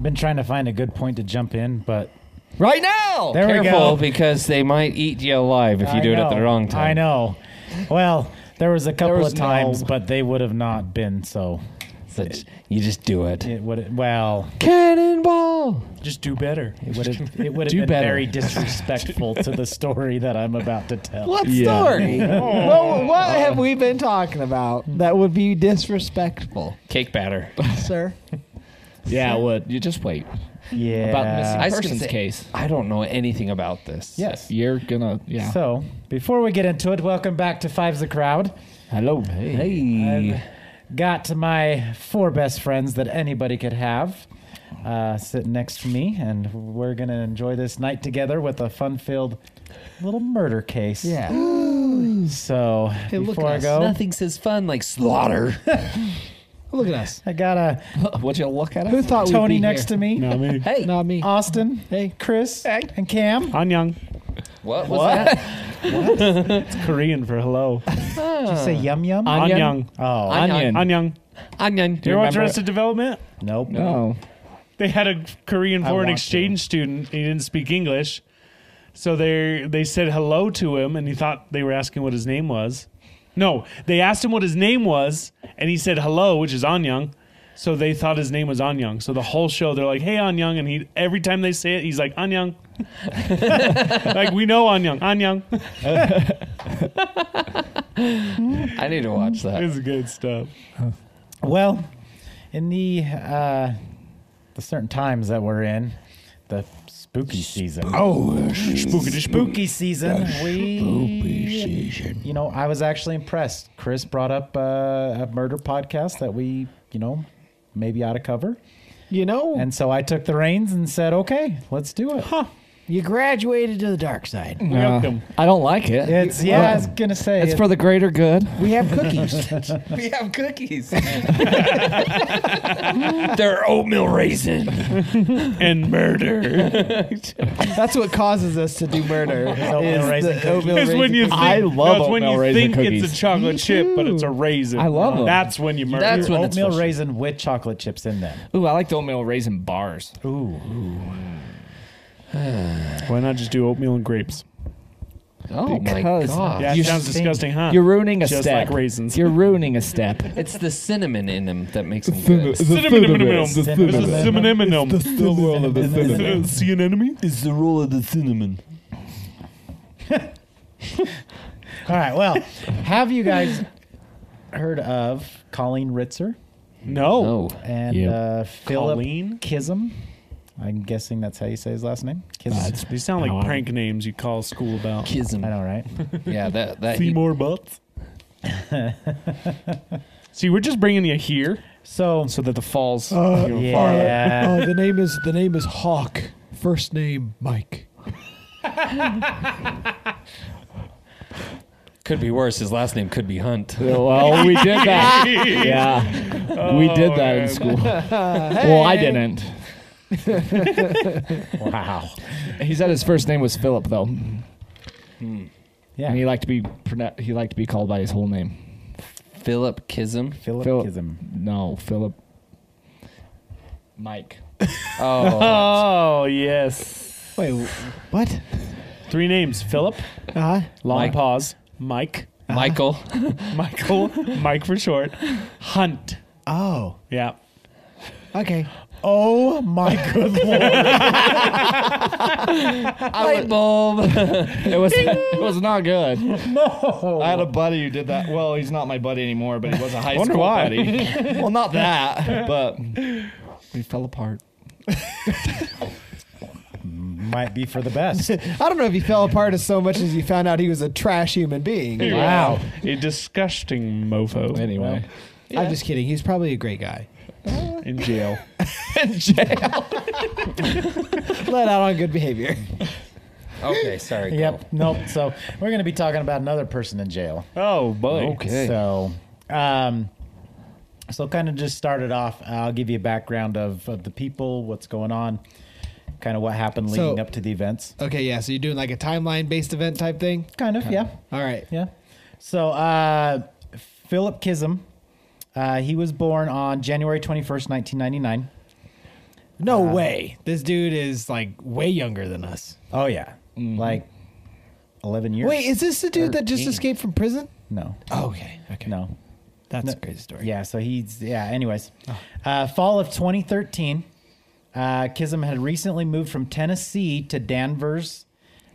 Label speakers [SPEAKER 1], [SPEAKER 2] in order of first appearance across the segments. [SPEAKER 1] been trying to find a good point to jump in, but
[SPEAKER 2] Right now!
[SPEAKER 1] There we go.
[SPEAKER 3] Careful, because they might eat you alive if you
[SPEAKER 1] I
[SPEAKER 3] do it at the
[SPEAKER 1] know,
[SPEAKER 3] wrong time.
[SPEAKER 1] I know. Well, there was a couple
[SPEAKER 2] was
[SPEAKER 1] of times,
[SPEAKER 2] no-
[SPEAKER 1] but they would have not been so.
[SPEAKER 3] So j- you just do it.
[SPEAKER 1] It would well,
[SPEAKER 3] Cannonball!
[SPEAKER 1] just do better. It would have it would have
[SPEAKER 3] Do
[SPEAKER 1] been
[SPEAKER 3] better.
[SPEAKER 1] very disrespectful to the story that I'm about to tell.
[SPEAKER 2] What
[SPEAKER 3] Yeah.
[SPEAKER 2] story? well, what have we been talking about that would be disrespectful,
[SPEAKER 3] Cake batter.
[SPEAKER 2] sir?
[SPEAKER 4] Yeah, it would.
[SPEAKER 3] You just wait.
[SPEAKER 1] Yeah.
[SPEAKER 4] About missing
[SPEAKER 3] I was gonna
[SPEAKER 4] person's
[SPEAKER 3] say-
[SPEAKER 4] case.
[SPEAKER 3] I don't know anything about this.
[SPEAKER 1] Yes.
[SPEAKER 4] You're gonna yeah.
[SPEAKER 1] So, before we get into it, welcome back to Five's the Crowd.
[SPEAKER 4] Hello.
[SPEAKER 3] Hey.
[SPEAKER 1] Got my four best friends that anybody could have uh, sitting next to me, and we're going to enjoy this night together with a fun filled little murder case.
[SPEAKER 2] Yeah.
[SPEAKER 1] So,
[SPEAKER 4] look
[SPEAKER 1] before
[SPEAKER 4] at
[SPEAKER 1] I
[SPEAKER 4] us.
[SPEAKER 1] go,
[SPEAKER 3] Nothing says fun like slaughter.
[SPEAKER 2] Look at us.
[SPEAKER 1] I got a
[SPEAKER 3] Would you look at
[SPEAKER 2] Who
[SPEAKER 3] us?
[SPEAKER 2] thought
[SPEAKER 1] Tony
[SPEAKER 2] we'd be
[SPEAKER 1] next to me,
[SPEAKER 4] Not me.
[SPEAKER 3] Hey,
[SPEAKER 2] here? Not me.
[SPEAKER 1] Austin,
[SPEAKER 2] Hey.
[SPEAKER 1] Chris, and Cam.
[SPEAKER 4] Anyang.
[SPEAKER 3] what was that?
[SPEAKER 4] It's Korean for hello.
[SPEAKER 1] Did you say yum yum?
[SPEAKER 3] Onion.
[SPEAKER 4] Anyang.
[SPEAKER 1] oh,
[SPEAKER 3] Onion.
[SPEAKER 4] Anyang.
[SPEAKER 3] Onion.
[SPEAKER 4] you
[SPEAKER 5] You watch
[SPEAKER 4] remember-
[SPEAKER 5] Arrested Development?
[SPEAKER 1] nope.
[SPEAKER 4] Oh.
[SPEAKER 5] They had a Korean
[SPEAKER 1] I
[SPEAKER 5] foreign
[SPEAKER 1] want
[SPEAKER 5] exchange student. He didn't speak English, so they they said hello to him, and he thought they were asking what his name was. No, they asked him what his name was, and he said hello, which is Anyang. So they thought his name was Anyang. So the whole show, they're like, "Hey, Anyang," and he every time they say it, he's like Anyang. like we know Anyang, Anyang.
[SPEAKER 3] I need to watch that.
[SPEAKER 5] It's good stuff.
[SPEAKER 1] Well, in the uh, the certain times that we're in, the spooky season. Oh,
[SPEAKER 5] Spooky, spooky.
[SPEAKER 1] spooky season. We, You know, I was actually impressed. Chris brought up uh, a murder podcast that we, you know, maybe ought to cover,
[SPEAKER 2] You know,
[SPEAKER 1] and so I took the reins and said, "Okay, let's do it."
[SPEAKER 2] you graduated to the dark side.
[SPEAKER 5] Welcome.
[SPEAKER 4] I don't like it.
[SPEAKER 1] It's yeah, I was gonna say
[SPEAKER 4] It's
[SPEAKER 1] it-
[SPEAKER 4] for the greater good.
[SPEAKER 2] We have cookies.
[SPEAKER 3] We have cookies. They're oatmeal raisin.
[SPEAKER 5] and murder.
[SPEAKER 2] That's what causes us to do murder.
[SPEAKER 1] oatmeal
[SPEAKER 2] is
[SPEAKER 1] raisin
[SPEAKER 2] the
[SPEAKER 1] cookies.
[SPEAKER 2] oatmeal
[SPEAKER 5] It's when
[SPEAKER 2] raisin
[SPEAKER 5] you think,
[SPEAKER 4] I love
[SPEAKER 5] no, it's when
[SPEAKER 4] oatmeal
[SPEAKER 5] you
[SPEAKER 4] raisin
[SPEAKER 5] think it's
[SPEAKER 4] cookies.
[SPEAKER 5] a chocolate chip, but it's a
[SPEAKER 2] too.
[SPEAKER 5] raisin.
[SPEAKER 4] I love 'em.
[SPEAKER 5] That's when you murder.
[SPEAKER 3] That's when it's
[SPEAKER 1] oatmeal
[SPEAKER 3] for-
[SPEAKER 1] raisin with chocolate chips in them.
[SPEAKER 4] Ooh, I like the oatmeal raisin bars.
[SPEAKER 1] Ooh,
[SPEAKER 5] Why not just do oatmeal and grapes?
[SPEAKER 3] Oh my
[SPEAKER 4] Because-
[SPEAKER 3] god.
[SPEAKER 5] Yeah,
[SPEAKER 4] You
[SPEAKER 5] it sounds
[SPEAKER 4] stink.
[SPEAKER 5] disgusting, huh?
[SPEAKER 4] You're ruining a
[SPEAKER 5] Just
[SPEAKER 4] step.
[SPEAKER 5] like raisins.
[SPEAKER 4] You're ruining a step.
[SPEAKER 3] It's the cinnamon in them that makes them good.
[SPEAKER 5] Cinnamon, cinnamon,
[SPEAKER 4] It's the
[SPEAKER 5] cinnamon,
[SPEAKER 1] cinnamon.
[SPEAKER 5] cinnamon, cinnamon.
[SPEAKER 4] world of the cinnamon.
[SPEAKER 5] See an enemy?
[SPEAKER 4] It's the roll of the cinnamon.
[SPEAKER 1] All right. Well, have you guys heard of Colleen Ritzer
[SPEAKER 5] No.
[SPEAKER 3] Oh.
[SPEAKER 1] and
[SPEAKER 4] Yep.
[SPEAKER 1] uh, Philip
[SPEAKER 5] Colleen?
[SPEAKER 1] Kism? I'm guessing that's how you say his last name. Kism.
[SPEAKER 5] These sound
[SPEAKER 4] No,
[SPEAKER 5] like
[SPEAKER 4] I-
[SPEAKER 5] prank names you call school about.
[SPEAKER 3] Kism.
[SPEAKER 1] I know, right?
[SPEAKER 3] Yeah, that that
[SPEAKER 5] Seymour Butts. See, we're just bringing you here
[SPEAKER 1] So
[SPEAKER 5] so that the falls.
[SPEAKER 2] Uh,
[SPEAKER 4] Oh.
[SPEAKER 5] you know, farther.
[SPEAKER 1] yeah,
[SPEAKER 2] the name is the name is Hawk. First name Mike.
[SPEAKER 3] could be worse. His last name could be Hunt.
[SPEAKER 4] Well, we did that. yeah. we did that
[SPEAKER 5] Oh, man.
[SPEAKER 4] in school. Well, I didn't.
[SPEAKER 1] wow.
[SPEAKER 4] He said his first name was Philip, though.
[SPEAKER 1] Yeah,
[SPEAKER 4] And he liked to be pronoun- he liked to be called by his whole name.
[SPEAKER 3] Philip Kism.
[SPEAKER 1] Philip
[SPEAKER 4] Phil-
[SPEAKER 1] Kism.
[SPEAKER 4] No, Philip. Mike.
[SPEAKER 3] Oh,
[SPEAKER 5] Oh yes.
[SPEAKER 2] Wait, what?
[SPEAKER 5] Three names: Philip,
[SPEAKER 4] Uh-huh.
[SPEAKER 2] Uh,
[SPEAKER 5] long
[SPEAKER 3] Mike.
[SPEAKER 5] pause, Mike,
[SPEAKER 3] Michael.
[SPEAKER 5] Michael, Mike for short, Hunt.
[SPEAKER 2] oh,
[SPEAKER 5] Yeah.
[SPEAKER 2] okay.
[SPEAKER 1] Oh my good lord!
[SPEAKER 3] Light bulb.
[SPEAKER 4] It was it was not good.
[SPEAKER 1] No.
[SPEAKER 4] I had a buddy who did that. Well, he's not my buddy anymore, but he was a high
[SPEAKER 5] Wonder
[SPEAKER 4] school
[SPEAKER 5] why.
[SPEAKER 4] buddy. well, not that, but we fell apart.
[SPEAKER 1] Might be for the best.
[SPEAKER 2] I don't know if he fell apart as so much as you found out he was a trash human being.
[SPEAKER 1] Wow.
[SPEAKER 5] A disgusting mofo.
[SPEAKER 4] Anyway,
[SPEAKER 2] I'm just kidding. He's probably a great guy.
[SPEAKER 5] in jail.
[SPEAKER 2] Let out on good behavior.
[SPEAKER 3] Okay, sorry. go.
[SPEAKER 1] Yep. Nope. So we're gonna be talking about another person in jail.
[SPEAKER 5] Oh boy.
[SPEAKER 3] Okay.
[SPEAKER 1] So, um, so kind of just started off. I'll give you a background of, of the people, what's going on, kind of what happened
[SPEAKER 2] So-
[SPEAKER 1] leading up to the events.
[SPEAKER 2] Okay, yeah. So you're doing like a timeline based event type thing.
[SPEAKER 1] Kind of, yeah,
[SPEAKER 2] All right.
[SPEAKER 1] yeah. So, uh, Philip Kism, uh, he was born on January twenty first, nineteen ninety nine.
[SPEAKER 4] No way. This dude is like way younger than us.
[SPEAKER 1] Oh yeah, like eleven years.
[SPEAKER 2] Wait, is this the dude that just
[SPEAKER 4] 13.
[SPEAKER 2] escaped from prison?
[SPEAKER 1] no,
[SPEAKER 4] Oh, okay. Okay.
[SPEAKER 1] no.
[SPEAKER 4] That's
[SPEAKER 1] No.
[SPEAKER 4] a crazy story.
[SPEAKER 1] Yeah, so he's yeah. Anyways, uh, fall of 2013, uh, Kism had recently moved from Tennessee to Danvers,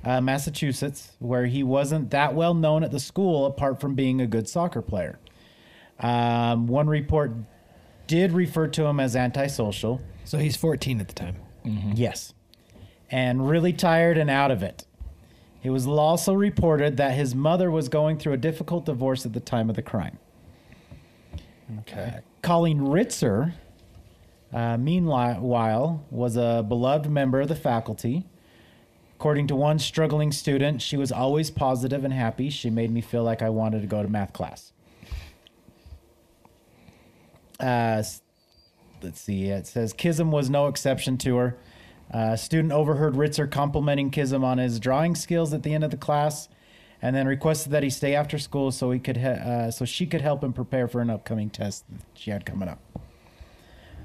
[SPEAKER 1] uh, Massachusetts, where he wasn't that well known at the school apart from being a good soccer player. Um, one report did refer to him as antisocial. Mm-hmm.
[SPEAKER 4] So he's 14 at the time.
[SPEAKER 1] Yes. And really tired and out of it. It was also reported that his mother was going through a difficult divorce at the time of the crime.
[SPEAKER 3] Okay.
[SPEAKER 1] Colleen Ritzer, uh, meanwhile, was a beloved member of the faculty. According to one struggling student, she was always positive and happy. She made me feel like I wanted to go to math class. Uh, s- let's see. It says Kism was no exception to her. Uh, student overheard Ritzer complimenting Kism on his drawing skills at the end of the class, and then requested that he stay after school so he could he- uh, so she could help him prepare for an upcoming test that she had coming up.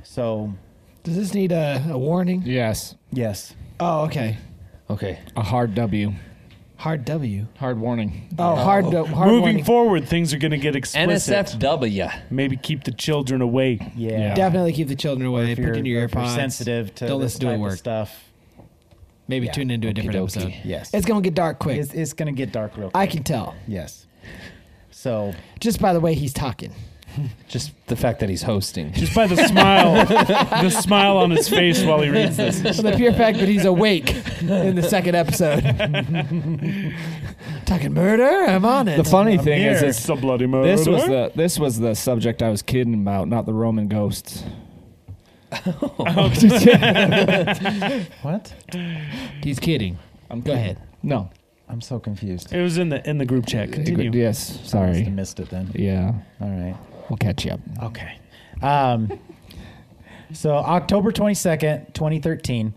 [SPEAKER 1] So
[SPEAKER 4] Does this need a, a warning?
[SPEAKER 6] Yes.
[SPEAKER 1] yes,
[SPEAKER 4] Oh, okay.
[SPEAKER 3] Okay.
[SPEAKER 6] A hard W.
[SPEAKER 4] Hard W.
[SPEAKER 6] Hard warning.
[SPEAKER 4] Oh, hard, do- hard
[SPEAKER 5] Moving
[SPEAKER 4] warning.
[SPEAKER 5] forward, things are going to get explicit.
[SPEAKER 3] NSFW.
[SPEAKER 5] Maybe keep the children away.
[SPEAKER 1] yeah.
[SPEAKER 4] Definitely keep the children away.
[SPEAKER 1] If
[SPEAKER 4] Put
[SPEAKER 1] you're,
[SPEAKER 4] in your
[SPEAKER 1] if you're
[SPEAKER 4] earpods.
[SPEAKER 1] sensitive to
[SPEAKER 4] Don't
[SPEAKER 1] this
[SPEAKER 4] listen to it
[SPEAKER 1] type of
[SPEAKER 4] work.
[SPEAKER 1] stuff,
[SPEAKER 4] Maybe
[SPEAKER 1] Yeah.
[SPEAKER 4] tune into a different
[SPEAKER 3] Okey-dokey.
[SPEAKER 4] episode.
[SPEAKER 1] yes,
[SPEAKER 4] It's gonna get dark quick.
[SPEAKER 1] it's, it's gonna get dark real quick.
[SPEAKER 4] I can tell
[SPEAKER 1] yes, so
[SPEAKER 4] just by the way he's talking.
[SPEAKER 3] Just the fact that he's hosting.
[SPEAKER 5] Just by the smile, the smile on his face while he reads this.
[SPEAKER 4] For the pure fact that he's awake in the second episode. talking murder. I'm on it.
[SPEAKER 6] The funny thing is,
[SPEAKER 5] Here,
[SPEAKER 6] it's,
[SPEAKER 5] a bloody murder.
[SPEAKER 6] this was the this was the subject I was kidding about, not the Roman ghosts.
[SPEAKER 1] what?
[SPEAKER 4] he's kidding.
[SPEAKER 6] I'm
[SPEAKER 4] Go ahead.
[SPEAKER 6] No.
[SPEAKER 1] I'm so confused.
[SPEAKER 5] It was in the in the group chat. Continue.
[SPEAKER 6] Yes.
[SPEAKER 1] I must have
[SPEAKER 6] Sorry.
[SPEAKER 1] missed it then.
[SPEAKER 6] Yeah.
[SPEAKER 1] All right.
[SPEAKER 6] We'll catch you up.
[SPEAKER 1] Okay. Um, so October 22nd, 2013,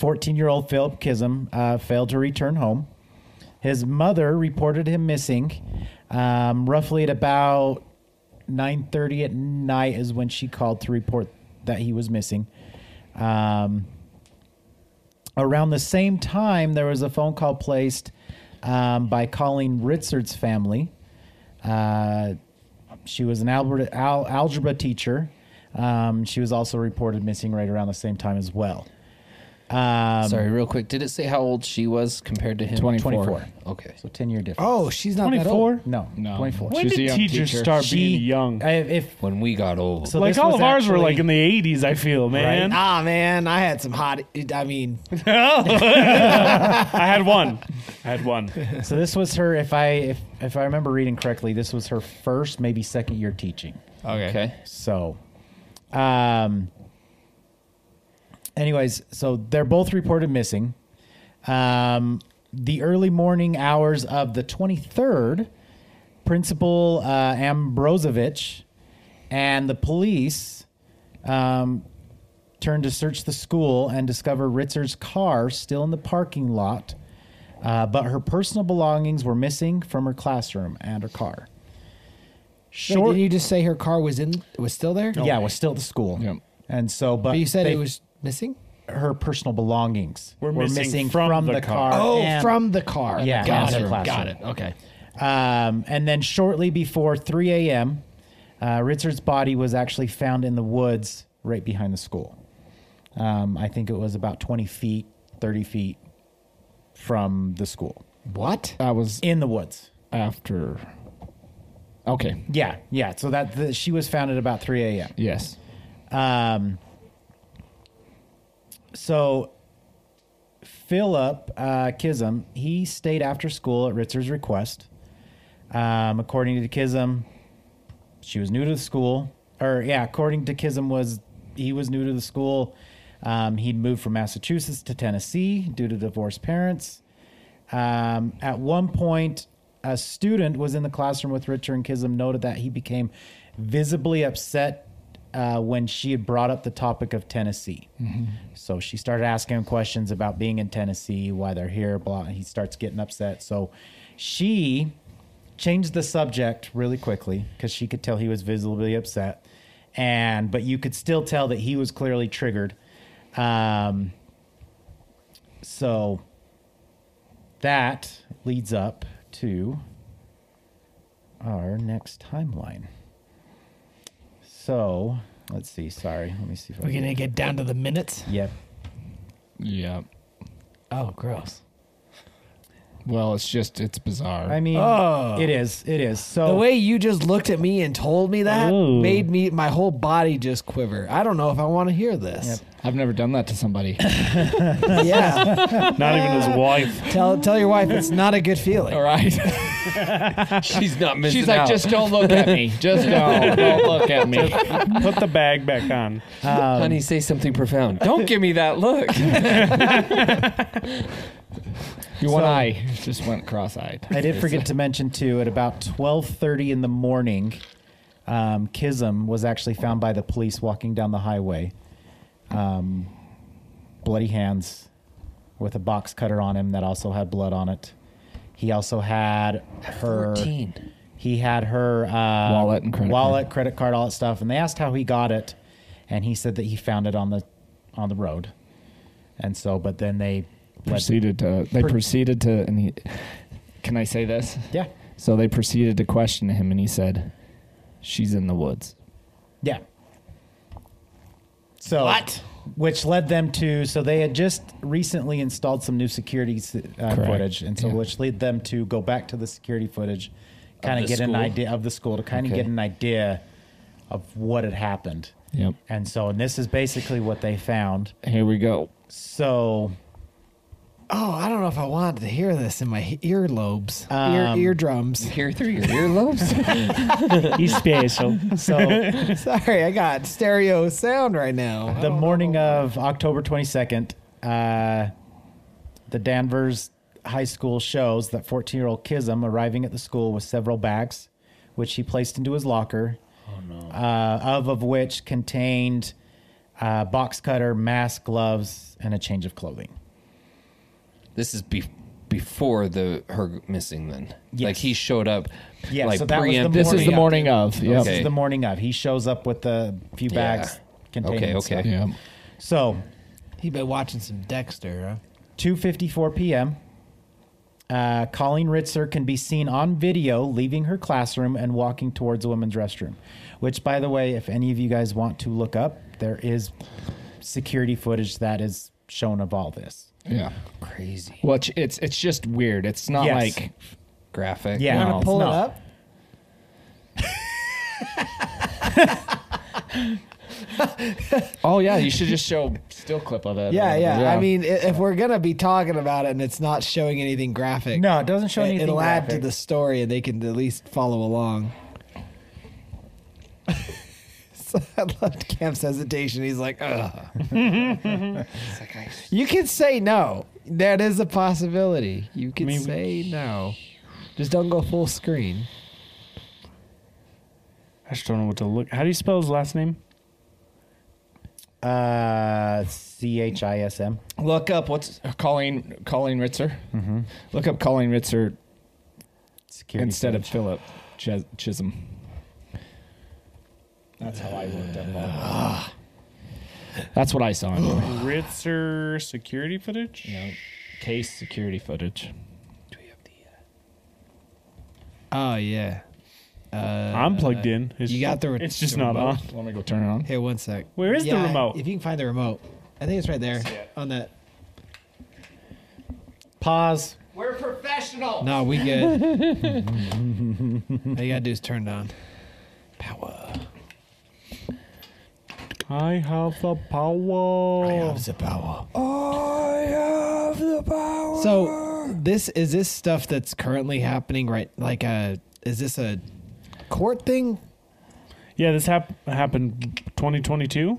[SPEAKER 1] 14 year old uh, Philip Kism uh, failed to return home. His mother reported him missing um, roughly at about 9.30 at night is when she called to report that he was missing. Um, around the same time, there was a phone call placed um, by Colleen Ritzard's family. Uh, she was an Albert, al- algebra teacher. Um, she was also reported missing right around the same time as well. Um,
[SPEAKER 3] Sorry, real quick. Did it say how old she was compared to him?
[SPEAKER 6] 24.
[SPEAKER 1] 24.
[SPEAKER 3] Okay.
[SPEAKER 1] So 10 year difference.
[SPEAKER 4] Oh, she's not that
[SPEAKER 5] 24.
[SPEAKER 4] old.
[SPEAKER 1] no,
[SPEAKER 6] No.
[SPEAKER 1] 24.
[SPEAKER 5] When
[SPEAKER 6] She's a
[SPEAKER 5] did
[SPEAKER 6] young
[SPEAKER 5] teachers
[SPEAKER 6] teacher.
[SPEAKER 5] start
[SPEAKER 1] She-
[SPEAKER 5] being young?
[SPEAKER 1] I- if
[SPEAKER 3] When we got old.
[SPEAKER 1] so
[SPEAKER 5] like
[SPEAKER 1] this
[SPEAKER 5] all
[SPEAKER 1] was
[SPEAKER 5] of ours were
[SPEAKER 1] actually-
[SPEAKER 5] like in the 80s. I feel man.
[SPEAKER 4] Ah man, I had some hot. I mean,
[SPEAKER 5] I had one. I had one.
[SPEAKER 1] So this was her, if I if, if I remember reading correctly, this was her first, maybe second year teaching.
[SPEAKER 3] Okay.
[SPEAKER 1] So, um, anyways, so they're both reported missing. Um, the early morning hours of the 23rd, Principal uh, Ambrosevich and the police um, turned to search the school and discover Ritzer's car still in the parking lot, uh, but her personal belongings were missing from her classroom and her car.
[SPEAKER 4] Wait, did you just say her car was in? Was still there?
[SPEAKER 1] Yeah, was still at the school.
[SPEAKER 6] Yep.
[SPEAKER 1] And so, but,
[SPEAKER 4] Oh, But you said
[SPEAKER 1] they-
[SPEAKER 4] it was missing.
[SPEAKER 1] her personal belongings
[SPEAKER 5] Were missing from the car.
[SPEAKER 4] Oh,
[SPEAKER 1] and-
[SPEAKER 4] from the car.
[SPEAKER 1] Yeah,
[SPEAKER 4] got
[SPEAKER 1] and the
[SPEAKER 4] it.
[SPEAKER 1] classroom.
[SPEAKER 4] Got it. Okay.
[SPEAKER 1] Um, and then shortly before 3 a.m., uh, Richard's body was actually found in the woods right behind the school. Um, I think it was about 20 feet, 30 feet from the school
[SPEAKER 4] What?
[SPEAKER 6] That was
[SPEAKER 1] in the woods.
[SPEAKER 4] um,
[SPEAKER 6] after. Okay.
[SPEAKER 1] Yeah, yeah. So that the, she was found at about 3 a.m.
[SPEAKER 6] Yes.
[SPEAKER 1] Um, so Philip uh, Kism, he stayed after school at Ritzer's request. Um, according to Kism, she was new to the school, or yeah, according to Kism was he was new to the school. Um, he'd moved from Massachusetts to Tennessee due to divorced parents. Um, at one point, a student was in the classroom with Richard and Kism noted that he became visibly upset uh, when she had brought up the topic of Tennessee. So she started asking him questions about being in Tennessee, why they're here, blah. He starts getting upset. So she changed the subject really quickly because she could tell he was visibly upset. And but you could still tell that he was clearly triggered Um, so that leads up to our next timeline. So let's see. Sorry, let me see if I
[SPEAKER 2] We're gonna get down to the minutes.
[SPEAKER 1] Yep.
[SPEAKER 6] Yeah.
[SPEAKER 2] Oh, gross.
[SPEAKER 6] Well, it's just it's bizarre.
[SPEAKER 1] I mean,
[SPEAKER 2] Oh.
[SPEAKER 1] it is. It is. So
[SPEAKER 2] The way you just looked at me and told me that
[SPEAKER 5] Ooh.
[SPEAKER 2] made me my whole body just quiver. I don't know if I want to hear this.
[SPEAKER 6] I've never done that to somebody.
[SPEAKER 2] Yeah,
[SPEAKER 5] Not even his wife.
[SPEAKER 2] tell tell your wife it's not a good feeling.
[SPEAKER 6] All right.
[SPEAKER 3] She's not missing
[SPEAKER 6] She's like,
[SPEAKER 3] out.
[SPEAKER 6] just don't look at me. Just don't, don't look at me.
[SPEAKER 5] Put the bag back on.
[SPEAKER 3] honey, say something profound. Don't give me that look.
[SPEAKER 6] Your one eye just went cross-eyed.
[SPEAKER 1] I did forget to mention too. At about twelve thirty in the morning, um, Kism was actually found by the police walking down the highway, um, bloody hands, with a box cutter on him that also had blood on it. He also had her.
[SPEAKER 3] 14.
[SPEAKER 1] He had her uh,
[SPEAKER 6] Wallet and credit
[SPEAKER 1] wallet, credit card, all that stuff. And they asked how he got it, and he said that he found it on the on the road. And so, but then they led-
[SPEAKER 6] proceeded to they
[SPEAKER 1] Per-
[SPEAKER 6] proceeded to and he can I say this?
[SPEAKER 1] Yeah,
[SPEAKER 6] So they proceeded to question him and he said, She's in the woods.
[SPEAKER 1] yeah. So
[SPEAKER 2] What?
[SPEAKER 1] Which led them to so they had just recently installed some new security s- uh, footage, and so
[SPEAKER 6] Yeah.
[SPEAKER 1] which led them to go back to the security footage, kind
[SPEAKER 3] the
[SPEAKER 1] of get an
[SPEAKER 3] school?
[SPEAKER 1] idea of the school to kind of
[SPEAKER 3] Okay.
[SPEAKER 1] get an idea of what had happened.
[SPEAKER 6] Yep.
[SPEAKER 1] And so, and this is basically what they found.
[SPEAKER 6] Here we go.
[SPEAKER 1] So
[SPEAKER 2] Oh, I don't know if I want to hear this in my he- earlobes,
[SPEAKER 1] Um,
[SPEAKER 2] Ear, eardrums.
[SPEAKER 3] Here through your earlobes.
[SPEAKER 5] He's special.
[SPEAKER 1] So
[SPEAKER 2] Sorry, I got stereo sound right now. I
[SPEAKER 1] the
[SPEAKER 2] don't
[SPEAKER 1] morning
[SPEAKER 2] know.
[SPEAKER 1] of October 22nd, uh, the Danvers High School shows that 14 year old Kism arriving at the school with several bags, which he placed into his locker,
[SPEAKER 6] Oh,
[SPEAKER 1] uh, of of which contained uh, box cutter, mask, gloves, and a change of clothing.
[SPEAKER 3] this is be- before the her missing. Then, like
[SPEAKER 1] Yes.
[SPEAKER 3] he showed up.
[SPEAKER 1] Yeah,
[SPEAKER 3] like
[SPEAKER 1] so that was the
[SPEAKER 3] preempt-
[SPEAKER 6] This is the
[SPEAKER 1] Morning
[SPEAKER 6] morning of. Yep.
[SPEAKER 1] This is the morning of. He shows up with a few
[SPEAKER 3] Yeah.
[SPEAKER 1] bags containing.
[SPEAKER 3] Okay, okay.
[SPEAKER 1] stuff.
[SPEAKER 6] Yep.
[SPEAKER 1] So
[SPEAKER 2] he been watching some Dexter.
[SPEAKER 1] 2:54 p.m. Uh, Colleen Ritzer can be seen on video leaving her classroom and walking towards a women's restroom. Which, by the way, if any of you guys want to look up, there is security footage that is shown of all this.
[SPEAKER 6] Yeah.
[SPEAKER 3] Crazy
[SPEAKER 6] Well it's it's, it's just weird. It's not
[SPEAKER 1] Yes.
[SPEAKER 6] like
[SPEAKER 3] graphic.
[SPEAKER 1] Yeah.
[SPEAKER 2] Huh?
[SPEAKER 1] No,
[SPEAKER 2] Want
[SPEAKER 1] it's
[SPEAKER 2] to pull it
[SPEAKER 1] not.
[SPEAKER 2] up?
[SPEAKER 6] Oh yeah, you should just show still clip of it.
[SPEAKER 2] Yeah,
[SPEAKER 6] Or-
[SPEAKER 2] Uh, yeah. I mean, i- if we're gonna be talking about it and it's not showing anything graphic,
[SPEAKER 1] No, it doesn't show
[SPEAKER 2] it-
[SPEAKER 1] anything.
[SPEAKER 2] it'll add to
[SPEAKER 1] graphic.
[SPEAKER 2] the story and they can at least follow along. so I loved Camp's hesitation. He's like, ugh. you can say no. That is a possibility. You can
[SPEAKER 5] mean, we-
[SPEAKER 2] say no. Just don't go full screen.
[SPEAKER 5] I just don't know what to look. How do you spell his last name?
[SPEAKER 1] uh, C H I S M.
[SPEAKER 6] look up what's Colleen Colleen Ritzer. Look up Colleen Ritzer
[SPEAKER 1] Mm-hmm. Security
[SPEAKER 6] instead of
[SPEAKER 1] footage.
[SPEAKER 6] Philip Chis- Chisholm. That's how I looked up. All of it. That's what I saw. Anyway.
[SPEAKER 5] Ritzer security footage?
[SPEAKER 6] Yeah. Case security footage.
[SPEAKER 2] Oh yeah. Uh,
[SPEAKER 5] I'm plugged in. It's,
[SPEAKER 2] you got the re-
[SPEAKER 5] It's just not on.
[SPEAKER 6] Want me to go turn it on?
[SPEAKER 2] Here, one sec.
[SPEAKER 5] Where is the remote?
[SPEAKER 2] If you can find the remote, I think it's right there on that.
[SPEAKER 1] pause.
[SPEAKER 2] No, we good. All you gotta do is turn it on. Power.
[SPEAKER 5] I have the power.
[SPEAKER 2] the power. I have the power. So this is this stuff that's currently happening right like uh is this a court thing?
[SPEAKER 5] Yeah, this hap- happened 2022.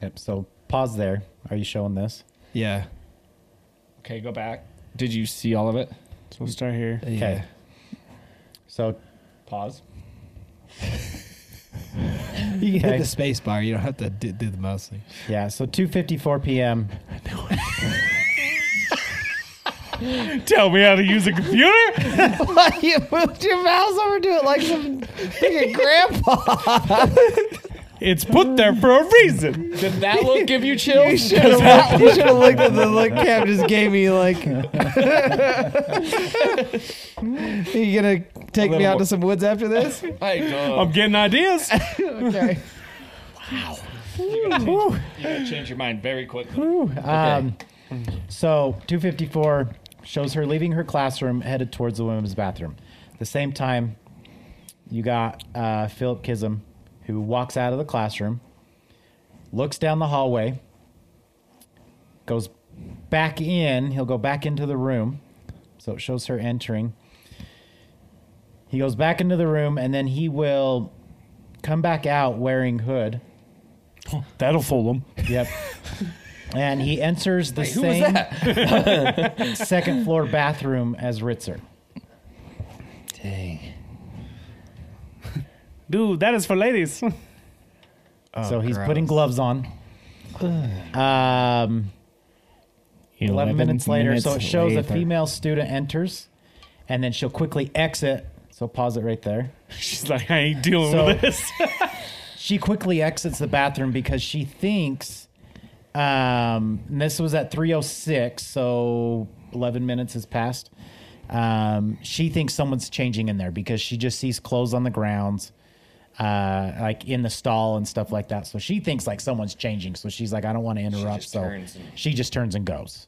[SPEAKER 1] Yep. So pause there. Are you showing this?
[SPEAKER 4] Yeah.
[SPEAKER 6] Okay, go back. Did you see all of it?
[SPEAKER 5] So we'll start here.
[SPEAKER 1] Okay. So
[SPEAKER 6] Pause.
[SPEAKER 4] You can
[SPEAKER 1] Okay.
[SPEAKER 4] hit the space bar. You don't have to do, do the mouse thing.
[SPEAKER 1] yeah. So 2:54 p.m.
[SPEAKER 5] Tell me how to use a computer?
[SPEAKER 2] you moved your mouse over to it like some freaking grandpa.
[SPEAKER 5] It's put there for a reason.
[SPEAKER 6] Did that look give you chills?
[SPEAKER 2] you should have looked at the look Cam just gave me like. you gonna take me out to some woods after this?
[SPEAKER 6] My
[SPEAKER 2] Uh.
[SPEAKER 6] God.
[SPEAKER 5] I'm getting ideas.
[SPEAKER 2] Okay.
[SPEAKER 6] You gotta change your mind very quickly.
[SPEAKER 1] Um, so 254 shows her leaving her classroom, headed towards the women's bathroom. The same time, you got uh, Philip Kism, who walks out of the classroom, looks down the hallway, goes back in. He'll go back into the room. So it shows her entering. He goes back into the room, and then he will come back out wearing hood.
[SPEAKER 5] That'll fool them.
[SPEAKER 1] Yep. And he enters the same second floor bathroom as Ritzer.
[SPEAKER 3] Dang.
[SPEAKER 5] Dude, that is for ladies.
[SPEAKER 1] so he's putting gloves on. Um, 11, minutes later, so it shows a female student enters, and then she'll quickly exit. So pause it right there.
[SPEAKER 5] She's like, I ain't dealing
[SPEAKER 1] So-
[SPEAKER 5] with this.
[SPEAKER 1] She quickly exits the bathroom because she thinks um, and this was at 306, so 11 minutes has passed. Um, she thinks someone's changing in there because she just sees clothes on the grounds, uh, like in the stall and stuff like that. So she thinks like someone's changing. So she's like, I don't want to interrupt.
[SPEAKER 3] just
[SPEAKER 1] so
[SPEAKER 3] turns and-
[SPEAKER 1] she just turns and goes.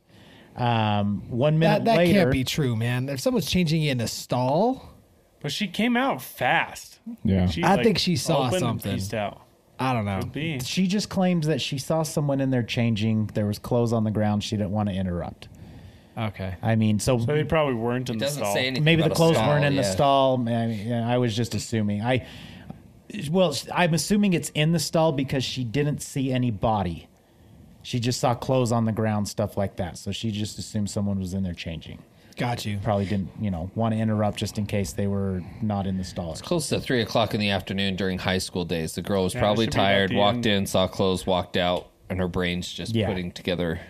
[SPEAKER 1] Um, one minute
[SPEAKER 4] That, that
[SPEAKER 1] later,
[SPEAKER 4] can't be true, man. If someone's changing in a stall,
[SPEAKER 5] But she came out fast.
[SPEAKER 6] Yeah.
[SPEAKER 5] She,
[SPEAKER 4] I think she saw
[SPEAKER 5] opened and
[SPEAKER 4] something.
[SPEAKER 5] peaced out.
[SPEAKER 4] I don't know.
[SPEAKER 5] Be.
[SPEAKER 1] she just claims that she saw someone in there changing. There was clothes on the ground. She didn't want to interrupt.
[SPEAKER 4] Okay.
[SPEAKER 1] I mean,
[SPEAKER 5] So they probably weren't in the
[SPEAKER 3] Doesn't
[SPEAKER 5] stall.
[SPEAKER 3] say anything.
[SPEAKER 1] maybe the
[SPEAKER 3] about a
[SPEAKER 1] clothes
[SPEAKER 3] stall,
[SPEAKER 1] weren't in the
[SPEAKER 3] yeah.
[SPEAKER 1] stall. Man, yeah, I was just assuming. I well, I'm assuming it's in the stall because she didn't see any body. She just saw clothes on the ground, stuff like that. So she just assumed someone was in there changing.
[SPEAKER 4] Got you.
[SPEAKER 1] Probably didn't, you know, want to interrupt just in case they were not in the stall.
[SPEAKER 3] Close to three o'clock in the afternoon during high school days. The girl was
[SPEAKER 5] Yeah, it
[SPEAKER 3] probably
[SPEAKER 5] should be about
[SPEAKER 3] tired,
[SPEAKER 5] the
[SPEAKER 3] walked
[SPEAKER 5] end.
[SPEAKER 3] in, saw clothes, walked out, and her brain's just
[SPEAKER 1] Yeah.
[SPEAKER 3] putting together.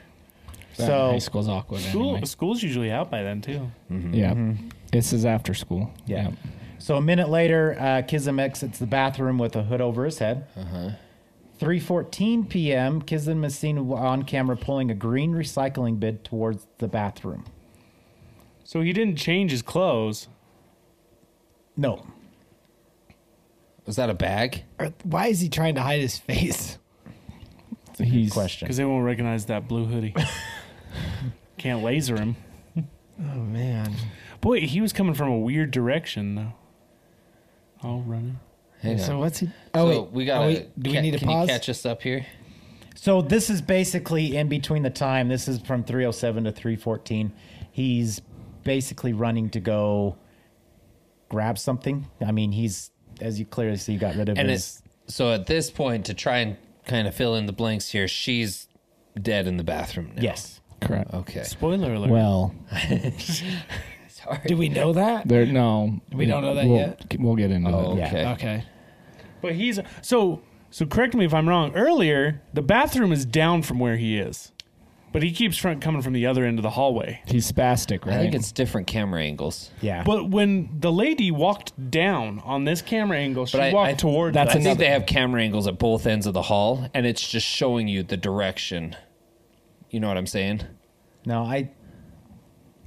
[SPEAKER 1] So Oh.
[SPEAKER 6] High school's awkward.
[SPEAKER 5] School,
[SPEAKER 6] Anyway.
[SPEAKER 5] School's usually out by then, too.
[SPEAKER 6] Yeah. This is after school.
[SPEAKER 1] yeah. So a minute later, uh, Kism exits the bathroom with a hood over his head. 3:14 p.m. Kism is seen on camera pulling a green recycling bin towards the bathroom.
[SPEAKER 5] So he didn't change his clothes.
[SPEAKER 1] No,
[SPEAKER 3] Was that a bag?
[SPEAKER 4] Or- Why is he trying to hide his face?
[SPEAKER 6] He's
[SPEAKER 1] question.
[SPEAKER 5] Because they won't recognize that blue hoodie. Can't laser him.
[SPEAKER 4] Oh man.
[SPEAKER 5] Boy, he was coming from a weird direction, though. Oh, running.
[SPEAKER 3] Hang on.
[SPEAKER 4] So what's he?
[SPEAKER 3] So
[SPEAKER 4] Oh
[SPEAKER 3] we got. to
[SPEAKER 4] do we need to
[SPEAKER 3] can
[SPEAKER 4] pause?
[SPEAKER 3] You catch us up here.
[SPEAKER 1] So this is basically in between the time. This is from 307 to 314. He's basically running to go grab something. I mean, he's as you clearly see, got rid of
[SPEAKER 3] And
[SPEAKER 1] his.
[SPEAKER 3] it's so at this point to try and kind of fill in the blanks here. She's dead in the bathroom. Now.
[SPEAKER 1] Yes.
[SPEAKER 6] correct.
[SPEAKER 3] Okay.
[SPEAKER 5] Spoiler alert.
[SPEAKER 6] Well,
[SPEAKER 4] do we know that?
[SPEAKER 6] there no.
[SPEAKER 4] We don't know that
[SPEAKER 6] we'll,
[SPEAKER 4] yet?
[SPEAKER 6] We'll get into
[SPEAKER 3] Oh,
[SPEAKER 6] it.
[SPEAKER 1] Yeah.
[SPEAKER 3] okay.
[SPEAKER 4] Okay.
[SPEAKER 5] But he's so so. Correct me if I'm wrong. Earlier, the bathroom is down from where he is, but he keeps front coming from the other end of the hallway.
[SPEAKER 6] He's spastic,
[SPEAKER 3] I
[SPEAKER 6] right?
[SPEAKER 3] think it's different camera angles.
[SPEAKER 1] Yeah.
[SPEAKER 5] But when the lady walked down on this camera angle, she
[SPEAKER 3] But I,
[SPEAKER 5] walked
[SPEAKER 3] I,
[SPEAKER 5] toward.
[SPEAKER 3] That's
[SPEAKER 5] us.
[SPEAKER 3] I think they have camera angles at both ends of the hall, and it's just showing you the direction. You know what I'm saying?
[SPEAKER 1] no, I.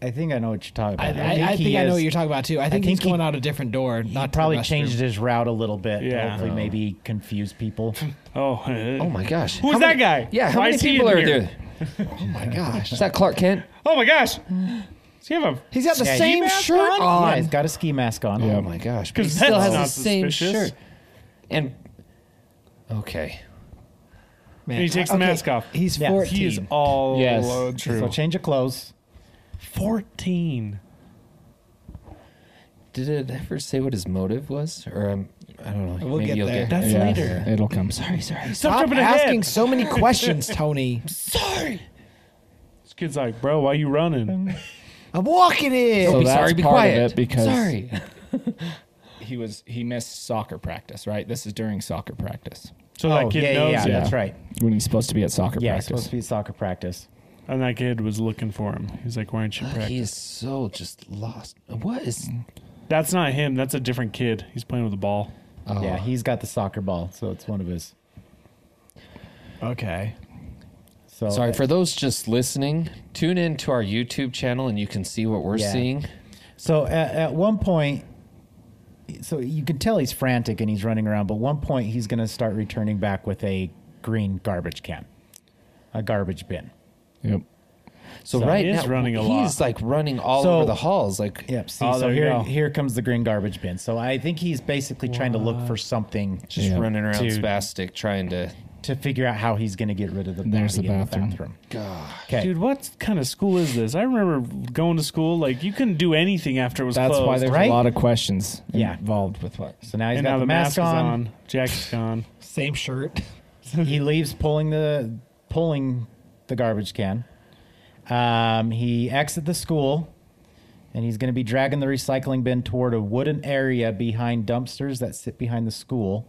[SPEAKER 1] I think I know what you're talking
[SPEAKER 4] I, I, I
[SPEAKER 1] about.
[SPEAKER 4] think, I,
[SPEAKER 1] he
[SPEAKER 4] know
[SPEAKER 1] is-
[SPEAKER 4] what you're talking about too. I think he's
[SPEAKER 1] think he-
[SPEAKER 4] going out a different door.
[SPEAKER 1] He
[SPEAKER 4] Not
[SPEAKER 1] probably changed his route a little bit. to
[SPEAKER 5] Yeah.
[SPEAKER 1] Hopefully, maybe confuse people.
[SPEAKER 5] Oh,
[SPEAKER 3] Oh my gosh!
[SPEAKER 5] Who's
[SPEAKER 3] How
[SPEAKER 5] that
[SPEAKER 3] many- Oh,
[SPEAKER 5] guy?
[SPEAKER 3] Yeah, how
[SPEAKER 5] Why
[SPEAKER 3] many
[SPEAKER 5] is he
[SPEAKER 3] people
[SPEAKER 5] in
[SPEAKER 3] are
[SPEAKER 5] here?
[SPEAKER 3] there?
[SPEAKER 4] my gosh.
[SPEAKER 3] Is that Clark Kent?
[SPEAKER 5] Oh my gosh! Does he have a?
[SPEAKER 4] He's got the
[SPEAKER 1] Yeah,
[SPEAKER 4] same
[SPEAKER 5] you-
[SPEAKER 4] shirt on.
[SPEAKER 1] yeah, he's got a ski mask on.
[SPEAKER 3] Oh my gosh! But he
[SPEAKER 5] 'Cause
[SPEAKER 3] still
[SPEAKER 5] that's
[SPEAKER 3] has
[SPEAKER 5] not
[SPEAKER 3] the same
[SPEAKER 5] suspicious.
[SPEAKER 3] shirt. And okay,
[SPEAKER 4] Man,
[SPEAKER 5] And he takes the
[SPEAKER 4] okay,
[SPEAKER 5] mask off.
[SPEAKER 4] He's
[SPEAKER 1] Yeah.
[SPEAKER 4] 14.
[SPEAKER 5] He is all
[SPEAKER 6] Yes.
[SPEAKER 5] uh, true.
[SPEAKER 1] So change of clothes.
[SPEAKER 5] Fourteen.
[SPEAKER 3] did it ever say what his motive was? Or um, I don't know.
[SPEAKER 4] We'll
[SPEAKER 3] maybe
[SPEAKER 4] get
[SPEAKER 3] you'll
[SPEAKER 4] there.
[SPEAKER 3] get
[SPEAKER 4] That's
[SPEAKER 3] there.
[SPEAKER 4] later.
[SPEAKER 6] It'll come.
[SPEAKER 4] Sorry, sorry.
[SPEAKER 5] Stop
[SPEAKER 4] Stop
[SPEAKER 5] jumping ahead.
[SPEAKER 4] asking so many questions, Tony.
[SPEAKER 5] This kid's like, bro, why you running?
[SPEAKER 4] I'm walking in.
[SPEAKER 6] So
[SPEAKER 3] be
[SPEAKER 6] that's
[SPEAKER 3] sorry, be
[SPEAKER 6] part
[SPEAKER 3] quiet.
[SPEAKER 6] of it because
[SPEAKER 3] Sorry.
[SPEAKER 6] he was he missed soccer practice. Right, this is during soccer practice
[SPEAKER 5] So
[SPEAKER 1] Oh,
[SPEAKER 5] that kid
[SPEAKER 1] yeah, yeah,
[SPEAKER 5] knows
[SPEAKER 1] yeah,
[SPEAKER 5] it.
[SPEAKER 1] that's right.
[SPEAKER 6] when he's supposed to be at soccer
[SPEAKER 1] Yeah, it's
[SPEAKER 6] practice.
[SPEAKER 1] supposed to be soccer practice.
[SPEAKER 5] And that kid was looking for him. He's like, why aren't you
[SPEAKER 3] Oh, He
[SPEAKER 5] practicing?
[SPEAKER 3] is so just lost. What is?
[SPEAKER 5] That's not him. That's a different kid. He's playing with a ball.
[SPEAKER 1] Yeah, he's got the soccer ball, so it's one of his.
[SPEAKER 4] Okay.
[SPEAKER 1] So
[SPEAKER 3] Sorry for those just listening. Tune in to our YouTube channel and you can see what we're
[SPEAKER 1] Yeah.
[SPEAKER 3] seeing.
[SPEAKER 1] So at, at one point, so you can tell he's frantic and he's running around, but one point he's going to start returning back with a green garbage can, a garbage bin.
[SPEAKER 6] Yep.
[SPEAKER 3] So,
[SPEAKER 5] So
[SPEAKER 3] right
[SPEAKER 5] he is
[SPEAKER 3] now,
[SPEAKER 5] running a
[SPEAKER 3] he's
[SPEAKER 5] lot.
[SPEAKER 3] like running all
[SPEAKER 1] So-
[SPEAKER 3] over the halls. Like,
[SPEAKER 1] Yep. See,
[SPEAKER 5] Oh,
[SPEAKER 1] so
[SPEAKER 5] there you
[SPEAKER 1] here,
[SPEAKER 5] go.
[SPEAKER 1] here comes the green garbage bin. So I think he's basically trying to look for something
[SPEAKER 3] just running around
[SPEAKER 5] Dude.
[SPEAKER 3] spastic, trying to.
[SPEAKER 1] to figure out how he's going to get rid of the
[SPEAKER 6] There's
[SPEAKER 1] body
[SPEAKER 6] the
[SPEAKER 1] in
[SPEAKER 6] bathroom.
[SPEAKER 1] Okay.
[SPEAKER 5] Dude, what kind of school is this? I remember going to school. Like, you couldn't do anything after it was
[SPEAKER 6] That's
[SPEAKER 5] closed.
[SPEAKER 6] why there's
[SPEAKER 1] right?
[SPEAKER 6] a lot of questions
[SPEAKER 1] Yeah.
[SPEAKER 6] involved with what.
[SPEAKER 1] So now he's
[SPEAKER 5] and
[SPEAKER 1] got
[SPEAKER 5] now
[SPEAKER 1] the, mask, on.
[SPEAKER 5] is on. Jackie's gone.
[SPEAKER 4] Same shirt.
[SPEAKER 1] he leaves pulling the pulling the garbage can. Um, he exits the school, and he's going to be dragging the recycling bin toward a wooden area behind dumpsters that sit behind the school,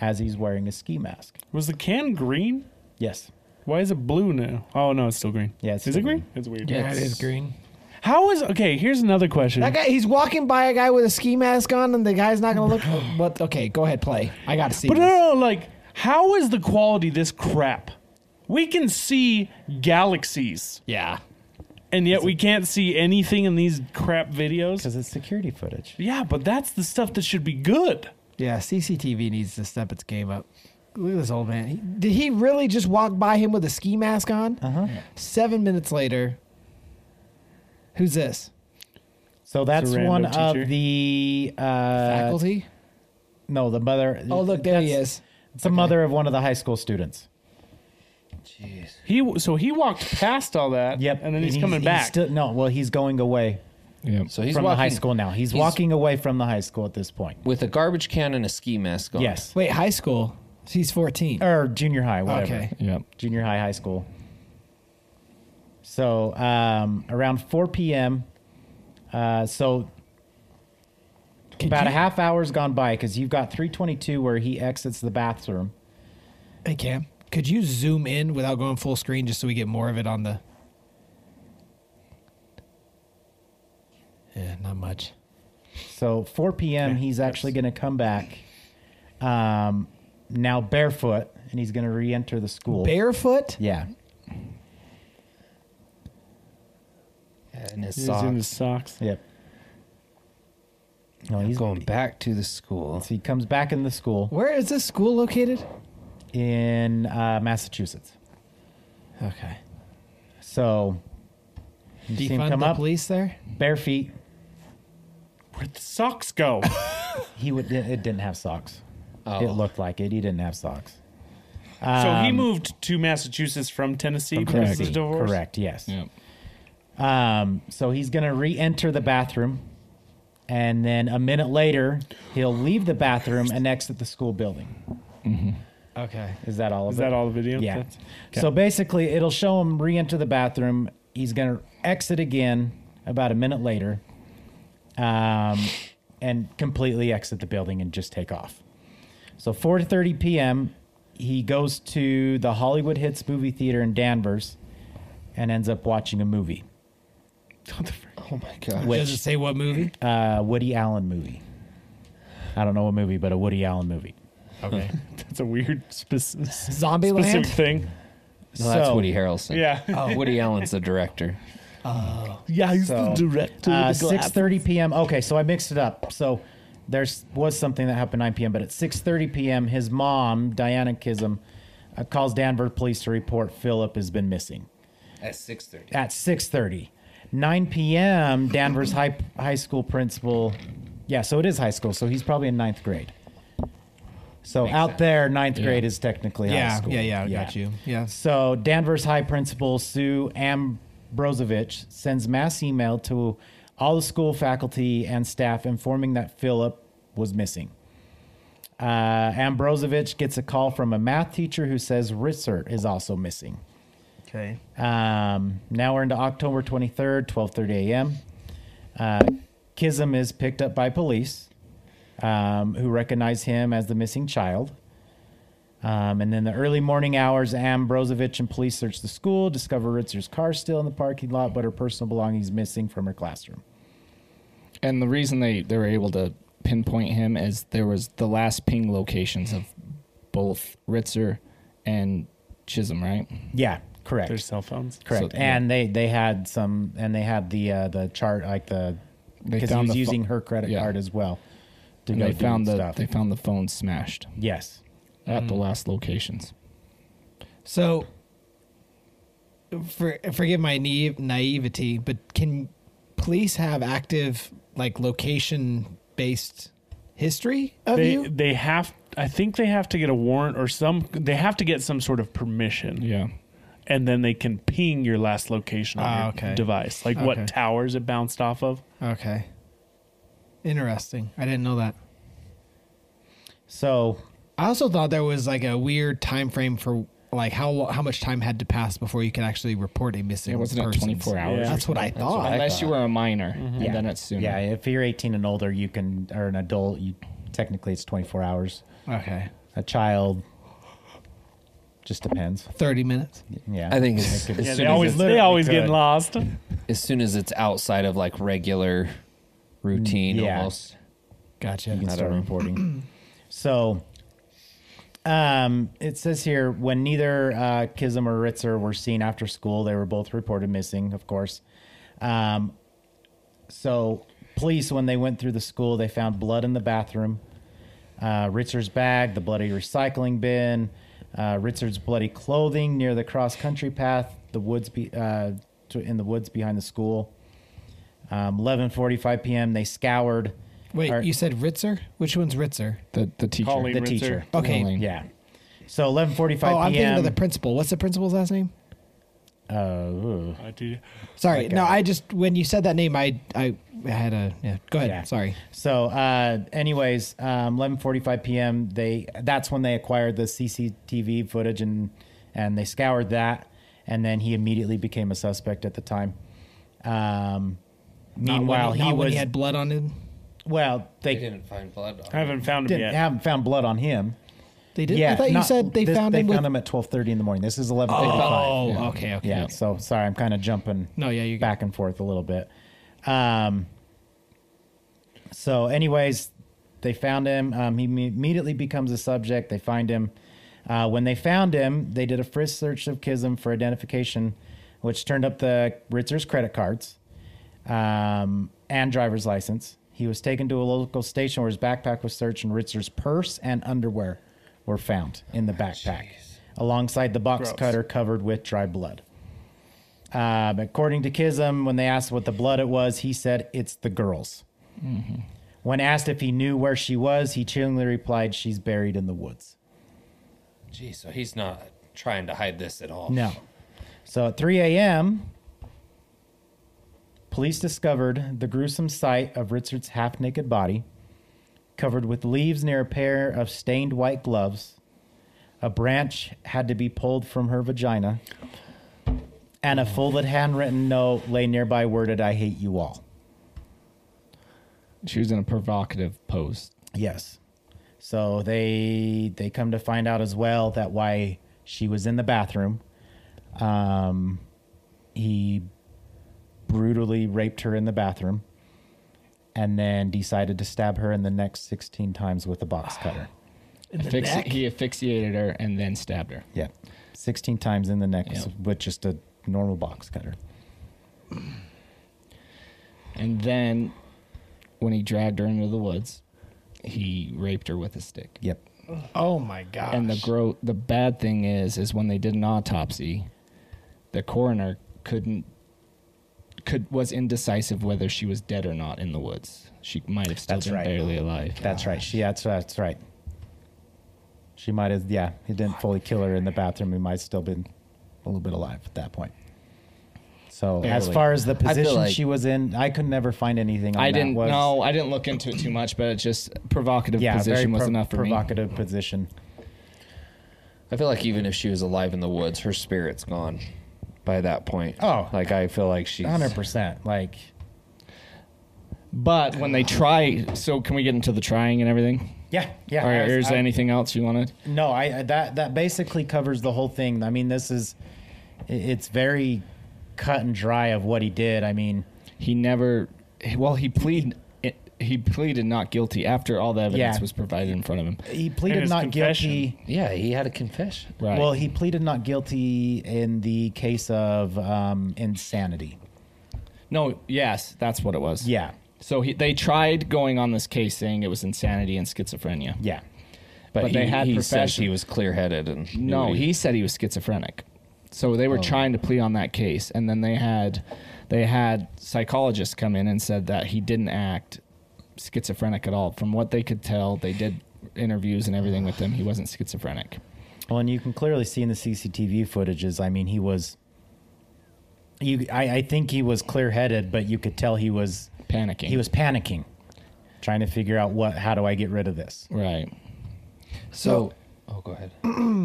[SPEAKER 1] as he's wearing a ski mask.
[SPEAKER 5] Was the can green?
[SPEAKER 1] Yes,
[SPEAKER 5] Why is it blue now? Oh no, it's still green.
[SPEAKER 1] Yeah, it's
[SPEAKER 5] is
[SPEAKER 1] still
[SPEAKER 5] it green? It's weird.
[SPEAKER 4] Yeah, it is green.
[SPEAKER 5] How is okay? Here's another question.
[SPEAKER 4] That guy, he's walking by a guy with a ski mask on, and the guy's not gonna look. What? Okay, go ahead, play. I gotta see.
[SPEAKER 5] but
[SPEAKER 4] this.
[SPEAKER 5] no, no, like, how is the quality this crap? We can see galaxies,
[SPEAKER 4] Yeah.
[SPEAKER 5] and yet we can't see anything in these crap videos.
[SPEAKER 1] because it's security footage.
[SPEAKER 5] Yeah, but that's the stuff that should be good.
[SPEAKER 4] Yeah, CCTV needs to step its game up. Look at this old man. He, did he really just walk by him with a ski mask on? Uh huh. Seven minutes later, who's this?
[SPEAKER 1] So that's
[SPEAKER 5] rando
[SPEAKER 1] one
[SPEAKER 5] teacher.
[SPEAKER 1] of the uh,
[SPEAKER 4] Faculty?
[SPEAKER 1] no, the mother.
[SPEAKER 4] oh, look, there he
[SPEAKER 1] that's-
[SPEAKER 4] is.
[SPEAKER 1] It's the mother of one of the high school students.
[SPEAKER 5] He so he walked past all that.
[SPEAKER 1] Yep,
[SPEAKER 5] and then he's, coming
[SPEAKER 1] he's
[SPEAKER 5] back.
[SPEAKER 1] still- no, well, he's going away
[SPEAKER 6] Yep.
[SPEAKER 3] So he's
[SPEAKER 1] from
[SPEAKER 3] walking
[SPEAKER 1] the high school now. he's
[SPEAKER 3] he's-
[SPEAKER 1] walking away from the high school at this point.
[SPEAKER 3] with a garbage can and a ski mask on.
[SPEAKER 1] Yes.
[SPEAKER 4] Wait, high school. She's 14.
[SPEAKER 1] or junior high, whatever.
[SPEAKER 4] Okay.
[SPEAKER 6] Yep.
[SPEAKER 1] Junior high, high school. So um, around 4 p.m. Uh, so about a half hour's gone by because you've got 322 where he exits the bathroom.
[SPEAKER 4] Hey, Cam, could you zoom in without going full screen just so we get more of it on the. Yeah, not much.
[SPEAKER 1] So 4 p.m. he's actually going to come back. Um, now barefoot, and he's going to re-enter the school.
[SPEAKER 4] Barefoot?
[SPEAKER 1] yeah.
[SPEAKER 3] And his
[SPEAKER 5] He's
[SPEAKER 3] socks.
[SPEAKER 5] in his socks.
[SPEAKER 1] Yep. No, he's
[SPEAKER 3] He's going back to the school.
[SPEAKER 1] So he comes back in the school
[SPEAKER 4] Where is this school located?
[SPEAKER 1] in uh, Massachusetts.
[SPEAKER 4] Okay.
[SPEAKER 1] So you see him
[SPEAKER 4] Defund
[SPEAKER 1] come
[SPEAKER 4] the
[SPEAKER 1] up,
[SPEAKER 4] police there?
[SPEAKER 1] bare feet.
[SPEAKER 5] Where'd the socks go?
[SPEAKER 1] He would. It it didn't have socks.
[SPEAKER 5] Oh.
[SPEAKER 1] It looked like it. He didn't have socks.
[SPEAKER 5] so he moved to Massachusetts from Tennessee. because of the
[SPEAKER 1] Correct.
[SPEAKER 5] divorce?
[SPEAKER 1] Correct. Yes.
[SPEAKER 6] Yep.
[SPEAKER 1] Um, so he's gonna re-enter the bathroom, and then a minute later he'll leave the bathroom and exit the school building.
[SPEAKER 5] Mm-hmm.
[SPEAKER 4] Okay.
[SPEAKER 1] Is that all? Of
[SPEAKER 5] Is
[SPEAKER 1] it?
[SPEAKER 5] that all the video?
[SPEAKER 1] Yeah.
[SPEAKER 5] That's-
[SPEAKER 1] So basically, it'll show him re-enter the bathroom. He's gonna exit again about a minute later, um, and completely exit the building and just take off. So 4:30 p.m. He goes to the Hollywood Hits movie theater in Danvers, and ends up watching a movie,
[SPEAKER 3] Oh my god.
[SPEAKER 4] Does it say what movie?
[SPEAKER 1] a uh, Woody Allen movie. I don't know what movie, but a Woody Allen movie.
[SPEAKER 4] Okay.
[SPEAKER 5] That's a weird spec- specific
[SPEAKER 4] Zombieland?
[SPEAKER 5] thing.
[SPEAKER 3] No, that's
[SPEAKER 1] So-
[SPEAKER 3] Woody Harrelson.
[SPEAKER 5] Yeah.
[SPEAKER 3] Oh, Woody Allen's the director.
[SPEAKER 5] Yeah, he's
[SPEAKER 1] So,
[SPEAKER 5] the director.
[SPEAKER 1] Uh, six thirty p.m. Okay, so I mixed it up. So there's was something that happened nine p.m. But at six thirty p.m., his mom Diana Kism uh, calls Danvers police to report Philip has been missing.
[SPEAKER 3] At six thirty.
[SPEAKER 1] At six thirty, nine p.m., Danvers high high school principal. Yeah, so it is high school. So he's probably in ninth grade. So out there, ninth grade is technically high
[SPEAKER 4] Yeah,
[SPEAKER 1] school.
[SPEAKER 4] yeah, yeah, I got you. Yeah.
[SPEAKER 1] So Danvers High Principal Sue Ambrosovich sends mass email to all the school faculty and staff informing that Philip was missing. Uh, Ambrosovich gets a call from a math teacher who says Ritzert is also missing.
[SPEAKER 4] Okay.
[SPEAKER 1] Um, now we're into October 23rd, 12:30 a.m. Uh, Kism is picked up by police, um, who recognize him as the missing child. Um, and then the early morning hours, Ambrosovich and police search the school, discover Ritzer's car still in the parking lot, but her personal belongings missing from her classroom.
[SPEAKER 6] And the reason they, they were able to pinpoint him is there was the last ping locations of both Ritzer and Chisholm, right?
[SPEAKER 1] Yeah, correct.
[SPEAKER 5] Their cell phones.
[SPEAKER 1] Correct.
[SPEAKER 6] So-
[SPEAKER 1] and they they had some, and they had the uh, the chart like the
[SPEAKER 6] They
[SPEAKER 1] because he
[SPEAKER 6] found
[SPEAKER 1] was
[SPEAKER 6] the
[SPEAKER 1] using
[SPEAKER 6] pho-
[SPEAKER 1] her credit
[SPEAKER 6] yeah.
[SPEAKER 1] card as well. To
[SPEAKER 6] And
[SPEAKER 1] go
[SPEAKER 6] they
[SPEAKER 1] do
[SPEAKER 6] found the
[SPEAKER 1] stuff. Hmm.
[SPEAKER 6] they found the phone smashed
[SPEAKER 1] yes.
[SPEAKER 6] at the last locations.
[SPEAKER 4] So, for, forgive my naive, naivety, but can police have active like location based history of
[SPEAKER 5] They
[SPEAKER 4] you?
[SPEAKER 5] they have. I think they have to get a warrant or some. They have to get some sort of permission.
[SPEAKER 6] Yeah.
[SPEAKER 5] And then they can ping your last location on
[SPEAKER 4] Ah,
[SPEAKER 5] your
[SPEAKER 4] okay.
[SPEAKER 5] device, like
[SPEAKER 4] Okay.
[SPEAKER 5] what towers it bounced off of.
[SPEAKER 4] Okay. Interesting. I didn't know that.
[SPEAKER 1] So
[SPEAKER 4] I also thought there was like a weird time frame for like how how much time had to pass before you could actually report a missing
[SPEAKER 6] It wasn't at
[SPEAKER 4] person.
[SPEAKER 6] 24 hours.
[SPEAKER 5] Yeah.
[SPEAKER 6] or
[SPEAKER 4] That's what I
[SPEAKER 6] something.
[SPEAKER 4] thought.
[SPEAKER 6] Unless you were a minor, and
[SPEAKER 1] Mm-hmm. Yeah.
[SPEAKER 6] then it's sooner.
[SPEAKER 1] Yeah, if you're 18 and older, you can, or an adult, you technically it's 24 hours.
[SPEAKER 4] okay.
[SPEAKER 1] A child just depends.
[SPEAKER 4] 30 minutes.
[SPEAKER 1] Yeah,
[SPEAKER 3] I think it's, as, soon
[SPEAKER 5] Yeah, they
[SPEAKER 3] as,
[SPEAKER 5] always
[SPEAKER 3] it's,
[SPEAKER 5] they always get
[SPEAKER 1] could.
[SPEAKER 5] lost.
[SPEAKER 3] as soon as it's outside of like regular routine,
[SPEAKER 1] Yeah.
[SPEAKER 3] almost.
[SPEAKER 1] you
[SPEAKER 4] Gotcha.
[SPEAKER 1] can start reporting. So, um, it says here when neither uh, Kism or Ritzer were seen after school, they were both reported missing, of course. Um, so, police, when they went through the school, they found blood in the bathroom, uh, Ritzer's bag, the bloody recycling bin, uh, Ritzer's bloody clothing near the cross country path, the woods be, uh, to, in the woods behind the school. Um, 11:45 p.m. They scoured.
[SPEAKER 4] Wait,
[SPEAKER 1] or-
[SPEAKER 4] you said Ritzer? Which one's Ritzer?
[SPEAKER 6] The the teacher.
[SPEAKER 5] Colleen
[SPEAKER 1] the
[SPEAKER 5] Ritzer.
[SPEAKER 1] teacher.
[SPEAKER 4] Okay.
[SPEAKER 6] Colleen.
[SPEAKER 1] Yeah. So 11:45
[SPEAKER 4] Oh, I'm thinking
[SPEAKER 1] p.m.
[SPEAKER 4] of the principal. What's the principal's last name?
[SPEAKER 1] Oh,
[SPEAKER 5] I do.
[SPEAKER 4] Sorry.
[SPEAKER 1] Like,
[SPEAKER 4] no,
[SPEAKER 1] uh,
[SPEAKER 4] I just when you said that name, I I had a yeah. Go ahead.
[SPEAKER 1] yeah.
[SPEAKER 4] Sorry.
[SPEAKER 1] So, uh, anyways, um, 11:45 p.m. They that's when they acquired the CCTV footage and and they scoured that, and then he immediately became a suspect at the time. Um,
[SPEAKER 4] Not when
[SPEAKER 1] meanwhile,
[SPEAKER 4] not
[SPEAKER 1] he
[SPEAKER 4] when
[SPEAKER 1] was
[SPEAKER 4] he had blood on him.
[SPEAKER 1] well. They,
[SPEAKER 3] They didn't find blood.
[SPEAKER 5] I haven't found him
[SPEAKER 1] didn't
[SPEAKER 5] yet.
[SPEAKER 1] haven't found blood on him.
[SPEAKER 4] They did.
[SPEAKER 1] yeah,
[SPEAKER 4] I thought you
[SPEAKER 1] not-
[SPEAKER 4] said they
[SPEAKER 1] this-
[SPEAKER 4] found
[SPEAKER 1] they
[SPEAKER 4] him.
[SPEAKER 1] found
[SPEAKER 4] with,
[SPEAKER 1] him at 12:30 in the morning. This is 11:45.
[SPEAKER 4] Oh, okay, okay.
[SPEAKER 1] Yeah. So sorry, I'm kind of jumping.
[SPEAKER 4] No, yeah, you're good.
[SPEAKER 1] back and forth a little bit. Um. So, anyways, they found him. Um, he me- immediately becomes a subject. They find him. Uh, when they found him, they did a frisk search of Kism for identification, which turned up the Ritzer's credit cards um, and driver's license. He was taken to a local station where his backpack was searched, and Ritzer's purse and underwear were found in the backpack, alongside the box cutter covered with dry blood. Um, according to Kism, when they asked what the blood it was, he said, "It's the girls." When asked if he knew where she was, he chillingly replied, "She's buried in the woods."
[SPEAKER 3] Gee, so he's not trying to hide this at all.
[SPEAKER 1] No. So at 3 a.m., police discovered the gruesome sight of Richard's half naked body, covered with leaves near a pair of stained white gloves. A branch had to be pulled from her vagina, and a folded handwritten note lay nearby worded, I hate you all.
[SPEAKER 6] She was in a provocative pose.
[SPEAKER 1] Yes. So they they come to find out as well that why she was in the bathroom. Um, he brutally raped her in the bathroom, and then decided to stab her in the neck sixteen times with a box cutter.
[SPEAKER 6] Affixi- he asphyxiated her and then stabbed her.
[SPEAKER 1] Yeah, sixteen times in the neck
[SPEAKER 6] Yeah.
[SPEAKER 1] with just a normal box cutter.
[SPEAKER 6] And then when he dragged her into the woods, he raped her with a stick.
[SPEAKER 1] Yep.
[SPEAKER 4] Oh my god.
[SPEAKER 6] And the gro- the bad thing is is when they did an autopsy, the coroner couldn't could was indecisive whether she was dead or not in the woods. She might have still
[SPEAKER 1] That's
[SPEAKER 6] been
[SPEAKER 1] right.
[SPEAKER 6] barely alive.
[SPEAKER 1] That's right. She. That's that's right. She might have. Yeah, he didn't fully kill her in the bathroom. He might have still been a little bit alive at that point. So as
[SPEAKER 6] Barely.
[SPEAKER 1] far as the
[SPEAKER 6] I feel
[SPEAKER 1] position
[SPEAKER 6] like-
[SPEAKER 1] she was in, I could never find anything. On
[SPEAKER 6] I
[SPEAKER 1] that
[SPEAKER 6] didn't
[SPEAKER 1] was,
[SPEAKER 6] know. I didn't look into it too much, but it's just provocative
[SPEAKER 1] Yeah,
[SPEAKER 6] position
[SPEAKER 1] very
[SPEAKER 6] was
[SPEAKER 1] pro-
[SPEAKER 6] enough for me.
[SPEAKER 1] provocative position.
[SPEAKER 3] I feel like even if she was alive in the woods, her spirit's gone by that point.
[SPEAKER 1] Oh.
[SPEAKER 3] like I feel like she's
[SPEAKER 1] Hundred percent. Like
[SPEAKER 6] But when they try, so can we get into the trying and everything?
[SPEAKER 1] yeah, yeah.
[SPEAKER 6] All right,
[SPEAKER 1] I-
[SPEAKER 6] or is there
[SPEAKER 1] I-
[SPEAKER 6] anything else you wanted?
[SPEAKER 1] No, I I- that that basically covers the whole thing. I mean, this is i- it's very cut and dry of what he did. I mean,
[SPEAKER 6] He never. Well, he plead. It, he pleaded not guilty after all the evidence
[SPEAKER 1] Yeah.
[SPEAKER 6] was provided in front of him.
[SPEAKER 1] he
[SPEAKER 5] And
[SPEAKER 1] pleaded
[SPEAKER 5] his
[SPEAKER 1] not
[SPEAKER 5] confession.
[SPEAKER 1] guilty.
[SPEAKER 3] yeah. He had a confession.
[SPEAKER 6] Right.
[SPEAKER 1] Well, he pleaded not guilty in the case of um, insanity.
[SPEAKER 6] no. Yes, that's what it was.
[SPEAKER 1] Yeah,
[SPEAKER 6] So he, they tried going on this case saying it was insanity and schizophrenia.
[SPEAKER 1] yeah.
[SPEAKER 3] But,
[SPEAKER 6] But
[SPEAKER 3] he,
[SPEAKER 6] they had
[SPEAKER 3] he said
[SPEAKER 6] profession-
[SPEAKER 3] he was clear headed and knew
[SPEAKER 6] No,
[SPEAKER 3] what
[SPEAKER 6] he said he was schizophrenic. So they were
[SPEAKER 1] Oh.
[SPEAKER 6] trying to plea on that case, and then they had they had psychologists come in and said that he didn't act schizophrenic at all. From what they could tell, they did interviews and everything with him. He wasn't schizophrenic.
[SPEAKER 1] Well, and you can clearly see in the CCTV footages. I mean, he was. You, I, I think he was clear-headed, but you could tell he was
[SPEAKER 6] Panicking.
[SPEAKER 1] He was panicking, trying to figure out what. How do I get rid of this?
[SPEAKER 6] Right.
[SPEAKER 3] So, oh, go ahead.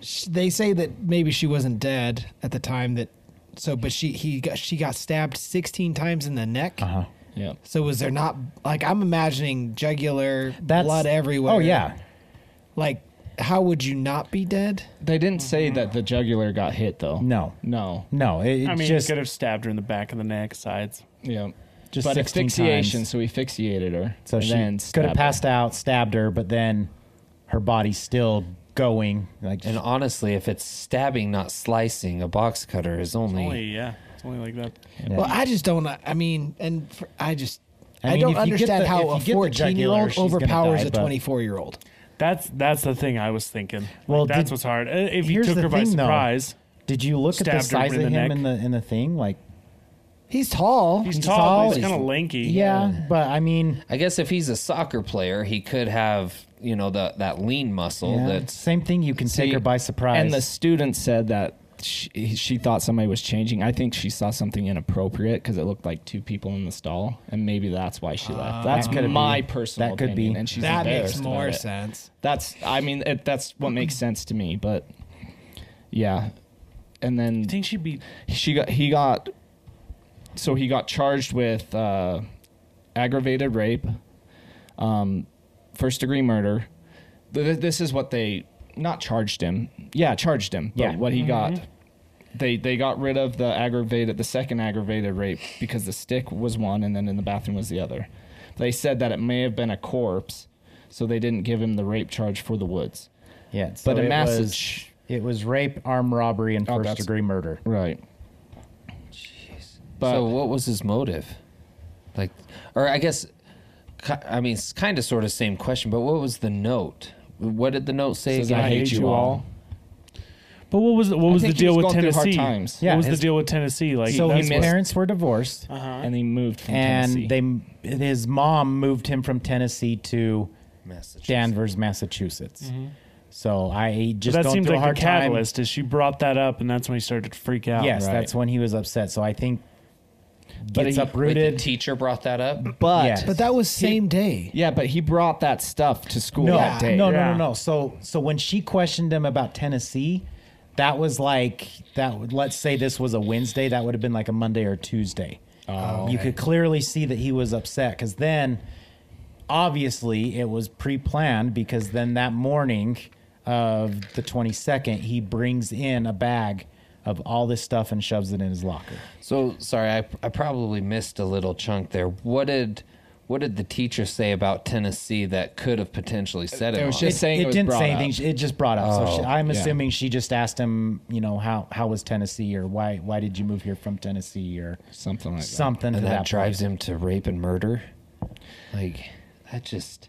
[SPEAKER 4] Sh- They say that maybe she wasn't dead at the time that. So, but she he got she got stabbed 16 times in the neck. Uh-huh.
[SPEAKER 6] Yeah.
[SPEAKER 4] So was there not like I'm imagining jugular
[SPEAKER 1] That's
[SPEAKER 4] blood everywhere?
[SPEAKER 1] Oh yeah,
[SPEAKER 4] Like, how would you not be dead?
[SPEAKER 6] They didn't say that the jugular got hit though.
[SPEAKER 1] No.
[SPEAKER 6] No.
[SPEAKER 1] no. It, it
[SPEAKER 5] I mean,
[SPEAKER 1] just
[SPEAKER 5] he could have stabbed her in the back of the neck, sides.
[SPEAKER 6] Yeah.
[SPEAKER 1] Just
[SPEAKER 6] but
[SPEAKER 1] 16
[SPEAKER 6] asphyxiation,
[SPEAKER 1] times.
[SPEAKER 6] so he asphyxiated her.
[SPEAKER 1] so
[SPEAKER 6] and
[SPEAKER 1] she
[SPEAKER 6] then
[SPEAKER 1] could
[SPEAKER 6] stabbed her.
[SPEAKER 1] have passed out, stabbed her, but then her body's still going. Like
[SPEAKER 3] And honestly, if it's stabbing, not slicing, a box cutter is only.
[SPEAKER 5] Only, yeah, it's only like that.
[SPEAKER 4] Well, I just don't. I mean, and for, I just
[SPEAKER 1] I
[SPEAKER 4] I,
[SPEAKER 1] mean,
[SPEAKER 4] don't
[SPEAKER 1] if you get
[SPEAKER 4] understand
[SPEAKER 1] the-
[SPEAKER 4] how
[SPEAKER 1] if you get
[SPEAKER 4] a
[SPEAKER 1] the
[SPEAKER 4] 14 year
[SPEAKER 1] jugular,
[SPEAKER 4] old
[SPEAKER 1] she's gonna
[SPEAKER 4] overpowers
[SPEAKER 1] die,
[SPEAKER 4] a
[SPEAKER 1] but-
[SPEAKER 4] 24 year old.
[SPEAKER 5] That's that's the thing I was thinking.
[SPEAKER 1] Well,
[SPEAKER 5] Well, that's
[SPEAKER 1] did-
[SPEAKER 5] what's hard. Uh, If he
[SPEAKER 1] here's
[SPEAKER 5] took
[SPEAKER 1] the
[SPEAKER 5] her by
[SPEAKER 1] thing, though.
[SPEAKER 5] surprise,
[SPEAKER 1] did you look at the
[SPEAKER 5] Stabbed
[SPEAKER 1] size
[SPEAKER 5] her in
[SPEAKER 1] of
[SPEAKER 5] the
[SPEAKER 1] him
[SPEAKER 5] neck.
[SPEAKER 1] in the in the thing? Like
[SPEAKER 4] He's tall.
[SPEAKER 5] he's,
[SPEAKER 1] he's
[SPEAKER 5] tall,
[SPEAKER 1] tall,
[SPEAKER 5] but he's
[SPEAKER 1] he's-
[SPEAKER 5] kind of lanky.
[SPEAKER 1] yeah, but I mean,
[SPEAKER 3] I guess if he's a soccer player, he could have you know the, that lean muscle.
[SPEAKER 1] yeah,
[SPEAKER 3] That's
[SPEAKER 1] uh, same thing. You can take
[SPEAKER 6] See,
[SPEAKER 1] her by surprise.
[SPEAKER 6] And the student said that she, she thought somebody was changing. I think she saw something inappropriate because it looked like two people in the stall, and maybe that's why she left. That's
[SPEAKER 1] Ah, That could
[SPEAKER 6] my
[SPEAKER 1] be.
[SPEAKER 6] personal
[SPEAKER 1] That could be.
[SPEAKER 6] opinion, and she's
[SPEAKER 4] that
[SPEAKER 6] embarrassed
[SPEAKER 4] makes more
[SPEAKER 6] about it.
[SPEAKER 4] sense.
[SPEAKER 6] That's I mean it, that's what makes sense to me, but yeah. And then
[SPEAKER 5] I think she'd be.
[SPEAKER 6] she got he got so he got charged with uh, aggravated rape um, first degree murder Th- th- this is what they not charged him yeah charged him but
[SPEAKER 1] Yeah. Mm-hmm.
[SPEAKER 6] what he got they they got rid of the aggravated the second aggravated rape because the stick was one and then in the bathroom was the other they said that it may have been a corpse so they didn't give him the rape charge for the woods
[SPEAKER 1] yeah, so
[SPEAKER 6] but a
[SPEAKER 1] it
[SPEAKER 6] massive
[SPEAKER 1] was-
[SPEAKER 6] sh-
[SPEAKER 1] It was rape, armed robbery, and
[SPEAKER 6] Oh,
[SPEAKER 1] first
[SPEAKER 6] that's-
[SPEAKER 1] degree murder.
[SPEAKER 6] right
[SPEAKER 3] so. What was his motive? Like, or I guess, ki- I mean, it's kind of sort of same question. But what was the note? What did the note say?
[SPEAKER 6] Says,
[SPEAKER 3] again?
[SPEAKER 6] I hate you all.
[SPEAKER 5] But what was what was the
[SPEAKER 6] think he
[SPEAKER 5] deal
[SPEAKER 6] was
[SPEAKER 5] with
[SPEAKER 6] going through hard
[SPEAKER 5] Tennessee?
[SPEAKER 6] times.
[SPEAKER 1] Yeah,
[SPEAKER 5] what was the
[SPEAKER 1] his-
[SPEAKER 5] deal with Tennessee? Like
[SPEAKER 1] So
[SPEAKER 5] that's
[SPEAKER 1] his
[SPEAKER 5] what-
[SPEAKER 1] parents were divorced,
[SPEAKER 5] Uh-huh.
[SPEAKER 6] and he moved from Tennessee.
[SPEAKER 1] and they his mom moved him from Tennessee to
[SPEAKER 3] Massachusetts.
[SPEAKER 1] Danvers, Massachusetts. So I
[SPEAKER 5] Mm-hmm. But
[SPEAKER 1] just
[SPEAKER 5] that
[SPEAKER 1] going
[SPEAKER 5] seems
[SPEAKER 1] through a
[SPEAKER 5] like
[SPEAKER 1] hard
[SPEAKER 5] the
[SPEAKER 1] time.
[SPEAKER 5] catalyst is she brought that up, and that's when he started to freak out.
[SPEAKER 1] Yes,
[SPEAKER 6] Right.
[SPEAKER 1] that's when he was upset. So I think gets
[SPEAKER 6] But he-
[SPEAKER 3] Wait, the
[SPEAKER 1] uprooted.
[SPEAKER 3] teacher brought that up.
[SPEAKER 6] But
[SPEAKER 1] Yes.
[SPEAKER 4] But that was same day.
[SPEAKER 6] yeah, but he brought that stuff to school
[SPEAKER 1] no,
[SPEAKER 6] that day.
[SPEAKER 1] no, no,
[SPEAKER 5] Yeah.
[SPEAKER 1] no, no. So so when she questioned him about Tennessee, that was like that. would- Let's say this was a Wednesday. That would have been like a Monday or Tuesday.
[SPEAKER 6] Oh,
[SPEAKER 1] Um, You could clearly see that he was upset because then, obviously, it was pre-planned because then that morning of the twenty second, he brings in a bag of all this stuff and shoves it in his locker.
[SPEAKER 3] So sorry, I, I probably missed a little chunk there. What did what did the teacher say about Tennessee that could have potentially set
[SPEAKER 6] It
[SPEAKER 3] him
[SPEAKER 6] was
[SPEAKER 3] off?
[SPEAKER 6] just saying it, was
[SPEAKER 1] didn't
[SPEAKER 6] brought
[SPEAKER 1] say
[SPEAKER 6] up.
[SPEAKER 1] anything. It just brought up. so
[SPEAKER 3] Oh,
[SPEAKER 1] she, I'm
[SPEAKER 6] yeah.
[SPEAKER 1] assuming she just asked him, you know, how how was Tennessee or why why did you move here from Tennessee or
[SPEAKER 6] Something like that.
[SPEAKER 1] something to
[SPEAKER 3] and that,
[SPEAKER 1] that
[SPEAKER 3] drives
[SPEAKER 1] point.
[SPEAKER 3] him to rape and murder. Like that just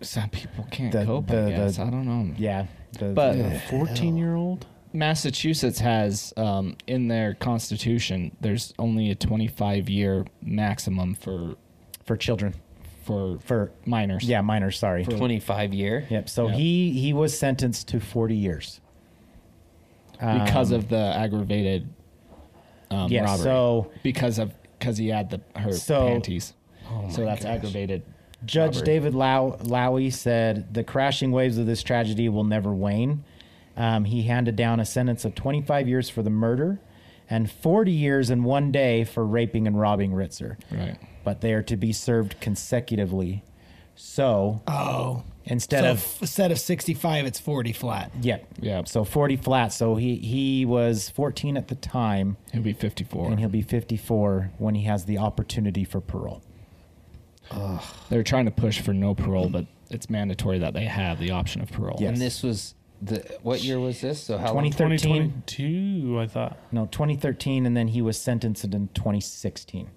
[SPEAKER 6] Some people can't
[SPEAKER 1] The-
[SPEAKER 6] cope.
[SPEAKER 1] the-
[SPEAKER 6] I
[SPEAKER 1] the-
[SPEAKER 6] guess I don't know.
[SPEAKER 1] Yeah, the-
[SPEAKER 6] But
[SPEAKER 5] fourteen year old.
[SPEAKER 6] Massachusetts has um, in their constitution, there's only a 25 year maximum for
[SPEAKER 1] for children,
[SPEAKER 6] for
[SPEAKER 1] for
[SPEAKER 6] minors.
[SPEAKER 1] yeah, minors. Sorry.
[SPEAKER 3] twenty five year.
[SPEAKER 1] yep. So he he was sentenced to 40 years.
[SPEAKER 6] because
[SPEAKER 1] um,
[SPEAKER 6] of the aggravated um,
[SPEAKER 1] Yeah,
[SPEAKER 6] robbery.
[SPEAKER 1] so-
[SPEAKER 6] because of because he had the her
[SPEAKER 1] So- oh
[SPEAKER 6] panties. so that's aggravated.
[SPEAKER 1] Judge
[SPEAKER 6] robbery.
[SPEAKER 1] David Low- Lowy said the crashing waves of this tragedy will never wane. Um, he handed down a sentence of 25 years for the murder and 40 years and one day for raping and robbing Ritzer.
[SPEAKER 6] Right.
[SPEAKER 1] But they are to be served consecutively. So
[SPEAKER 4] Oh.
[SPEAKER 1] instead
[SPEAKER 4] so
[SPEAKER 1] of
[SPEAKER 4] f- instead of 65, it's 40 flat.
[SPEAKER 1] Yep.
[SPEAKER 6] Yeah.
[SPEAKER 1] So 40 flat. So he he was 14 at the time,
[SPEAKER 6] He'll be 54.
[SPEAKER 1] and he'll be 54 when he has the opportunity for parole.
[SPEAKER 6] They're trying to push for no parole, but it's mandatory that they have the option of parole.
[SPEAKER 1] Yes.
[SPEAKER 3] And this was the what year was this? So how long?
[SPEAKER 1] 2013.
[SPEAKER 5] 2022, I thought.
[SPEAKER 1] No, 2013, and then he was sentenced in 2016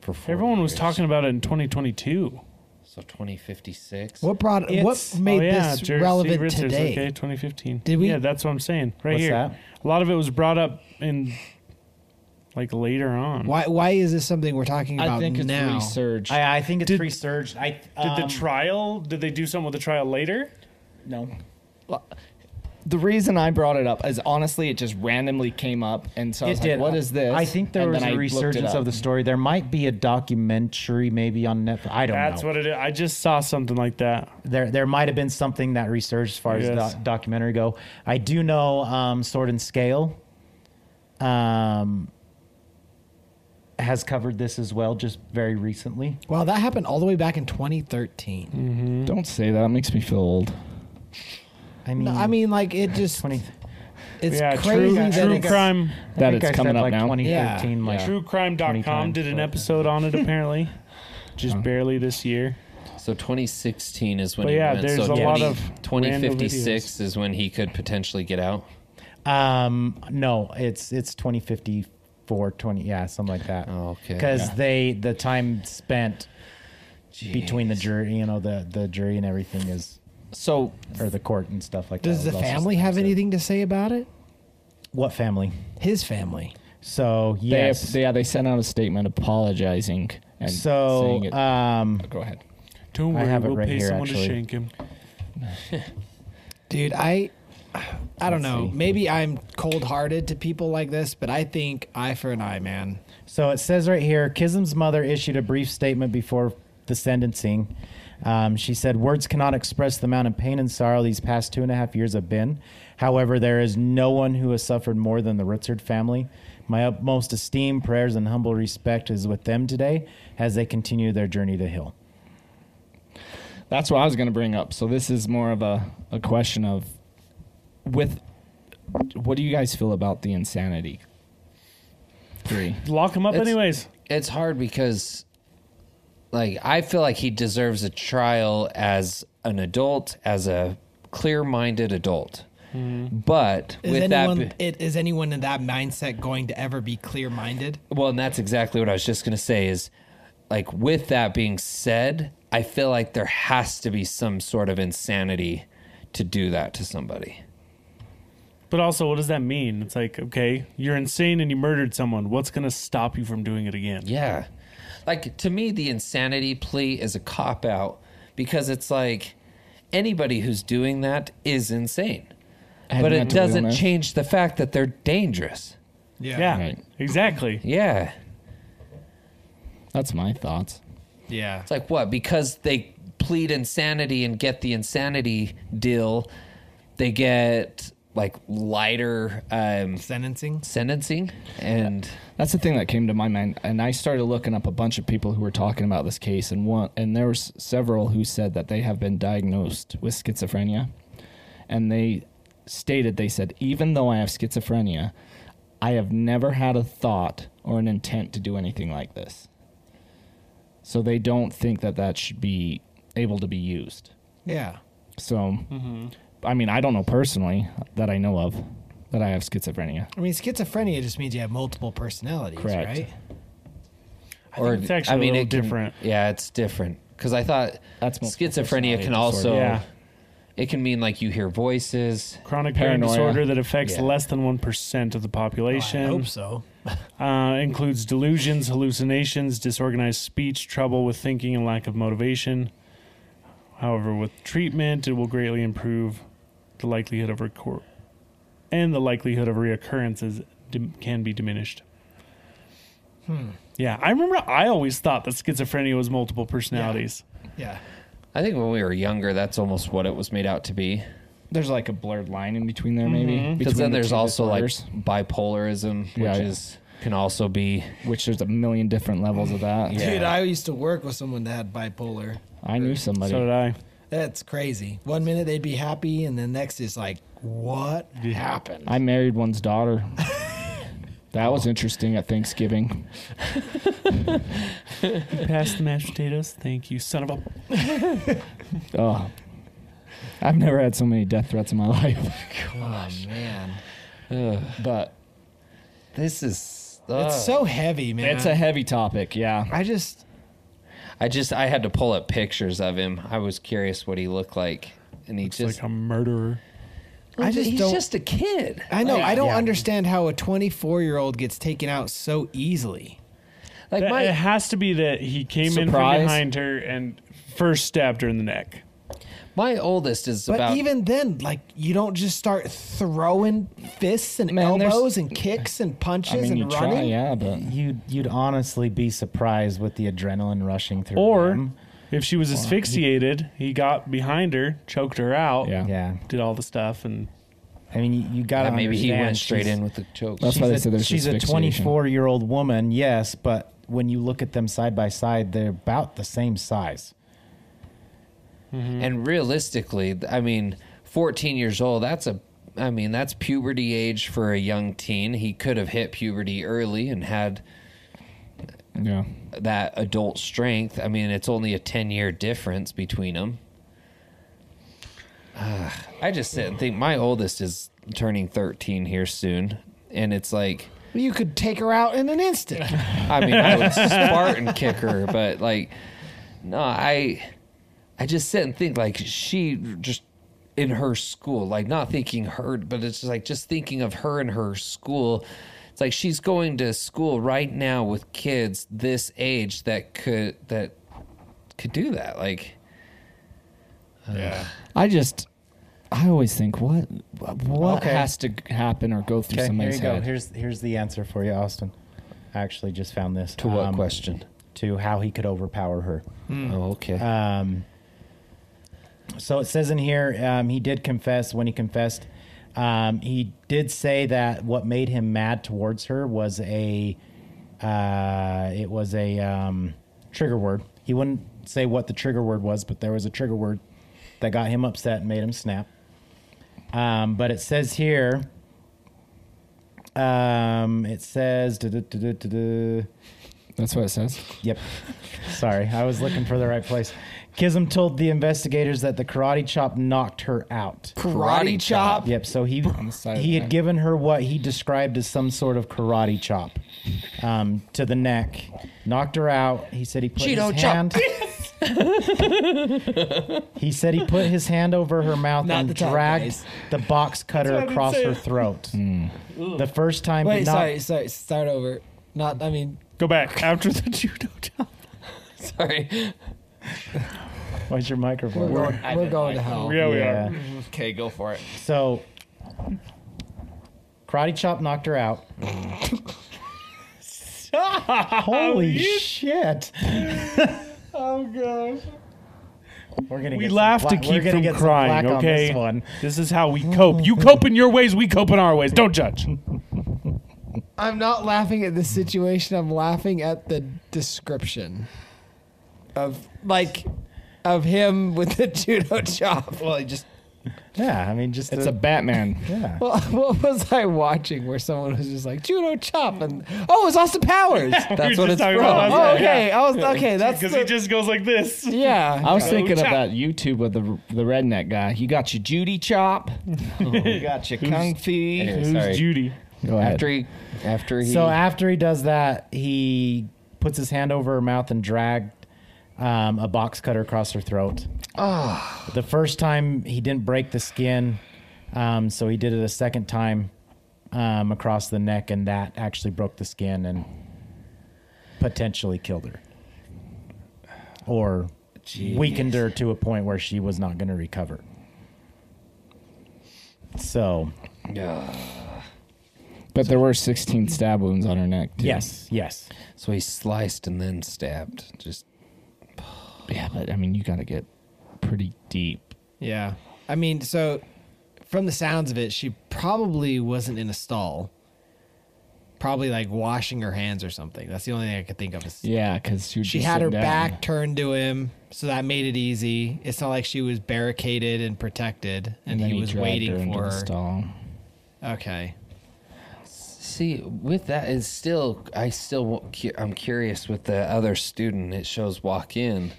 [SPEAKER 1] for 40
[SPEAKER 5] Everyone was
[SPEAKER 1] years.
[SPEAKER 5] talking about it in 2022.
[SPEAKER 3] So 2056.
[SPEAKER 4] What brought
[SPEAKER 1] It's-
[SPEAKER 4] what made
[SPEAKER 5] oh, yeah,
[SPEAKER 4] this
[SPEAKER 5] Jer-
[SPEAKER 4] relevant
[SPEAKER 5] Steve Ritzer's,
[SPEAKER 4] today?
[SPEAKER 5] Okay, 2015.
[SPEAKER 4] Did we-
[SPEAKER 5] Yeah, that's what I'm saying. Right
[SPEAKER 1] What's
[SPEAKER 5] here.
[SPEAKER 1] that?
[SPEAKER 5] A lot of it was brought up in like later on.
[SPEAKER 4] Why why is this something we're talking about
[SPEAKER 6] I think it's
[SPEAKER 4] now?
[SPEAKER 6] resurged.
[SPEAKER 1] I, I think it's
[SPEAKER 5] Did-
[SPEAKER 1] resurged. I
[SPEAKER 5] Did the
[SPEAKER 1] um,
[SPEAKER 5] trial? Did they do something with the trial later?
[SPEAKER 1] no.
[SPEAKER 6] the reason I brought it up is honestly, it just randomly came up, and so I was
[SPEAKER 1] It
[SPEAKER 6] like,
[SPEAKER 1] did.
[SPEAKER 6] "What is this?"
[SPEAKER 1] I think there
[SPEAKER 6] And
[SPEAKER 1] was
[SPEAKER 6] then
[SPEAKER 1] a
[SPEAKER 6] I looked it
[SPEAKER 1] resurgence
[SPEAKER 6] up.
[SPEAKER 1] of the story. There might be a documentary, maybe on Netflix. I don't
[SPEAKER 5] That's
[SPEAKER 1] know.
[SPEAKER 5] what it is. I just saw something like that.
[SPEAKER 1] there there might have been something that resurged as far as
[SPEAKER 5] Yes.
[SPEAKER 1] the documentary go. I do know um, Sword and Scale um, has covered this as well, just very recently.
[SPEAKER 4] Wow, that happened all the way back in 2013.
[SPEAKER 6] Don't say that. It makes me feel old.
[SPEAKER 1] I mean,
[SPEAKER 4] No, I mean, like it just
[SPEAKER 1] 20,
[SPEAKER 4] it's
[SPEAKER 5] yeah,
[SPEAKER 4] crazy
[SPEAKER 5] true,
[SPEAKER 4] that
[SPEAKER 5] true
[SPEAKER 4] it's-
[SPEAKER 5] crime.
[SPEAKER 6] That
[SPEAKER 1] I think
[SPEAKER 6] it's
[SPEAKER 1] I
[SPEAKER 6] coming
[SPEAKER 1] said,
[SPEAKER 6] up
[SPEAKER 1] like
[SPEAKER 6] now.
[SPEAKER 1] 2013, like
[SPEAKER 5] Truecrime.com
[SPEAKER 1] times,
[SPEAKER 5] did an
[SPEAKER 1] but-
[SPEAKER 5] episode on it apparently, just barely this year.
[SPEAKER 3] So 2016 is when
[SPEAKER 5] But
[SPEAKER 3] he
[SPEAKER 5] yeah,
[SPEAKER 3] went.
[SPEAKER 5] there's
[SPEAKER 3] so
[SPEAKER 5] a
[SPEAKER 3] 20,
[SPEAKER 5] lot of random
[SPEAKER 3] 2056 is when he could potentially get out.
[SPEAKER 1] Um, no, it's it's 2054, 20, yeah, something like that.
[SPEAKER 3] Oh, okay.
[SPEAKER 1] Because
[SPEAKER 3] Yeah.
[SPEAKER 1] they the time spent between the
[SPEAKER 3] Jeez.
[SPEAKER 1] jury, you know, the the jury and everything is
[SPEAKER 6] So
[SPEAKER 1] or the court and stuff like
[SPEAKER 4] Does
[SPEAKER 1] that.
[SPEAKER 4] the
[SPEAKER 1] is also
[SPEAKER 4] family have
[SPEAKER 1] expensive.
[SPEAKER 4] anything to say about it?
[SPEAKER 1] What family?
[SPEAKER 4] His family.
[SPEAKER 1] So
[SPEAKER 6] they,
[SPEAKER 1] yes.
[SPEAKER 6] they, yeah, they sent out a statement apologizing and
[SPEAKER 1] so
[SPEAKER 6] saying it.
[SPEAKER 1] um,
[SPEAKER 6] go ahead.
[SPEAKER 5] Don't
[SPEAKER 1] I
[SPEAKER 5] worry,
[SPEAKER 1] have it
[SPEAKER 5] we'll
[SPEAKER 1] right
[SPEAKER 5] pay
[SPEAKER 1] here,
[SPEAKER 5] someone
[SPEAKER 1] actually.
[SPEAKER 5] to shank him.
[SPEAKER 4] Dude, I I don't know.
[SPEAKER 1] see.
[SPEAKER 4] Maybe I'm cold-hearted to people like this, but I think eye for an eye, man.
[SPEAKER 1] so it says right here, Kism's mother issued a brief statement before the sentencing. Um, she said, "Words cannot express the amount of pain and sorrow these past two and a half years have been. However, there is no one who has suffered more than the Ritzard family. My utmost esteem, prayers, and humble respect is with them today as they continue their journey to Hill."
[SPEAKER 6] That's what I was going to bring up. So this is more of a, a question of with what do you guys feel about the insanity? Three.
[SPEAKER 5] Lock him up
[SPEAKER 3] It's-
[SPEAKER 5] anyways.
[SPEAKER 3] It's hard because, like, I feel like he deserves a trial as an adult, as a clear-minded adult.
[SPEAKER 5] Hmm.
[SPEAKER 3] But
[SPEAKER 4] Is
[SPEAKER 3] with
[SPEAKER 4] anyone
[SPEAKER 3] that, be-
[SPEAKER 4] it, is anyone in that mindset going to ever be clear-minded?
[SPEAKER 3] well, and that's exactly what I was just gonna say. Is like with that being said, I feel like there has to be some sort of insanity to do that to somebody.
[SPEAKER 5] But also, what does that mean? It's like, okay, you're insane and you murdered someone. What's going to stop you from doing it again?
[SPEAKER 3] Yeah. Like to me, the insanity plea is a cop out because it's like anybody who's doing that is insane. but it
[SPEAKER 6] mental
[SPEAKER 3] doesn't
[SPEAKER 6] illness.
[SPEAKER 3] change the fact that they're dangerous.
[SPEAKER 5] Yeah,
[SPEAKER 6] Right.
[SPEAKER 5] exactly.
[SPEAKER 3] Yeah.
[SPEAKER 6] That's my thoughts.
[SPEAKER 4] Yeah.
[SPEAKER 3] It's like what? Because they plead insanity and get the insanity deal, they get like lighter um,
[SPEAKER 4] Sentencing?
[SPEAKER 3] sentencing. And
[SPEAKER 6] That's the thing that came to my mind, and I started looking up a bunch of people who were talking about this case, and one, and there was several who said that they have been diagnosed with schizophrenia, and they stated they said even though I have schizophrenia, I have never had a thought or an intent to do anything like this. So they don't think that that should be able to be used.
[SPEAKER 4] Yeah.
[SPEAKER 6] So, I mean, I don't know personally that I know of that I have schizophrenia.
[SPEAKER 4] I mean, schizophrenia just means you have multiple personalities,
[SPEAKER 6] Correct.
[SPEAKER 4] right?
[SPEAKER 3] or
[SPEAKER 5] it's actually a little
[SPEAKER 3] can-
[SPEAKER 5] different.
[SPEAKER 3] Yeah, it's different because I thought
[SPEAKER 6] That's multiple
[SPEAKER 3] schizophrenia can
[SPEAKER 6] personality
[SPEAKER 3] also
[SPEAKER 6] disorder.
[SPEAKER 5] Yeah.
[SPEAKER 3] it can mean like you hear voices.
[SPEAKER 5] Chronic brain
[SPEAKER 6] Paranoia.
[SPEAKER 5] disorder that affects
[SPEAKER 3] Yeah.
[SPEAKER 5] less than 1% of the population.
[SPEAKER 4] I hope so.
[SPEAKER 5] uh, includes delusions, hallucinations, disorganized speech, trouble with thinking, and lack of motivation. However, with treatment, it will greatly improve the likelihood of recor- and the likelihood of reoccurrence is, dim- can be diminished. Hmm. Yeah, I remember I always thought that schizophrenia was multiple personalities.
[SPEAKER 4] Yeah.
[SPEAKER 3] I think when we were younger, that's almost what it was made out to be.
[SPEAKER 6] There's like a blurred line in between there,
[SPEAKER 3] Because Mm-hmm.
[SPEAKER 6] maybe.
[SPEAKER 3] then
[SPEAKER 6] between the
[SPEAKER 3] there's
[SPEAKER 6] two
[SPEAKER 3] also
[SPEAKER 6] disorders,
[SPEAKER 3] like bipolarism, which
[SPEAKER 6] Yeah, yeah.
[SPEAKER 3] is can also be.
[SPEAKER 6] which there's a million different levels of that.
[SPEAKER 4] Dude, I used to work with someone that had bipolar.
[SPEAKER 6] I knew somebody.
[SPEAKER 5] So did I.
[SPEAKER 4] That's crazy. One minute they'd be happy, and the next is like, what happened?
[SPEAKER 6] I married one's daughter. that was interesting at Thanksgiving.
[SPEAKER 5] Pass the mashed potatoes. Thank you, son of a.
[SPEAKER 6] Oh, I've never had so many death threats in my life.
[SPEAKER 4] Oh, man.
[SPEAKER 6] But
[SPEAKER 3] This is.
[SPEAKER 4] It's so heavy, man.
[SPEAKER 6] Uh, it's a heavy topic. Yeah.
[SPEAKER 4] I just,
[SPEAKER 3] I just I had to pull up pictures of him. I was curious what he looked like, and he just
[SPEAKER 5] like a murderer.
[SPEAKER 4] I just
[SPEAKER 3] he's
[SPEAKER 4] don't.
[SPEAKER 3] just a kid.
[SPEAKER 4] I know.
[SPEAKER 3] Like,
[SPEAKER 4] I don't understand how a 24 year old gets taken out so easily.
[SPEAKER 3] Like
[SPEAKER 5] That- it
[SPEAKER 3] my
[SPEAKER 5] has to be that he came in from
[SPEAKER 6] Surprise.
[SPEAKER 5] behind her and first stabbed her in the neck.
[SPEAKER 3] my oldest is
[SPEAKER 4] But
[SPEAKER 3] about
[SPEAKER 4] even then, like, you don't just start throwing fists and
[SPEAKER 6] Man, there's-
[SPEAKER 4] elbows and kicks and punches
[SPEAKER 6] I mean, you
[SPEAKER 4] and running.
[SPEAKER 6] try, yeah, but
[SPEAKER 1] You'd you'd honestly be surprised with the adrenaline rushing through.
[SPEAKER 5] Or
[SPEAKER 1] him.
[SPEAKER 5] if she was asphyxiated, he got behind her, choked her out,
[SPEAKER 6] yeah.
[SPEAKER 1] yeah,
[SPEAKER 5] did all the stuff, and
[SPEAKER 1] I mean, you, you got
[SPEAKER 3] Yeah,
[SPEAKER 1] to
[SPEAKER 3] maybe he went straight in with the choke.
[SPEAKER 6] That's why they said there's
[SPEAKER 1] she's a
[SPEAKER 6] asphyxiation.
[SPEAKER 1] 24 year old woman, yes, but when you look at them side by side, they're about the same size.
[SPEAKER 3] And realistically, th- I mean, 14 years old, that's a I mean, that's puberty age for a young teen. He could have hit puberty early and had
[SPEAKER 6] Yeah.
[SPEAKER 3] that adult strength. I mean, it's only a 10 year difference between them. I just sit and think my oldest is turning 13 here soon. And it's like,
[SPEAKER 4] You could take her out in an instant.
[SPEAKER 3] I mean, I would Spartan kick her, but like, no, I, I just sit and think like she just in her school, like not thinking her, but it's just like just thinking of her and her school. It's like she's going to school right now with kids this age that could that could do that. Like,
[SPEAKER 6] I just, I always think, what, what
[SPEAKER 1] Okay.
[SPEAKER 6] has to happen or go through
[SPEAKER 1] Okay, here
[SPEAKER 6] somebody's
[SPEAKER 1] you go.
[SPEAKER 6] head?
[SPEAKER 1] Here's here's the answer for you, Austin. I actually just found this.
[SPEAKER 3] to what
[SPEAKER 1] Um,
[SPEAKER 3] question?
[SPEAKER 1] To how he could overpower her.
[SPEAKER 3] Oh, okay.
[SPEAKER 1] Um, so it says in here, um, he did confess when he confessed. Um, he did say that what made him mad towards her was a, uh, it was a um, trigger word. He wouldn't say what the trigger word was, but there was a trigger word that got him upset and made him snap. Um, but it says here, um, it says, duh, duh, duh, duh, duh, duh.
[SPEAKER 6] That's what it says.
[SPEAKER 1] Yep. Sorry, I was looking for the right place. Kism told the investigators that the karate chop knocked her out.
[SPEAKER 3] Karate chop.
[SPEAKER 1] Yep. So he
[SPEAKER 6] side of
[SPEAKER 1] he
[SPEAKER 6] the
[SPEAKER 1] had
[SPEAKER 6] neck.
[SPEAKER 1] given her what he described as some sort of karate chop um, to the neck, knocked her out. He said he put
[SPEAKER 3] Cheeto
[SPEAKER 1] his
[SPEAKER 3] chop.
[SPEAKER 1] hand. he said he put his hand over her mouth
[SPEAKER 4] Not
[SPEAKER 1] and
[SPEAKER 4] the top,
[SPEAKER 1] dragged
[SPEAKER 4] guys.
[SPEAKER 1] the box cutter
[SPEAKER 5] That's what I
[SPEAKER 1] across
[SPEAKER 5] didn't
[SPEAKER 1] her
[SPEAKER 5] say.
[SPEAKER 1] throat. The first time, he
[SPEAKER 4] Wait,
[SPEAKER 1] knocked-
[SPEAKER 4] sorry, sorry. Start over. Not, I mean,
[SPEAKER 5] go back after the judo chop.
[SPEAKER 3] Sorry.
[SPEAKER 1] Why's your microphone?
[SPEAKER 4] we're, going, we're going to hell.
[SPEAKER 5] Yeah, we are.
[SPEAKER 3] Okay, go for it.
[SPEAKER 1] So, karate chop knocked her out.
[SPEAKER 5] Oh,
[SPEAKER 1] Holy shit! oh gosh. We're gonna
[SPEAKER 5] Oh, We
[SPEAKER 1] get some
[SPEAKER 5] laugh to
[SPEAKER 1] black- we're
[SPEAKER 5] keep
[SPEAKER 1] gonna
[SPEAKER 5] from
[SPEAKER 1] get some black
[SPEAKER 5] crying.
[SPEAKER 1] on
[SPEAKER 5] Okay,
[SPEAKER 1] this one.
[SPEAKER 5] This is how we cope. You cope in your ways. We cope in our ways. Don't judge.
[SPEAKER 4] I'm not laughing at this situation. I'm laughing at the description of, like, of him with the judo chop.
[SPEAKER 6] Well, I just,
[SPEAKER 1] Yeah, I mean, just
[SPEAKER 6] it's a Batman.
[SPEAKER 1] yeah.
[SPEAKER 4] Well, what was I watching where someone was just like judo chop and oh, it's Austin Powers.
[SPEAKER 5] That's what it's
[SPEAKER 4] Oh, oh, okay. I was okay. That's
[SPEAKER 5] Because
[SPEAKER 4] the,
[SPEAKER 5] he just goes like this.
[SPEAKER 4] yeah.
[SPEAKER 6] I was
[SPEAKER 5] Go
[SPEAKER 6] thinking
[SPEAKER 5] chop.
[SPEAKER 6] of that YouTube of the the redneck guy. You got your Judy chop. you got your kung fu.
[SPEAKER 3] Anyway,
[SPEAKER 5] Who's
[SPEAKER 3] sorry.
[SPEAKER 5] Judy?
[SPEAKER 6] Go ahead.
[SPEAKER 3] After he, after he,
[SPEAKER 1] So after he does that, he puts his hand over her mouth and dragged um, a box cutter across her throat. The first time he didn't break the skin, um, so he did it a second time um, across the neck, and that actually broke the skin and potentially killed her or weakened her to a point where she was not going to recover. So
[SPEAKER 6] But there were 16 stab wounds on her neck. Too.
[SPEAKER 1] Yes, yes.
[SPEAKER 3] So he sliced and then stabbed. Just
[SPEAKER 6] Yeah, but I mean, you got to get pretty deep.
[SPEAKER 4] Yeah. I mean, so from the sounds of it, she probably wasn't in a stall. Probably like washing her hands or something. That's the only thing I could think of. Is
[SPEAKER 6] Yeah, because she, would
[SPEAKER 4] she
[SPEAKER 6] just
[SPEAKER 4] had
[SPEAKER 6] sit
[SPEAKER 4] her
[SPEAKER 6] down.
[SPEAKER 4] back turned to him, so that made it easy. It's not like she was barricaded and protected, and,
[SPEAKER 6] and then
[SPEAKER 4] he was
[SPEAKER 6] dragged her
[SPEAKER 4] waiting
[SPEAKER 6] into
[SPEAKER 4] for
[SPEAKER 6] the
[SPEAKER 4] her.
[SPEAKER 6] stall.
[SPEAKER 4] Okay.
[SPEAKER 3] see with that is still I still wa- cu- I'm curious with the other student. It shows walk in.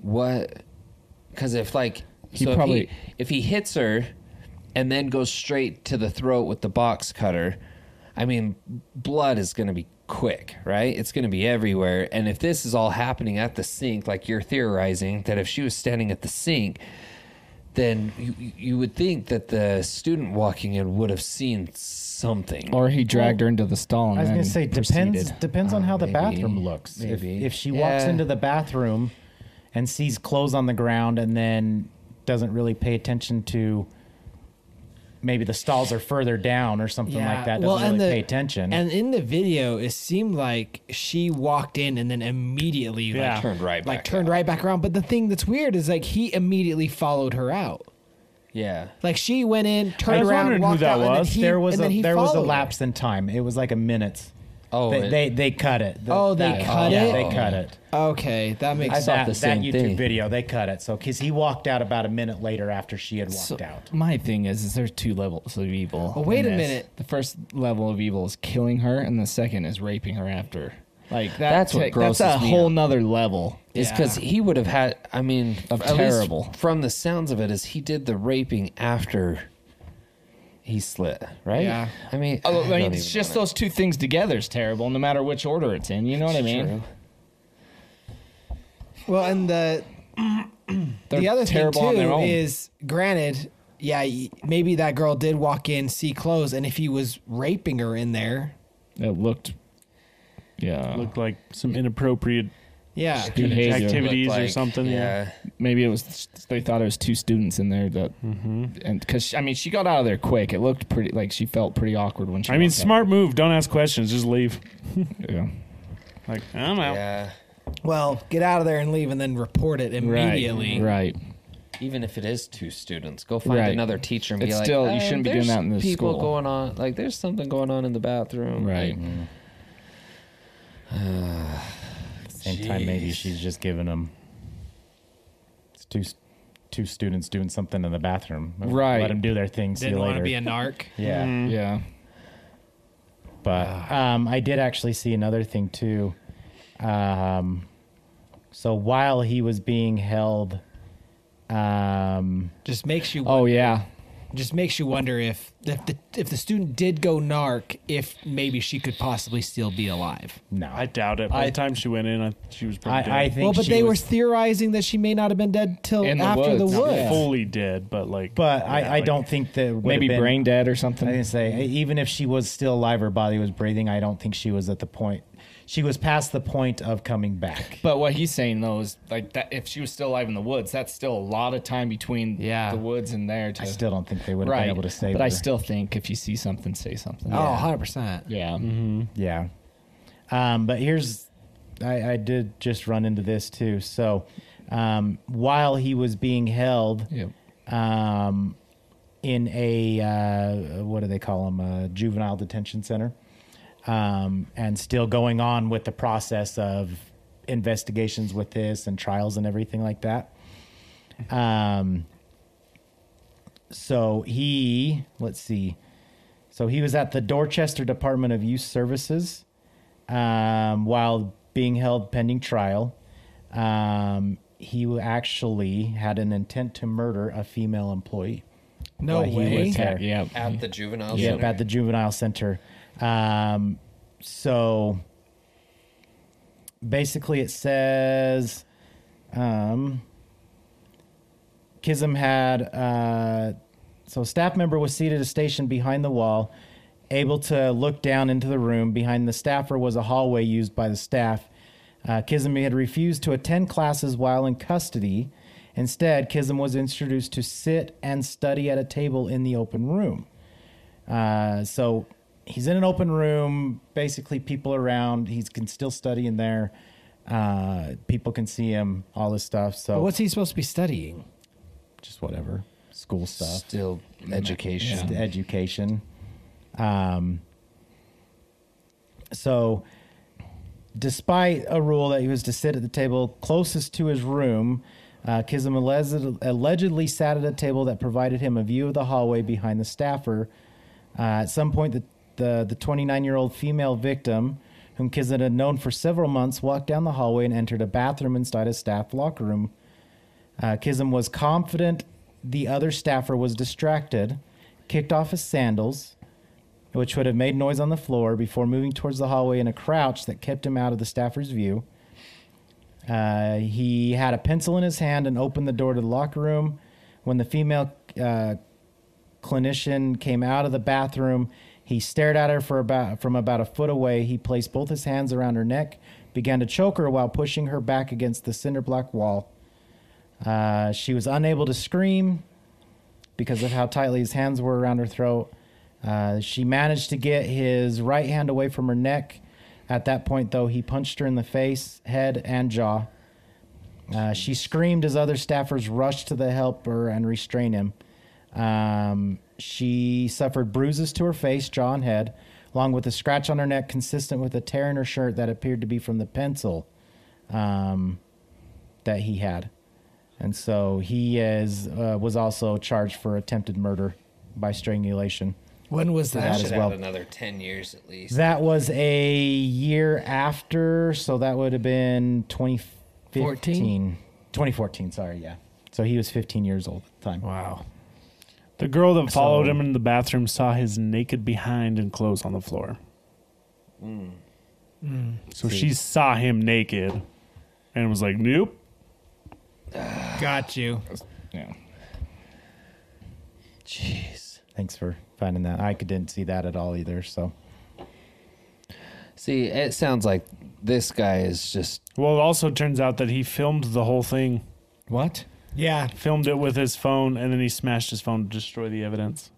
[SPEAKER 3] What? Because if like
[SPEAKER 6] He
[SPEAKER 3] so if
[SPEAKER 6] probably-
[SPEAKER 3] if he hits her and then goes straight to the throat with the box cutter, I mean, blood is going to be quick, right? It's going to be everywhere. And if this is all happening at the sink, like you're theorizing, that if she was standing at the sink, then you, you would think that the student walking in would have seen something.
[SPEAKER 6] Or he dragged her into the stall. And
[SPEAKER 1] I was
[SPEAKER 6] going to
[SPEAKER 1] say depends
[SPEAKER 6] proceeded.
[SPEAKER 1] depends on
[SPEAKER 3] Uh,
[SPEAKER 4] Um,
[SPEAKER 1] how the
[SPEAKER 3] maybe,
[SPEAKER 1] bathroom looks. If,
[SPEAKER 3] maybe.
[SPEAKER 1] if she walks
[SPEAKER 3] Yeah.
[SPEAKER 1] into the bathroom and sees clothes on the ground and then doesn't really pay attention to maybe the stalls are further down or something like that, doesn't really
[SPEAKER 4] and
[SPEAKER 1] pay attention.
[SPEAKER 4] And in the video, it seemed like she walked in and then immediately
[SPEAKER 5] Yeah.
[SPEAKER 4] like
[SPEAKER 3] Turned right
[SPEAKER 4] like
[SPEAKER 3] back
[SPEAKER 4] turned right back around. But the thing that's weird is like he immediately followed her out.
[SPEAKER 3] yeah.
[SPEAKER 4] Like she went in, turned
[SPEAKER 5] was
[SPEAKER 4] around,
[SPEAKER 5] wondering who
[SPEAKER 4] walked
[SPEAKER 5] that
[SPEAKER 4] out, and then
[SPEAKER 5] was.
[SPEAKER 4] he,
[SPEAKER 1] there was
[SPEAKER 4] and then
[SPEAKER 1] a
[SPEAKER 4] he
[SPEAKER 1] there was a
[SPEAKER 4] followed her.
[SPEAKER 1] lapse in time. It was like a minute.
[SPEAKER 3] Oh,
[SPEAKER 1] they,
[SPEAKER 3] it-
[SPEAKER 1] they they cut it. The-
[SPEAKER 4] Oh, they cut
[SPEAKER 1] yeah,
[SPEAKER 4] it?
[SPEAKER 1] They cut it.
[SPEAKER 4] Okay, that makes
[SPEAKER 3] I
[SPEAKER 4] sense.
[SPEAKER 3] thought
[SPEAKER 1] That,
[SPEAKER 3] the
[SPEAKER 1] that
[SPEAKER 3] same
[SPEAKER 1] YouTube
[SPEAKER 3] thing.
[SPEAKER 1] video, they cut it. So, because he walked out about a minute later after she had walked
[SPEAKER 6] So,
[SPEAKER 1] out.
[SPEAKER 6] My thing is, is there's two levels of evil.
[SPEAKER 4] Oh, wait
[SPEAKER 6] in
[SPEAKER 4] a
[SPEAKER 6] this.
[SPEAKER 4] minute.
[SPEAKER 6] The first level of evil is killing her, and the second is raping her after. Like that
[SPEAKER 3] That's what
[SPEAKER 6] ta-
[SPEAKER 3] grosses
[SPEAKER 6] That's a
[SPEAKER 3] me
[SPEAKER 6] whole
[SPEAKER 3] out.
[SPEAKER 6] nother level.
[SPEAKER 3] Is because he would have had. I mean,
[SPEAKER 6] Of
[SPEAKER 3] at least
[SPEAKER 6] terrible.
[SPEAKER 3] from the sounds of it, is he did the raping after he slit, right?
[SPEAKER 4] Yeah.
[SPEAKER 3] I mean,
[SPEAKER 6] Oh, I
[SPEAKER 3] don't
[SPEAKER 6] mean,
[SPEAKER 3] even
[SPEAKER 6] it's just
[SPEAKER 3] wanna-
[SPEAKER 6] those two things together is terrible, no matter which order it's in. You know what I mean?
[SPEAKER 3] True.
[SPEAKER 4] Well, and the
[SPEAKER 6] They're
[SPEAKER 4] the other
[SPEAKER 6] terrible
[SPEAKER 4] thing
[SPEAKER 6] on
[SPEAKER 4] too
[SPEAKER 6] their own.
[SPEAKER 4] is, granted, yeah, y- maybe that girl did walk in, see clothes, and if he was raping her in there,
[SPEAKER 6] it looked, yeah,
[SPEAKER 5] Looked like some inappropriate
[SPEAKER 4] yeah,
[SPEAKER 6] behavior.
[SPEAKER 5] activities
[SPEAKER 3] Looked
[SPEAKER 5] or
[SPEAKER 3] like-
[SPEAKER 5] something. Yeah.
[SPEAKER 6] Maybe it was they thought it was two students in there that,
[SPEAKER 1] Mm-hmm.
[SPEAKER 6] and because I mean, she got out of there quick. It looked pretty like she felt pretty awkward when she.
[SPEAKER 5] I mean,
[SPEAKER 6] walked out.
[SPEAKER 5] smart move. Don't ask questions. Just leave.
[SPEAKER 6] Yeah.
[SPEAKER 5] Like I'm out.
[SPEAKER 3] Yeah.
[SPEAKER 4] well, get out of there and leave, and then report it immediately.
[SPEAKER 6] Right.
[SPEAKER 3] Even if it is two students, go find
[SPEAKER 6] Right.
[SPEAKER 3] another teacher and
[SPEAKER 6] It's
[SPEAKER 3] be like,
[SPEAKER 6] still- you
[SPEAKER 3] "Uh,
[SPEAKER 6] shouldn't be doing
[SPEAKER 3] there's
[SPEAKER 6] that in the
[SPEAKER 3] people
[SPEAKER 6] school."
[SPEAKER 3] going on. Like, there's something going on in the bathroom.
[SPEAKER 6] Right.
[SPEAKER 3] Like,
[SPEAKER 1] Same time, maybe she's just giving them it's two two students doing something in the bathroom.
[SPEAKER 6] Right.
[SPEAKER 1] Let them do their thing. See
[SPEAKER 4] Didn't
[SPEAKER 1] you
[SPEAKER 4] want
[SPEAKER 1] later.
[SPEAKER 4] to be Mm. a narc.
[SPEAKER 1] yeah,
[SPEAKER 6] Yeah.
[SPEAKER 1] but um, I did actually see another thing too. Um, so while he was being held, um,
[SPEAKER 4] Just makes you.
[SPEAKER 6] Oh yeah.
[SPEAKER 4] Just makes you wonder if if the if the student did go narc, if maybe she could possibly still be alive.
[SPEAKER 1] no,
[SPEAKER 5] I
[SPEAKER 1] I,
[SPEAKER 5] doubt it. By the time she went in, I, she was probably
[SPEAKER 1] I,
[SPEAKER 5] dead.
[SPEAKER 1] think
[SPEAKER 4] Well, but
[SPEAKER 1] she
[SPEAKER 4] they
[SPEAKER 1] was-
[SPEAKER 4] were theorizing that she may not have been dead till
[SPEAKER 6] In the
[SPEAKER 4] after the
[SPEAKER 6] woods,
[SPEAKER 4] woods.
[SPEAKER 6] yeah.
[SPEAKER 5] fully dead, but like.
[SPEAKER 1] But
[SPEAKER 5] yeah,
[SPEAKER 1] I, I
[SPEAKER 5] like-
[SPEAKER 1] don't think that it would've
[SPEAKER 6] Maybe
[SPEAKER 1] been,
[SPEAKER 6] brain dead or
[SPEAKER 1] I
[SPEAKER 6] something.
[SPEAKER 1] didn't say e, even if she was still alive, her body was breathing. I don't think she was at the point. She was past the point of coming back.
[SPEAKER 6] But what he's saying though is like that if she was still alive in the woods, that's still a lot of time between
[SPEAKER 4] Yeah.
[SPEAKER 6] the woods and there to
[SPEAKER 1] I still don't think they would have
[SPEAKER 6] right.
[SPEAKER 1] been able to save
[SPEAKER 6] but
[SPEAKER 1] her.
[SPEAKER 6] I still think if you see something, say something.
[SPEAKER 4] Oh, 100 percent.
[SPEAKER 6] Yeah.
[SPEAKER 1] Mm-hmm. yeah. Um, but here's, I, I did just run into this too. So um, while he was being held
[SPEAKER 6] Yep.
[SPEAKER 1] um, in a uh, what do they call them, a juvenile detention center, um, and still going on with the process of investigations with this and trials and everything like that. Um, so he, let's see. So he was at the Dorchester Department of Youth Services um, while being held pending trial. Um, he actually had an intent to murder a female employee.
[SPEAKER 4] No
[SPEAKER 1] Well, he
[SPEAKER 4] way.
[SPEAKER 1] was-
[SPEAKER 6] Yeah.
[SPEAKER 1] There.
[SPEAKER 6] yeah.
[SPEAKER 3] At the juvenile
[SPEAKER 1] Yep,
[SPEAKER 3] center.
[SPEAKER 1] at the juvenile center. Um, so basically, it says um, Kism had uh, so a staff member was seated at a station behind the wall, able to look down into the room. Behind the staffer was a hallway used by the staff. Uh, Kism had refused to attend classes while in custody. Instead, Kism was introduced to sit and study at a table in the open room. Uh, so he's in an open room, basically people around. He can still study in there. Uh, people can see him, all this stuff. So
[SPEAKER 4] But what's he supposed to be studying?
[SPEAKER 1] just whatever school stuff, Mm-hmm.
[SPEAKER 3] Still education.
[SPEAKER 1] just education. Um, so, despite a rule that he was to sit at the table closest to his room, uh, Kism alleged, allegedly sat at a table that provided him a view of the hallway behind the staffer. Uh, at some point, the the the 29 year old female victim, whom Kism had known for several months, walked down the hallway and entered a bathroom inside a staff locker room. Uh, Kism was confident the other staffer was distracted, kicked off his sandals, which would have made noise on the floor before moving towards the hallway in a crouch that kept him out of the staffer's view. Uh, he had a pencil in his hand and opened the door to the locker room. When the female uh, clinician came out of the bathroom, he stared at her for about, from about a foot away. He placed both his hands around her neck, began to choke her while pushing her back against the cinder block wall. Uh, she was unable to scream because of how tightly his hands were around her throat. Uh, she managed to get his right hand away from her neck. At that point, though, he punched her in the face, head, and jaw. Uh, she screamed as other staffers rushed to the helper and restrain him. Um, she suffered bruises to her face, jaw, and head, along with a scratch on her neck consistent with a tear in her shirt that appeared to be from the pencil um, that he had. And so he is uh, was also charged for attempted murder by strangulation.
[SPEAKER 4] When was that?
[SPEAKER 1] That as well.
[SPEAKER 3] another 10 years at least.
[SPEAKER 1] That was a year after, so that would have been 2015. 2014, sorry, yeah. So he was 15 years old at the time.
[SPEAKER 4] Wow.
[SPEAKER 5] The girl that followed him in the bathroom saw his naked behind and clothes on the floor. So she saw him naked and was like, nope.
[SPEAKER 4] Got you.
[SPEAKER 6] Yeah.
[SPEAKER 3] Jeez.
[SPEAKER 1] Thanks for finding that. I could- didn't see that at all either, so.
[SPEAKER 3] See, it sounds like this guy is just
[SPEAKER 5] Well, it also turns out that he filmed the whole thing,
[SPEAKER 3] what?
[SPEAKER 4] Yeah.
[SPEAKER 5] filmed it with his phone, and then he smashed his phone to destroy the evidence.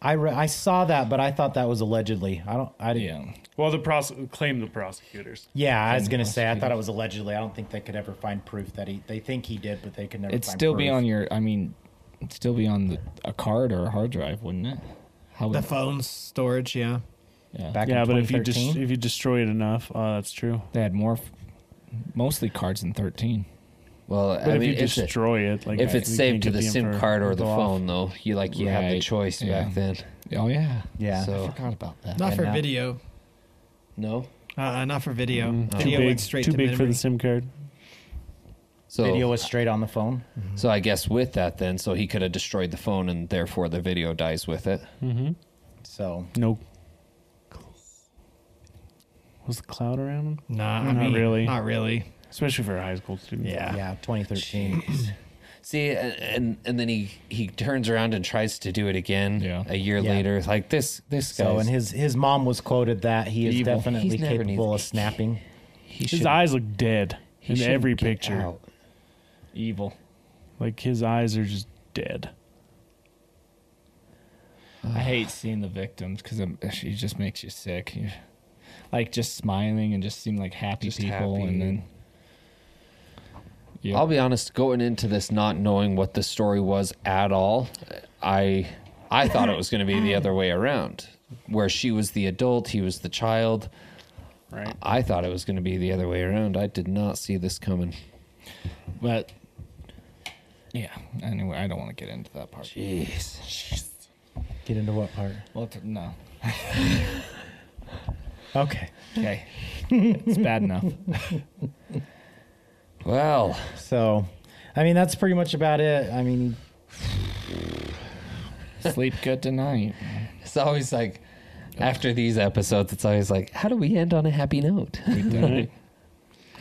[SPEAKER 1] I, re- I saw that, but I thought that was allegedly. I don't. I didn't.
[SPEAKER 6] Yeah.
[SPEAKER 5] Well, the pros- claim the prosecutors.
[SPEAKER 1] Yeah, I was gonna say. I thought it was allegedly. I don't think they could ever find proof that he. They think he did, but they could never.
[SPEAKER 6] It'd
[SPEAKER 1] find
[SPEAKER 6] still be
[SPEAKER 1] proof.
[SPEAKER 6] on your. I mean, it'd still be on the, a card or a hard drive, wouldn't it? How
[SPEAKER 4] The
[SPEAKER 6] would
[SPEAKER 4] phone storage, yeah.
[SPEAKER 6] yeah.
[SPEAKER 1] Back
[SPEAKER 5] Yeah,
[SPEAKER 1] in
[SPEAKER 5] but if you just
[SPEAKER 1] 2013?
[SPEAKER 5] if you destroy it enough, oh, that's true.
[SPEAKER 6] they had more, f- mostly cards in thirteen.
[SPEAKER 3] Well,
[SPEAKER 5] But
[SPEAKER 3] I
[SPEAKER 5] if
[SPEAKER 3] mean,
[SPEAKER 5] you
[SPEAKER 3] it's a-
[SPEAKER 5] destroy it, like
[SPEAKER 3] if it's
[SPEAKER 5] we can't
[SPEAKER 3] saved to
[SPEAKER 5] get
[SPEAKER 3] the SIM
[SPEAKER 5] info-
[SPEAKER 3] card or the
[SPEAKER 5] info off.
[SPEAKER 3] phone, though, you like you have the
[SPEAKER 6] Right,
[SPEAKER 3] choice
[SPEAKER 6] yeah.
[SPEAKER 3] back then.
[SPEAKER 6] Oh yeah.
[SPEAKER 1] Yeah.
[SPEAKER 3] So-
[SPEAKER 6] I forgot about that.
[SPEAKER 4] Not
[SPEAKER 1] And
[SPEAKER 4] for
[SPEAKER 1] now-
[SPEAKER 4] video.
[SPEAKER 3] No.
[SPEAKER 4] Uh, not for video.
[SPEAKER 5] too
[SPEAKER 4] Video
[SPEAKER 5] big,
[SPEAKER 4] went straight
[SPEAKER 5] too
[SPEAKER 4] to
[SPEAKER 5] big for
[SPEAKER 4] memory.
[SPEAKER 5] the SIM card.
[SPEAKER 3] So
[SPEAKER 1] video was straight on the phone.
[SPEAKER 3] so I guess with that then, so he could have destroyed the phone and therefore the video dies with it.
[SPEAKER 1] So
[SPEAKER 5] No. Was the cloud around him?
[SPEAKER 4] Nah, I
[SPEAKER 5] Not
[SPEAKER 4] mean,
[SPEAKER 5] really.
[SPEAKER 4] Not really.
[SPEAKER 5] Especially for a high school student.
[SPEAKER 4] Yeah.
[SPEAKER 1] yeah, 2013.
[SPEAKER 3] See, a- and and then he he turns around and tries to do it again
[SPEAKER 6] Yeah.
[SPEAKER 3] a year
[SPEAKER 1] Yeah.
[SPEAKER 3] later. Like this this guy.
[SPEAKER 1] So, and his his mom was quoted that he is
[SPEAKER 6] Evil.
[SPEAKER 1] definitely
[SPEAKER 3] He's never
[SPEAKER 1] capable of
[SPEAKER 3] needs-
[SPEAKER 1] snapping.
[SPEAKER 3] he
[SPEAKER 5] His
[SPEAKER 3] should-
[SPEAKER 5] eyes look dead
[SPEAKER 3] he
[SPEAKER 5] in
[SPEAKER 3] shouldn't
[SPEAKER 5] every
[SPEAKER 3] get
[SPEAKER 5] picture.
[SPEAKER 3] out.
[SPEAKER 6] Evil.
[SPEAKER 5] Like his eyes are just dead.
[SPEAKER 6] I hate seeing the victims because she just makes you sick. You- like just smiling and just seem like happy
[SPEAKER 3] Just
[SPEAKER 6] people,
[SPEAKER 3] happy.
[SPEAKER 6] and then yeah,
[SPEAKER 3] I'll be honest, going into this not knowing what the story was at all, I I thought it was going to be the other way around, where she was the adult, he was the child.
[SPEAKER 5] Right.
[SPEAKER 3] I thought it was going to be the other way around. I did not see this coming.
[SPEAKER 6] but yeah. Anyway, I don't want to get into that part.
[SPEAKER 3] Jeez.
[SPEAKER 1] Get into what part?
[SPEAKER 6] Well, t- no.
[SPEAKER 1] Okay.
[SPEAKER 6] Okay, it's bad enough.
[SPEAKER 3] Well,
[SPEAKER 1] So, I mean, that's pretty much about it. I mean,
[SPEAKER 6] Sleep good tonight.
[SPEAKER 3] it's always like after these episodes, it's always like, how do we end on a happy note?
[SPEAKER 5] Right?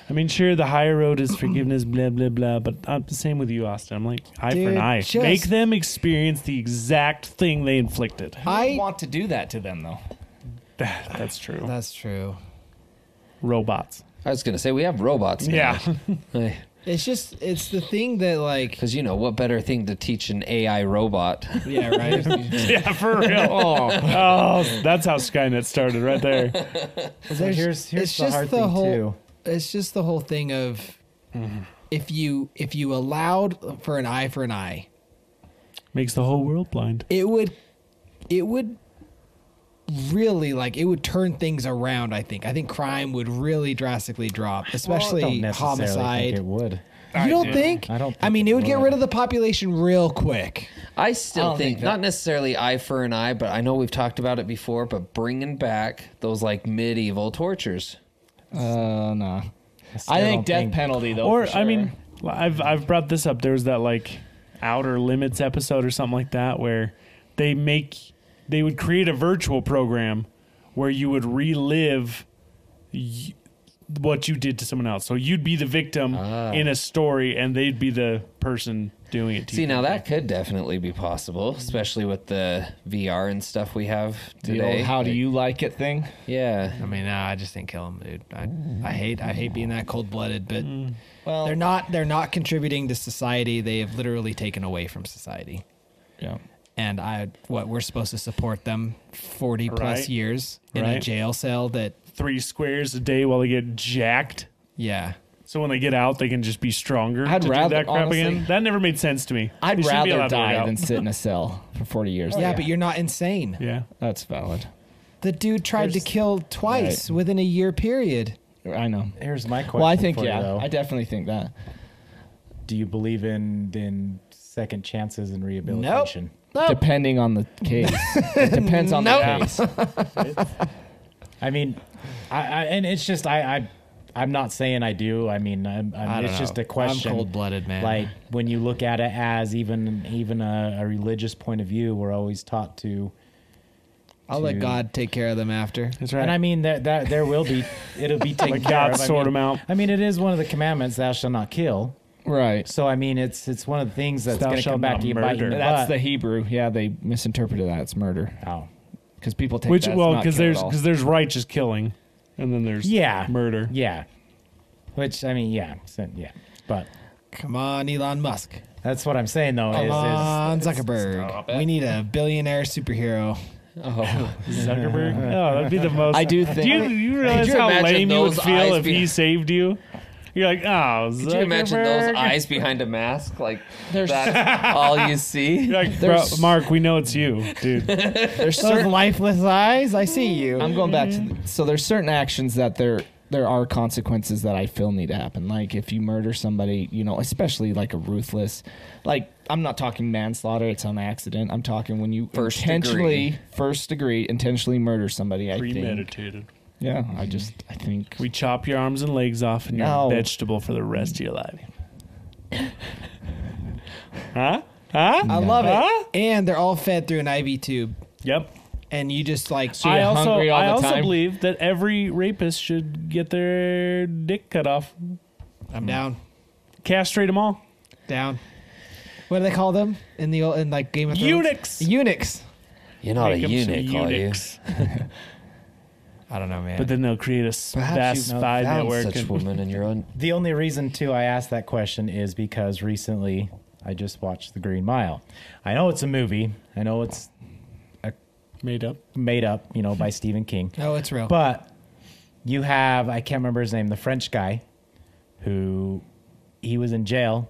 [SPEAKER 5] I mean, sure, the higher road is forgiveness, blah, blah, blah, but I'm the same with you, Austin. I'm like, eye for
[SPEAKER 4] Dude,
[SPEAKER 5] an eye.
[SPEAKER 4] just-
[SPEAKER 5] Make them experience the exact thing they inflicted.
[SPEAKER 6] I
[SPEAKER 4] I.
[SPEAKER 6] want to do that to them though.
[SPEAKER 5] That's true.
[SPEAKER 4] That's true.
[SPEAKER 5] Robots.
[SPEAKER 3] I was going to say, we have robots. Now.
[SPEAKER 5] Yeah.
[SPEAKER 3] Hey,
[SPEAKER 4] It's just it's the thing that like
[SPEAKER 3] Because you know what better thing to teach an AI robot?
[SPEAKER 4] yeah right.
[SPEAKER 5] yeah, for real. Oh, that's how Skynet started right there.
[SPEAKER 1] So here's here's
[SPEAKER 4] it's
[SPEAKER 1] the
[SPEAKER 4] just
[SPEAKER 1] hard
[SPEAKER 4] the
[SPEAKER 1] thing
[SPEAKER 4] whole
[SPEAKER 1] too.
[SPEAKER 4] it's just the whole thing of if you if you allowed for an eye for an eye,
[SPEAKER 5] Makes the whole world blind.
[SPEAKER 4] it would it would really like it would turn things around. I think I think crime would really drastically drop,
[SPEAKER 1] I don't
[SPEAKER 4] especially
[SPEAKER 1] necessarily think
[SPEAKER 4] homicide.
[SPEAKER 1] it would.
[SPEAKER 4] you don't think?
[SPEAKER 1] I don't think
[SPEAKER 4] I mean,
[SPEAKER 1] it
[SPEAKER 4] it would get
[SPEAKER 1] would.
[SPEAKER 4] rid of the population real quick.
[SPEAKER 3] I still
[SPEAKER 6] don't
[SPEAKER 3] think,
[SPEAKER 6] think that-
[SPEAKER 3] not necessarily eye for an eye, but I know we've talked about it before. But bringing back those like medieval tortures.
[SPEAKER 6] Uh, nah. I
[SPEAKER 1] I don't
[SPEAKER 6] think death
[SPEAKER 1] think-
[SPEAKER 6] penalty though.
[SPEAKER 5] Or
[SPEAKER 6] for sure.
[SPEAKER 5] I mean, I've I've brought this up. There was that like Outer Limits episode or something like that where they make they would create a virtual program where you would relive y- what you did to someone else. So you'd be the victim in a story, and they'd be the person doing it to
[SPEAKER 3] See,
[SPEAKER 5] you.
[SPEAKER 3] now that could definitely be possible, especially with the VR and stuff we have
[SPEAKER 6] the old
[SPEAKER 3] today.
[SPEAKER 6] how do you like it thing.
[SPEAKER 3] Yeah.
[SPEAKER 4] I mean, nah, I just think kill them, dude. I, I hate I hate being that cold blooded, but
[SPEAKER 6] Well-
[SPEAKER 4] they're not they're not contributing to society. They have literally taken away from society.
[SPEAKER 6] Yeah.
[SPEAKER 4] And I what we're supposed to support them forty plus
[SPEAKER 5] Right.
[SPEAKER 4] years in a
[SPEAKER 5] Right.
[SPEAKER 4] jail cell that
[SPEAKER 5] three squares a day while they get jacked.
[SPEAKER 4] yeah.
[SPEAKER 5] So when they get out, they can just be stronger.
[SPEAKER 6] I'd
[SPEAKER 5] to
[SPEAKER 6] rather-
[SPEAKER 5] do that crap
[SPEAKER 6] honestly-
[SPEAKER 5] again. That never made sense to me.
[SPEAKER 6] I'd
[SPEAKER 5] They shouldn't be
[SPEAKER 6] rather
[SPEAKER 5] allowed to work
[SPEAKER 6] die
[SPEAKER 5] out.
[SPEAKER 6] than sit in a cell for 40 years.
[SPEAKER 4] yeah, but you're not insane.
[SPEAKER 5] yeah.
[SPEAKER 6] That's valid.
[SPEAKER 4] The dude tried to kill twice within a year period.
[SPEAKER 6] I know.
[SPEAKER 1] Here's my question.
[SPEAKER 6] Well, I think
[SPEAKER 1] for
[SPEAKER 6] yeah.
[SPEAKER 1] You, though.
[SPEAKER 6] I definitely think that.
[SPEAKER 1] Do you believe in in second chances and rehabilitation?
[SPEAKER 5] Oh.
[SPEAKER 6] Depending on the case, it depends on the case.
[SPEAKER 1] I mean, I, I and it's just I, I I'm not saying I do. I mean, I'm, I'm,
[SPEAKER 4] I don't
[SPEAKER 1] it's just
[SPEAKER 4] know.
[SPEAKER 1] a question.
[SPEAKER 4] I'm cold-blooded, man.
[SPEAKER 1] Like when you look at it as even even a, a religious point of view, we're always taught to.
[SPEAKER 4] I'll let
[SPEAKER 1] Dude.
[SPEAKER 4] God take care of them after.
[SPEAKER 5] That's right.
[SPEAKER 1] And I mean that that there will be it'll be taken
[SPEAKER 5] Let
[SPEAKER 1] care
[SPEAKER 5] God
[SPEAKER 1] of. I
[SPEAKER 5] sort
[SPEAKER 1] mean-
[SPEAKER 5] 'em out.
[SPEAKER 1] I mean, it is one of the commandments: "Thou shalt not kill."
[SPEAKER 6] Right.
[SPEAKER 1] So I mean, it's it's one of the things that's
[SPEAKER 5] Thou
[SPEAKER 1] going to
[SPEAKER 5] shalt
[SPEAKER 1] come back
[SPEAKER 5] not
[SPEAKER 1] to you. bite you in
[SPEAKER 5] murder.
[SPEAKER 1] the
[SPEAKER 6] That's the
[SPEAKER 1] butt.
[SPEAKER 6] Hebrew. Yeah, they misinterpreted that. It's murder
[SPEAKER 1] Oh.
[SPEAKER 6] because people take
[SPEAKER 5] Which
[SPEAKER 6] that as
[SPEAKER 5] well,
[SPEAKER 6] not
[SPEAKER 5] because
[SPEAKER 6] kill at
[SPEAKER 5] there's
[SPEAKER 6] all.
[SPEAKER 5] because there's righteous killing, and then there's
[SPEAKER 1] Yeah.
[SPEAKER 5] murder.
[SPEAKER 1] Yeah. Which I mean, yeah, so- yeah. But
[SPEAKER 4] Come on, Elon Musk.
[SPEAKER 1] that's what I'm saying though.
[SPEAKER 4] Come
[SPEAKER 1] Is,
[SPEAKER 4] on, Zuckerberg. We need a billionaire superhero.
[SPEAKER 3] Oh.
[SPEAKER 5] Zuckerberg. Oh, that'd be the most.
[SPEAKER 6] I do
[SPEAKER 5] Do you,
[SPEAKER 6] think.
[SPEAKER 5] you realize
[SPEAKER 3] you
[SPEAKER 5] how
[SPEAKER 3] imagine
[SPEAKER 5] lame you would
[SPEAKER 3] those
[SPEAKER 5] feel
[SPEAKER 3] eyes
[SPEAKER 5] if
[SPEAKER 3] being-
[SPEAKER 5] he saved you? You're like, oh, Zuckerberg.
[SPEAKER 3] Could you imagine those eyes behind a mask? Like that's all you see.
[SPEAKER 5] You're like, bro, Mark, we know it's you, dude.
[SPEAKER 6] There's
[SPEAKER 4] Those
[SPEAKER 6] certain.
[SPEAKER 4] lifeless eyes, I see you.
[SPEAKER 1] Um,
[SPEAKER 6] I'm going back to. The, so there's certain actions that there there are consequences that I feel need to happen. Like if you murder somebody, you know, especially like a ruthless, like I'm not talking manslaughter. It's on accident. I'm talking when you
[SPEAKER 3] First
[SPEAKER 6] intentionally
[SPEAKER 3] degree.
[SPEAKER 6] first degree intentionally murder somebody. I think.
[SPEAKER 5] Premeditated.
[SPEAKER 6] Yeah, I just I think
[SPEAKER 5] We chop your arms and legs off, and
[SPEAKER 6] No.
[SPEAKER 5] you're a vegetable for the rest of your life. huh? Huh?
[SPEAKER 4] I love
[SPEAKER 5] Huh?
[SPEAKER 4] it. And they're all fed through an IV tube,
[SPEAKER 5] Yep.
[SPEAKER 4] and you just like
[SPEAKER 5] I
[SPEAKER 6] you're
[SPEAKER 5] also
[SPEAKER 6] hungry all
[SPEAKER 5] I
[SPEAKER 6] the
[SPEAKER 5] also
[SPEAKER 6] time?
[SPEAKER 5] believe that every rapist should get their dick cut off.
[SPEAKER 4] I'm down,
[SPEAKER 5] Castrate them all.
[SPEAKER 4] down. What do they call them in the old in like Game of Thrones?
[SPEAKER 5] Eunuchs.
[SPEAKER 4] Eunuchs.
[SPEAKER 3] You're not
[SPEAKER 5] Make
[SPEAKER 3] a
[SPEAKER 5] 'em some
[SPEAKER 3] eunuch, are you?
[SPEAKER 5] eunuchs.
[SPEAKER 4] I don't know, man.
[SPEAKER 5] But then they'll create a s-
[SPEAKER 3] Perhaps
[SPEAKER 5] vast
[SPEAKER 3] you've not
[SPEAKER 5] spy
[SPEAKER 3] found
[SPEAKER 5] network.
[SPEAKER 3] such
[SPEAKER 5] and-
[SPEAKER 3] woman in your own.
[SPEAKER 1] the only reason too I asked that question is because recently I just watched The Green Mile. I know it's a movie. I know it's
[SPEAKER 5] made up.
[SPEAKER 1] made up, you know, by Stephen King.
[SPEAKER 4] no, Oh, it's real.
[SPEAKER 1] But you have I can't remember his name, the French guy who he was in jail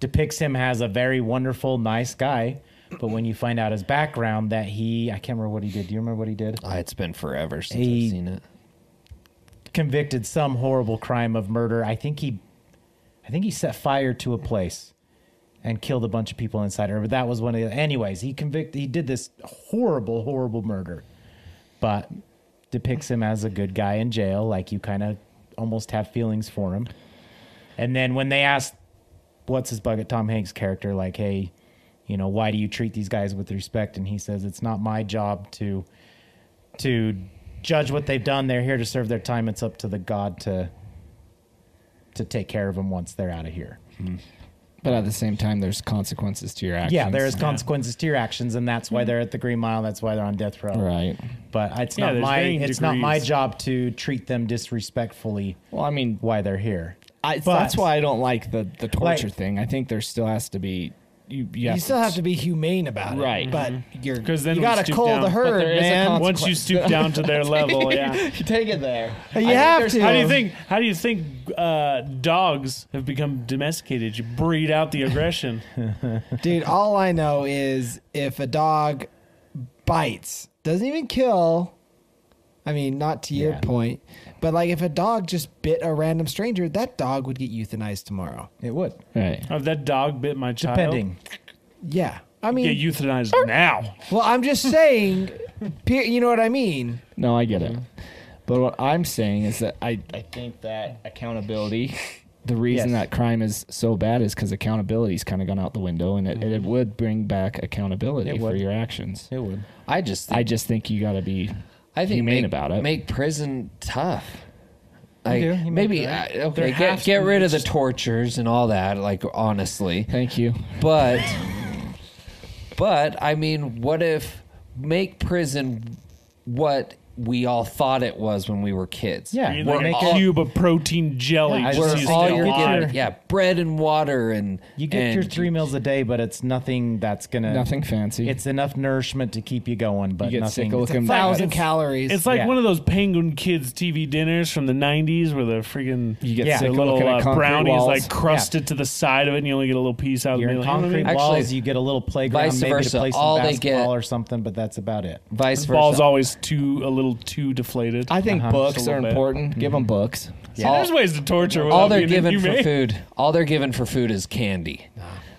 [SPEAKER 1] depicts him as a very wonderful, nice guy. But when you find out his background that he I can't remember what he did. Do you remember what he did?
[SPEAKER 3] Ah, it's been forever since
[SPEAKER 1] He-
[SPEAKER 3] I've seen it.
[SPEAKER 1] convicted some horrible crime of murder. I think he, I think he set fire to a place and killed a bunch of people inside. Or that was one of the. Anyways, he convict. He did this horrible, horrible murder, but depicts him as a good guy in jail. Like you kind of almost have feelings for him. And then when they asked, what's his bucket, Tom Hanks' character, like, hey, you know, why do you treat these guys with respect? And he says, it's not my job to to judge what they've done. They're here to serve their time. It's up to the God to to take care of them once they're out of here.
[SPEAKER 6] But at the same time, there's consequences to your actions.
[SPEAKER 1] Yeah, there is consequences to your actions, and that's why they're at the Green Mile. That's why they're on death row.
[SPEAKER 6] Right.
[SPEAKER 1] But it's
[SPEAKER 5] Yeah,
[SPEAKER 1] not
[SPEAKER 5] there's
[SPEAKER 1] my
[SPEAKER 5] varying
[SPEAKER 1] it's not my
[SPEAKER 5] degrees.
[SPEAKER 1] job to treat them disrespectfully
[SPEAKER 6] Well, I mean,
[SPEAKER 1] why they're here.
[SPEAKER 6] I,
[SPEAKER 1] But-
[SPEAKER 6] that's why I don't like the the torture
[SPEAKER 1] Like-
[SPEAKER 6] thing. I think there still has to be you. You,
[SPEAKER 4] You still have to be humane about it,
[SPEAKER 6] Right.
[SPEAKER 4] But you're
[SPEAKER 5] Mm-hmm. 'Cause then
[SPEAKER 4] you
[SPEAKER 5] we
[SPEAKER 4] got to
[SPEAKER 5] stoop
[SPEAKER 4] cull
[SPEAKER 5] down.
[SPEAKER 4] the
[SPEAKER 5] But
[SPEAKER 4] herd,
[SPEAKER 6] there is a
[SPEAKER 4] man.
[SPEAKER 5] Once you stoop down to their level, yeah.
[SPEAKER 6] take it there.
[SPEAKER 4] You have to.
[SPEAKER 5] How do you think? How do you think uh, dogs have become domesticated? You breed out the aggression.
[SPEAKER 4] Dude, all I know is if a dog bites, doesn't even kill. I mean, not to your point, but like if a dog just bit a random stranger, that dog would get euthanized tomorrow.
[SPEAKER 1] It would.
[SPEAKER 6] Right.
[SPEAKER 5] oh, that dog bit my child.
[SPEAKER 1] Depending.
[SPEAKER 4] Yeah. I mean,
[SPEAKER 5] Get euthanized now.
[SPEAKER 4] well, I'm just saying, pe- you know what I mean?
[SPEAKER 6] No, I get it. But what I'm saying is that I, I think that accountability, the reason
[SPEAKER 1] Yes.
[SPEAKER 6] that crime is so bad is because accountability's kind of gone out the window, and it, it would bring back accountability
[SPEAKER 1] It
[SPEAKER 6] for
[SPEAKER 1] would.
[SPEAKER 6] your actions.
[SPEAKER 1] It would.
[SPEAKER 3] I just think,
[SPEAKER 6] I just think you got to be.
[SPEAKER 3] I think
[SPEAKER 6] humane
[SPEAKER 3] make,
[SPEAKER 6] about it.
[SPEAKER 3] Make prison tough. Like
[SPEAKER 1] do, you make
[SPEAKER 3] maybe
[SPEAKER 1] it
[SPEAKER 3] I,
[SPEAKER 1] right.
[SPEAKER 3] okay, get, get rid of the tortures and all that. Like honestly,
[SPEAKER 6] Thank you.
[SPEAKER 3] but but I mean, what if make prison what we all thought it was when we were kids?
[SPEAKER 1] Yeah.
[SPEAKER 5] You're
[SPEAKER 1] We're
[SPEAKER 5] like
[SPEAKER 3] all-
[SPEAKER 5] a cube of protein jelly.
[SPEAKER 1] Yeah, I
[SPEAKER 5] just
[SPEAKER 1] just
[SPEAKER 3] Where
[SPEAKER 5] used
[SPEAKER 1] think
[SPEAKER 3] all
[SPEAKER 5] to
[SPEAKER 1] you
[SPEAKER 3] you're
[SPEAKER 5] get
[SPEAKER 1] get
[SPEAKER 5] alive.
[SPEAKER 3] getting, yeah, bread and water, and
[SPEAKER 1] You get
[SPEAKER 3] and
[SPEAKER 1] your three meals a day, but it's nothing that's gonna
[SPEAKER 6] Nothing fancy.
[SPEAKER 1] It's enough nourishment to keep you going, but
[SPEAKER 6] you get
[SPEAKER 1] nothing.
[SPEAKER 6] sick of looking
[SPEAKER 4] Thousand
[SPEAKER 6] back.
[SPEAKER 4] calories.
[SPEAKER 5] It's like
[SPEAKER 1] Yeah.
[SPEAKER 5] one of those Penguin Kids TV dinners from the '90s, where the freaking
[SPEAKER 6] You get
[SPEAKER 1] Yeah.
[SPEAKER 6] sick
[SPEAKER 5] the
[SPEAKER 6] of
[SPEAKER 5] little
[SPEAKER 6] looking at
[SPEAKER 5] uh,
[SPEAKER 6] concrete
[SPEAKER 5] brownies
[SPEAKER 6] walls.
[SPEAKER 5] like crusted to the side of it, and you only get a little piece out
[SPEAKER 1] You're
[SPEAKER 5] of
[SPEAKER 1] in
[SPEAKER 5] it. Like,
[SPEAKER 1] concrete
[SPEAKER 5] "Oh,
[SPEAKER 1] walls.
[SPEAKER 3] Actually,
[SPEAKER 1] you get a little playground,
[SPEAKER 3] vice
[SPEAKER 1] maybe
[SPEAKER 3] versa.
[SPEAKER 1] to play some
[SPEAKER 3] All they
[SPEAKER 1] basketball
[SPEAKER 3] get-
[SPEAKER 1] or something, but that's about it.
[SPEAKER 3] vice
[SPEAKER 5] the
[SPEAKER 3] versa.
[SPEAKER 5] ball's always too a little too deflated.
[SPEAKER 6] I think
[SPEAKER 5] Just
[SPEAKER 6] books
[SPEAKER 5] a
[SPEAKER 6] are
[SPEAKER 5] little bit.
[SPEAKER 6] important. Give 'em Give them books.
[SPEAKER 5] See, there's ways to torture.
[SPEAKER 3] all
[SPEAKER 5] without
[SPEAKER 3] they're
[SPEAKER 5] being
[SPEAKER 3] given for
[SPEAKER 5] inhumane.
[SPEAKER 3] food all they're given for food is candy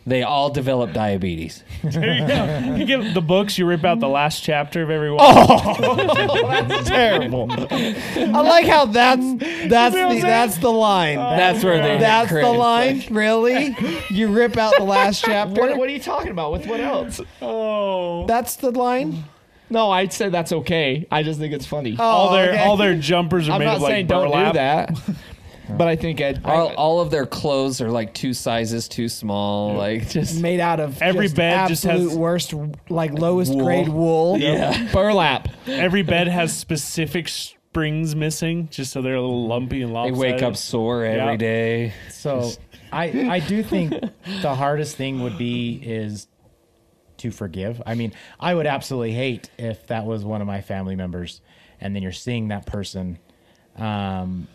[SPEAKER 3] they all develop diabetes
[SPEAKER 5] There you go. You get the books. You rip out the last chapter of every one. Oh,
[SPEAKER 1] Terrible.
[SPEAKER 4] I like how that's that's
[SPEAKER 5] what I'm
[SPEAKER 4] the
[SPEAKER 5] saying?
[SPEAKER 4] that's the line.
[SPEAKER 3] that's where they
[SPEAKER 4] that's the line, really? You rip out the last chapter.
[SPEAKER 6] are you talking about? With what else?
[SPEAKER 4] that's the line.
[SPEAKER 6] No, I'd say that's okay. I just think it's funny.
[SPEAKER 5] all their
[SPEAKER 4] okay.
[SPEAKER 5] all their jumpers are
[SPEAKER 6] I'm
[SPEAKER 5] made
[SPEAKER 6] not
[SPEAKER 5] of like
[SPEAKER 6] saying don't do
[SPEAKER 5] burlap.
[SPEAKER 6] that. But I think I'd, I-
[SPEAKER 3] all, all of their clothes are like two sizes too small like just
[SPEAKER 4] made out of
[SPEAKER 5] Every
[SPEAKER 4] just
[SPEAKER 5] bed just
[SPEAKER 4] absolute
[SPEAKER 5] has-
[SPEAKER 4] worst, like lowest grade wool.
[SPEAKER 3] yeah
[SPEAKER 6] burlap.
[SPEAKER 5] Every bed has specific springs missing, just so they're a little lumpy and
[SPEAKER 3] they
[SPEAKER 5] lopsided.
[SPEAKER 3] wake up sore
[SPEAKER 5] Yeah.
[SPEAKER 3] every day.
[SPEAKER 1] So I I do think the hardest thing would be is to forgive. I mean, I would absolutely hate if that was one of my family members, and then you're seeing that person, um,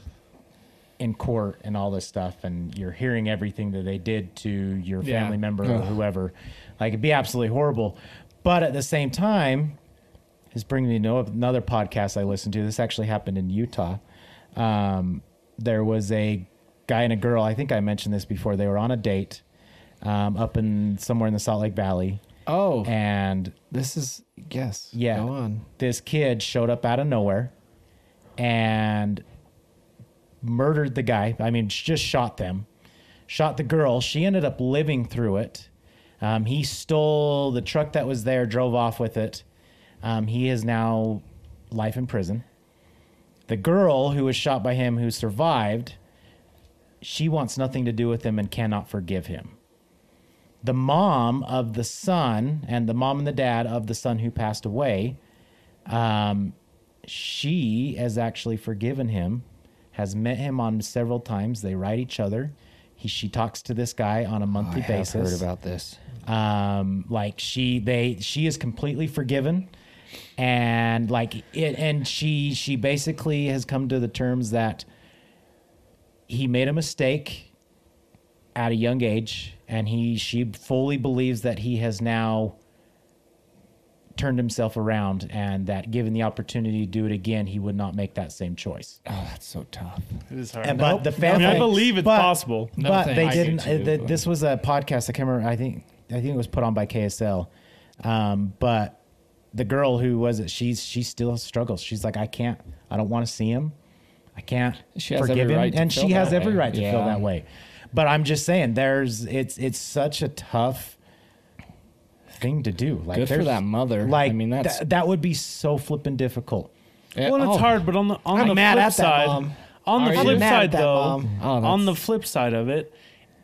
[SPEAKER 1] in court and all this stuff, and you're hearing everything that they did to your
[SPEAKER 4] Yeah.
[SPEAKER 1] family member or whoever. Like it'd be absolutely horrible, but at the same time, is bringing me to know of another podcast I listened to. This actually happened in Utah. Um, there was a guy and a girl. I think I mentioned this before. They were on a date um, up in somewhere in the Salt Lake Valley,
[SPEAKER 4] Oh,
[SPEAKER 1] and
[SPEAKER 4] this is yes.
[SPEAKER 1] yeah,
[SPEAKER 4] go on.
[SPEAKER 1] this kid showed up out of nowhere and murdered the guy. I mean, just shot them, shot the girl. She ended up living through it. Um, he stole the truck that was there, drove off with it. Um, he is now life in prison. The girl who was shot by him, who survived, she wants nothing to do with him and cannot forgive him the mom of the son and the mom and the dad of the son who passed away, um, she has actually forgiven him, has met him on several times. They write each other. He, she talks to this guy on a monthly
[SPEAKER 3] i've
[SPEAKER 1] basis
[SPEAKER 3] heard about this
[SPEAKER 1] um like she they she is completely forgiven and like it and she she basically has come to the terms that he made a mistake at a young age and he she fully believes that he has now turned himself around and that given the opportunity to do it again he would not make that same choice
[SPEAKER 6] Oh, that's so tough.
[SPEAKER 5] It is hard.
[SPEAKER 1] and, Uh, but the
[SPEAKER 5] I,
[SPEAKER 1] family
[SPEAKER 5] mean, I believe it's
[SPEAKER 1] but-
[SPEAKER 5] possible.
[SPEAKER 1] but
[SPEAKER 6] thanks.
[SPEAKER 1] they
[SPEAKER 6] I do
[SPEAKER 1] didn't.
[SPEAKER 6] too,
[SPEAKER 1] uh, th-
[SPEAKER 6] but-
[SPEAKER 1] this was a podcast. I can't remember. I think I think it was put on by KSL. Um, but the girl who was it? She's she still struggles. She's like, I can't. I don't want to see him. I can't
[SPEAKER 6] She has
[SPEAKER 1] forgive
[SPEAKER 6] every
[SPEAKER 1] him,
[SPEAKER 6] right to
[SPEAKER 1] and
[SPEAKER 6] feel
[SPEAKER 1] she has
[SPEAKER 6] that
[SPEAKER 1] every
[SPEAKER 6] way.
[SPEAKER 1] right to feel
[SPEAKER 6] Yeah.
[SPEAKER 1] that way. But I'm just saying, there's it's it's such a tough thing to do. Like
[SPEAKER 6] Good for
[SPEAKER 1] there's-
[SPEAKER 6] that mother.
[SPEAKER 1] Like
[SPEAKER 6] I mean, that's
[SPEAKER 1] that- that would be so flippin' difficult.
[SPEAKER 5] Well, and it's
[SPEAKER 6] oh,
[SPEAKER 5] hard, but on the on
[SPEAKER 4] I'm
[SPEAKER 5] the
[SPEAKER 4] mad
[SPEAKER 5] flip
[SPEAKER 4] at that
[SPEAKER 5] side,
[SPEAKER 4] mom.
[SPEAKER 5] on the
[SPEAKER 6] Are you?
[SPEAKER 5] flip Oh,
[SPEAKER 4] I'm mad at
[SPEAKER 5] side
[SPEAKER 4] that
[SPEAKER 5] though,
[SPEAKER 4] mom.
[SPEAKER 6] Oh,
[SPEAKER 5] on
[SPEAKER 6] that's-
[SPEAKER 5] the flip side of it,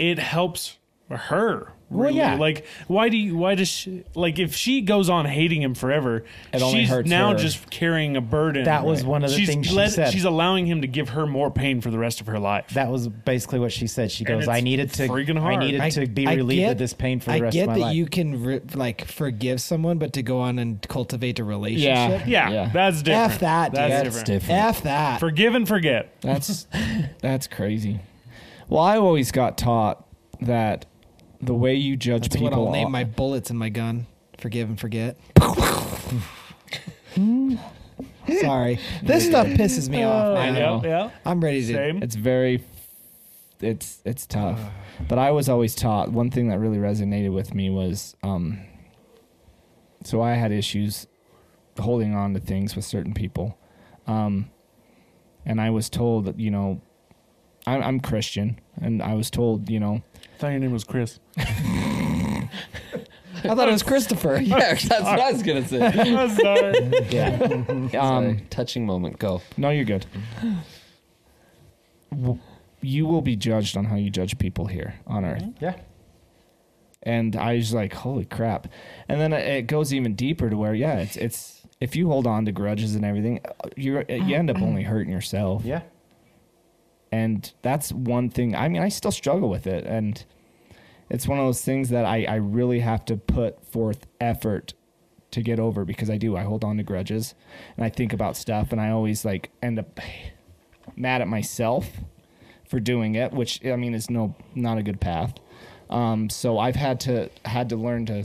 [SPEAKER 5] it helps her
[SPEAKER 1] Well,
[SPEAKER 5] really.
[SPEAKER 1] yeah.
[SPEAKER 5] Like, why do you? Why does she? Like, if she goes on hating him forever,
[SPEAKER 6] It only
[SPEAKER 5] she's
[SPEAKER 6] hurts
[SPEAKER 5] now
[SPEAKER 6] her.
[SPEAKER 5] just carrying a burden.
[SPEAKER 1] That was one of the
[SPEAKER 5] she's
[SPEAKER 1] things she
[SPEAKER 5] let-
[SPEAKER 1] said.
[SPEAKER 5] She's allowing him to give her more pain for the rest of her life.
[SPEAKER 1] That was basically what she said. She
[SPEAKER 5] And
[SPEAKER 1] goes,
[SPEAKER 5] it's
[SPEAKER 1] "I needed to,
[SPEAKER 5] freaking
[SPEAKER 1] I
[SPEAKER 5] hard.
[SPEAKER 1] needed to be
[SPEAKER 4] I
[SPEAKER 1] relieved
[SPEAKER 4] get-
[SPEAKER 1] of this pain for the
[SPEAKER 4] I
[SPEAKER 1] rest
[SPEAKER 4] get
[SPEAKER 1] of my
[SPEAKER 4] that
[SPEAKER 1] life."
[SPEAKER 4] you can re- like forgive someone, but to go on and cultivate a relationship.
[SPEAKER 5] yeah,
[SPEAKER 6] Yeah.
[SPEAKER 5] that's different.
[SPEAKER 4] F that,
[SPEAKER 5] That's
[SPEAKER 4] dude.
[SPEAKER 5] different.
[SPEAKER 3] different.
[SPEAKER 4] F that.
[SPEAKER 5] Forgive and forget.
[SPEAKER 6] That's that's crazy. Well, I always got taught that the way you judge
[SPEAKER 4] That's
[SPEAKER 6] people
[SPEAKER 4] what I'll name my bullets in my gun. Forgive and forget. Sorry, this stuff pisses me
[SPEAKER 1] Oh,
[SPEAKER 4] off.
[SPEAKER 5] Yeah,
[SPEAKER 4] Man.
[SPEAKER 6] know.
[SPEAKER 5] yeah.
[SPEAKER 4] I'm ready to.
[SPEAKER 5] Same.
[SPEAKER 6] it's very it's it's tough but i was always taught one thing that really resonated with me was um so i had issues holding on to things with certain people um and i was told that you know i'm, I'm christian and i was told you know
[SPEAKER 5] I thought your name was Chris.
[SPEAKER 4] I thought it was Christopher.
[SPEAKER 3] Yeah, that's what I was gonna say.
[SPEAKER 5] I'm sorry.
[SPEAKER 6] yeah um
[SPEAKER 3] Sorry, touching moment. Go.
[SPEAKER 6] No, you're good. W- you will be judged on how you judge people here on earth.
[SPEAKER 1] Yeah.
[SPEAKER 6] And I was like, holy crap. And then it goes even deeper to where, yeah, it's, it's, if you hold on to grudges and everything, you you end up only hurting yourself.
[SPEAKER 1] yeah,
[SPEAKER 6] And that's one thing. I mean, I still struggle with it. And it's one of those things that I, I really have to put forth effort to get over because I do. I hold on to grudges and I think about stuff and I always like end up mad at myself for doing it, which I mean is no not a good path. Um, so I've had to had to learn to,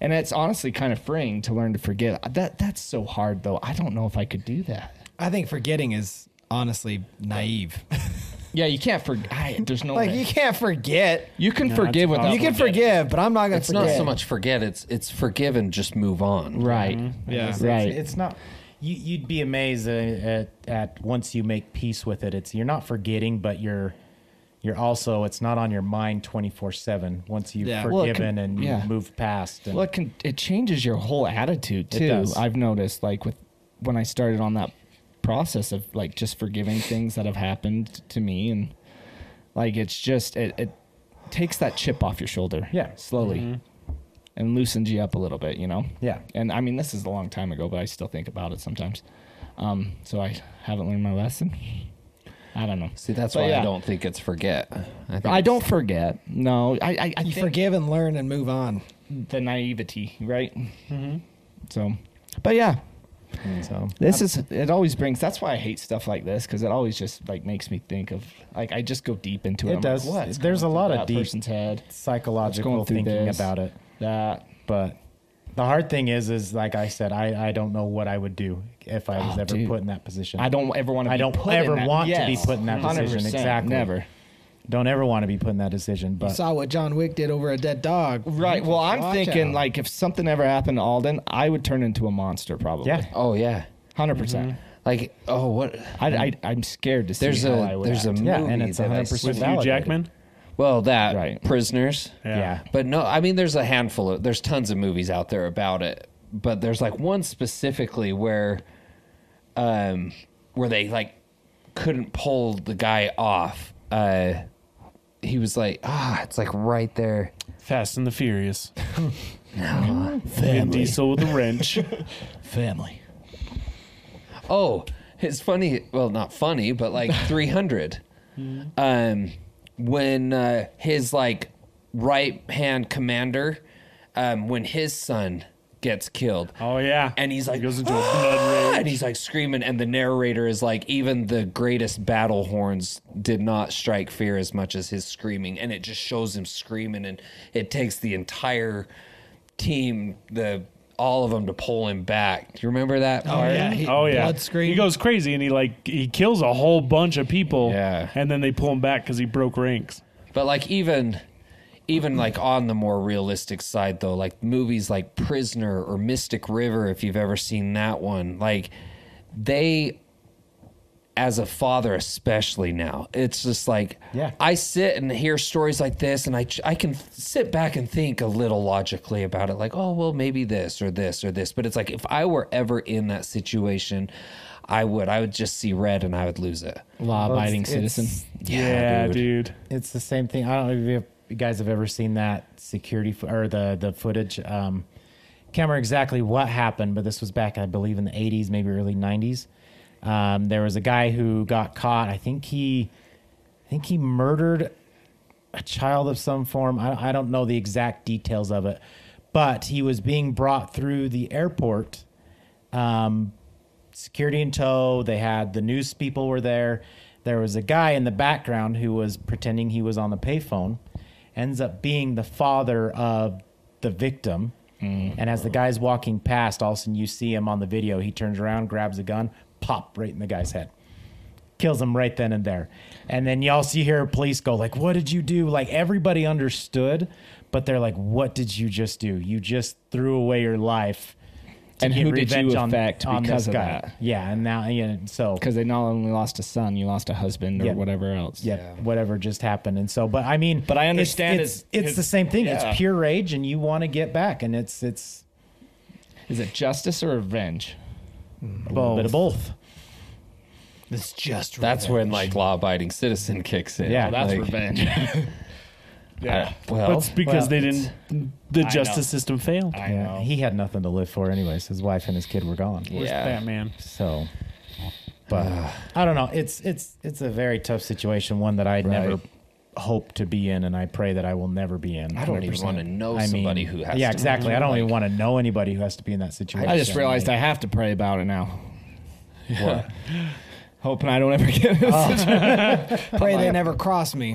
[SPEAKER 6] and it's honestly kind of freeing to learn to forget. That that's so hard though. I don't know if I could do that.
[SPEAKER 4] I think forgetting is honestly naive.
[SPEAKER 6] Yeah, you can't forget. There's no
[SPEAKER 4] like
[SPEAKER 6] way.
[SPEAKER 4] you
[SPEAKER 6] You,
[SPEAKER 4] can't forget.
[SPEAKER 6] can forgive without.
[SPEAKER 4] You can forgive, but I'm not gonna
[SPEAKER 3] It's
[SPEAKER 4] forget.
[SPEAKER 3] not so much forget. It's it's forgive and just move on.
[SPEAKER 6] Right.
[SPEAKER 4] Mm-hmm. Yeah.
[SPEAKER 6] Right.
[SPEAKER 1] It's, it's not. You, you'd be amazed at, at, at once you make peace with it. It's you're not forgetting, but you're you're also it's not on your mind twenty four seven. Once you've
[SPEAKER 4] Yeah.
[SPEAKER 1] forgiven
[SPEAKER 6] Well, it can-
[SPEAKER 1] and you
[SPEAKER 6] yeah.
[SPEAKER 1] have moved past, and
[SPEAKER 6] Well, it can it changes your whole attitude too.
[SPEAKER 1] does.
[SPEAKER 6] I've noticed, like with when I started on that process of like just forgiving things that have happened to me, and like it's just it, it takes that chip off your shoulder,
[SPEAKER 1] Yeah. Mm-hmm.
[SPEAKER 6] slowly, and loosens you up a little bit, you know.
[SPEAKER 1] Yeah.
[SPEAKER 6] And I mean, this is a long time ago, but I still think about it sometimes. Um, so I haven't learned my lesson. I don't know.
[SPEAKER 3] See, that's
[SPEAKER 6] But
[SPEAKER 3] why
[SPEAKER 6] yeah.
[SPEAKER 3] I don't think it's forget. I, think
[SPEAKER 6] I don't forget. No, I I, I
[SPEAKER 4] You
[SPEAKER 6] think-
[SPEAKER 4] forgive and learn and move on.
[SPEAKER 6] the naivety, right?
[SPEAKER 1] Mm-hmm.
[SPEAKER 6] So, but yeah,
[SPEAKER 1] so
[SPEAKER 6] this is it. Always brings. That's why I hate stuff like this because it always just like makes me think of like I just go deep into it.
[SPEAKER 1] It
[SPEAKER 6] I'm
[SPEAKER 1] does.
[SPEAKER 6] Like, What's
[SPEAKER 1] There's
[SPEAKER 6] going
[SPEAKER 1] a
[SPEAKER 6] through
[SPEAKER 1] lot of
[SPEAKER 6] that
[SPEAKER 1] deep-
[SPEAKER 6] person's head.
[SPEAKER 1] psychological
[SPEAKER 6] through
[SPEAKER 1] thinking
[SPEAKER 6] this?
[SPEAKER 1] about it.
[SPEAKER 6] That
[SPEAKER 1] But the hard thing is, is like I said, I, I don't know what I would do if I was
[SPEAKER 6] Oh,
[SPEAKER 1] ever
[SPEAKER 6] dude.
[SPEAKER 1] put in that position.
[SPEAKER 6] I don't ever want to.
[SPEAKER 1] I
[SPEAKER 6] be
[SPEAKER 1] don't
[SPEAKER 6] put
[SPEAKER 1] ever
[SPEAKER 6] in that.
[SPEAKER 1] want to be
[SPEAKER 6] Yes.
[SPEAKER 1] put in that position.
[SPEAKER 6] 100%.
[SPEAKER 1] Exactly.
[SPEAKER 6] Never.
[SPEAKER 1] don't ever want to be put in that decision. But
[SPEAKER 4] Saw what John Wick did over a dead dog.
[SPEAKER 6] Right. Well, I'm
[SPEAKER 4] Watch
[SPEAKER 6] thinking
[SPEAKER 4] out.
[SPEAKER 6] like if something ever happened to Alden, I would turn into a monster probably.
[SPEAKER 1] yeah,
[SPEAKER 3] Oh yeah.
[SPEAKER 6] 100%. percent
[SPEAKER 3] Like oh what?
[SPEAKER 6] I, I I'm scared to see
[SPEAKER 3] There's
[SPEAKER 6] how I
[SPEAKER 3] a
[SPEAKER 6] would
[SPEAKER 3] there's a
[SPEAKER 6] act.
[SPEAKER 3] movie
[SPEAKER 1] Mm-hmm. Yeah, and it's
[SPEAKER 3] that I
[SPEAKER 1] 100%
[SPEAKER 3] s-
[SPEAKER 5] With Hugh
[SPEAKER 1] Validated.
[SPEAKER 5] Jackman.
[SPEAKER 3] well that
[SPEAKER 6] Right.
[SPEAKER 3] prisoners.
[SPEAKER 1] yeah,
[SPEAKER 3] But no, I mean, there's a handful of, there's tons of movies out there about it, but there's like one specifically where, um, where they like couldn't pull the guy off. Uh, he was like, ah, it's like right there.
[SPEAKER 5] Fast and the Furious. Vin Diesel with a wrench.
[SPEAKER 6] family.
[SPEAKER 3] Oh, it's funny. Well, not funny, but like 300. Um, when uh, his like right hand commander, um, when his son gets killed,
[SPEAKER 5] Oh yeah.
[SPEAKER 3] And he's like,
[SPEAKER 5] he goes into a blood rage.
[SPEAKER 3] and he's like screaming and the narrator is like even the greatest battle horns did not strike fear as much as his screaming and it just shows him screaming and it takes the entire team the all of them to pull him back do you remember that part
[SPEAKER 4] yeah, he-
[SPEAKER 5] Oh yeah,
[SPEAKER 4] blood scream.
[SPEAKER 5] He goes crazy and he like he kills a whole bunch of people.
[SPEAKER 3] Yeah.
[SPEAKER 5] and then they pull him back because he broke ranks.
[SPEAKER 3] But like even even like on the more realistic side though, like movies like Prisoner or Mystic River, if you've ever seen that one, like they as a father especially now it's just like
[SPEAKER 1] Yeah.
[SPEAKER 3] i sit and hear stories like this and I, ch- I can sit back and think a little logically about it like oh well maybe this or this or this but it's like if i were ever in that situation i would i would just see red and i would lose it
[SPEAKER 6] Law abiding
[SPEAKER 1] Well, it's-
[SPEAKER 6] citizen.
[SPEAKER 1] it's-
[SPEAKER 5] Yeah, dude.
[SPEAKER 1] It's the same thing. I don't know if you've you guys have ever seen that security fo- or the the footage. Um, can't remember exactly what happened, but this was back, I believe, in the '80s, maybe early '90s. Um, there was a guy who got caught. I think he, I think he murdered a child of some form. I, I don't know the exact details of it, but he was being brought through the airport. Um, security in tow. They had the news people were there. There was a guy in the background who was pretending he was on the payphone. Ends up being the father of the victim. And as the guy's walking past, all of a sudden you see him on the video. He turns around, grabs a gun, pop right in the guy's head kills him right then and there. And then y'all see here police go like, "What did you do?" Like everybody understood, but they're like, "What did you just do? You just threw away your life." to
[SPEAKER 6] And
[SPEAKER 1] get
[SPEAKER 6] who did you
[SPEAKER 1] revenge on-
[SPEAKER 6] affect
[SPEAKER 1] on
[SPEAKER 6] because
[SPEAKER 1] this
[SPEAKER 6] of
[SPEAKER 1] guy."
[SPEAKER 6] that?
[SPEAKER 1] Yeah, and now yeah, so
[SPEAKER 6] because they not only lost a son, you lost a husband or
[SPEAKER 1] Yeah.
[SPEAKER 6] whatever else.
[SPEAKER 1] yeah, whatever just happened, and so but I mean,
[SPEAKER 6] But I
[SPEAKER 1] it's-
[SPEAKER 6] understand
[SPEAKER 1] it's it's,
[SPEAKER 6] his- his-
[SPEAKER 1] the same thing.
[SPEAKER 6] yeah.
[SPEAKER 1] It's pure rage, and you want to get back, and it's it's
[SPEAKER 6] Is it justice or revenge?
[SPEAKER 1] a little bit of both.
[SPEAKER 4] It's just
[SPEAKER 3] That's when like law-abiding citizen kicks in.
[SPEAKER 1] Yeah,
[SPEAKER 6] That's
[SPEAKER 3] like,
[SPEAKER 6] revenge.
[SPEAKER 3] I- well,
[SPEAKER 5] That's because
[SPEAKER 1] well,
[SPEAKER 5] they didn't. The
[SPEAKER 6] know.
[SPEAKER 5] justice system failed.
[SPEAKER 6] I
[SPEAKER 1] Yeah,
[SPEAKER 6] know.
[SPEAKER 1] he had nothing to live for, anyways. His wife and his kid were gone.
[SPEAKER 3] yeah.
[SPEAKER 5] Batman.
[SPEAKER 1] So, but I don't know. It's it's it's a very tough situation, one that I never hope to be in, and I pray that I will never be in.
[SPEAKER 3] I don't even want to know somebody who has.
[SPEAKER 1] Yeah,
[SPEAKER 3] to
[SPEAKER 1] exactly. I don't even want to know anybody who has to be in that situation.
[SPEAKER 6] I just realized I have to pray about it now. What? Hoping I don't ever get it.
[SPEAKER 4] pray they never cross me.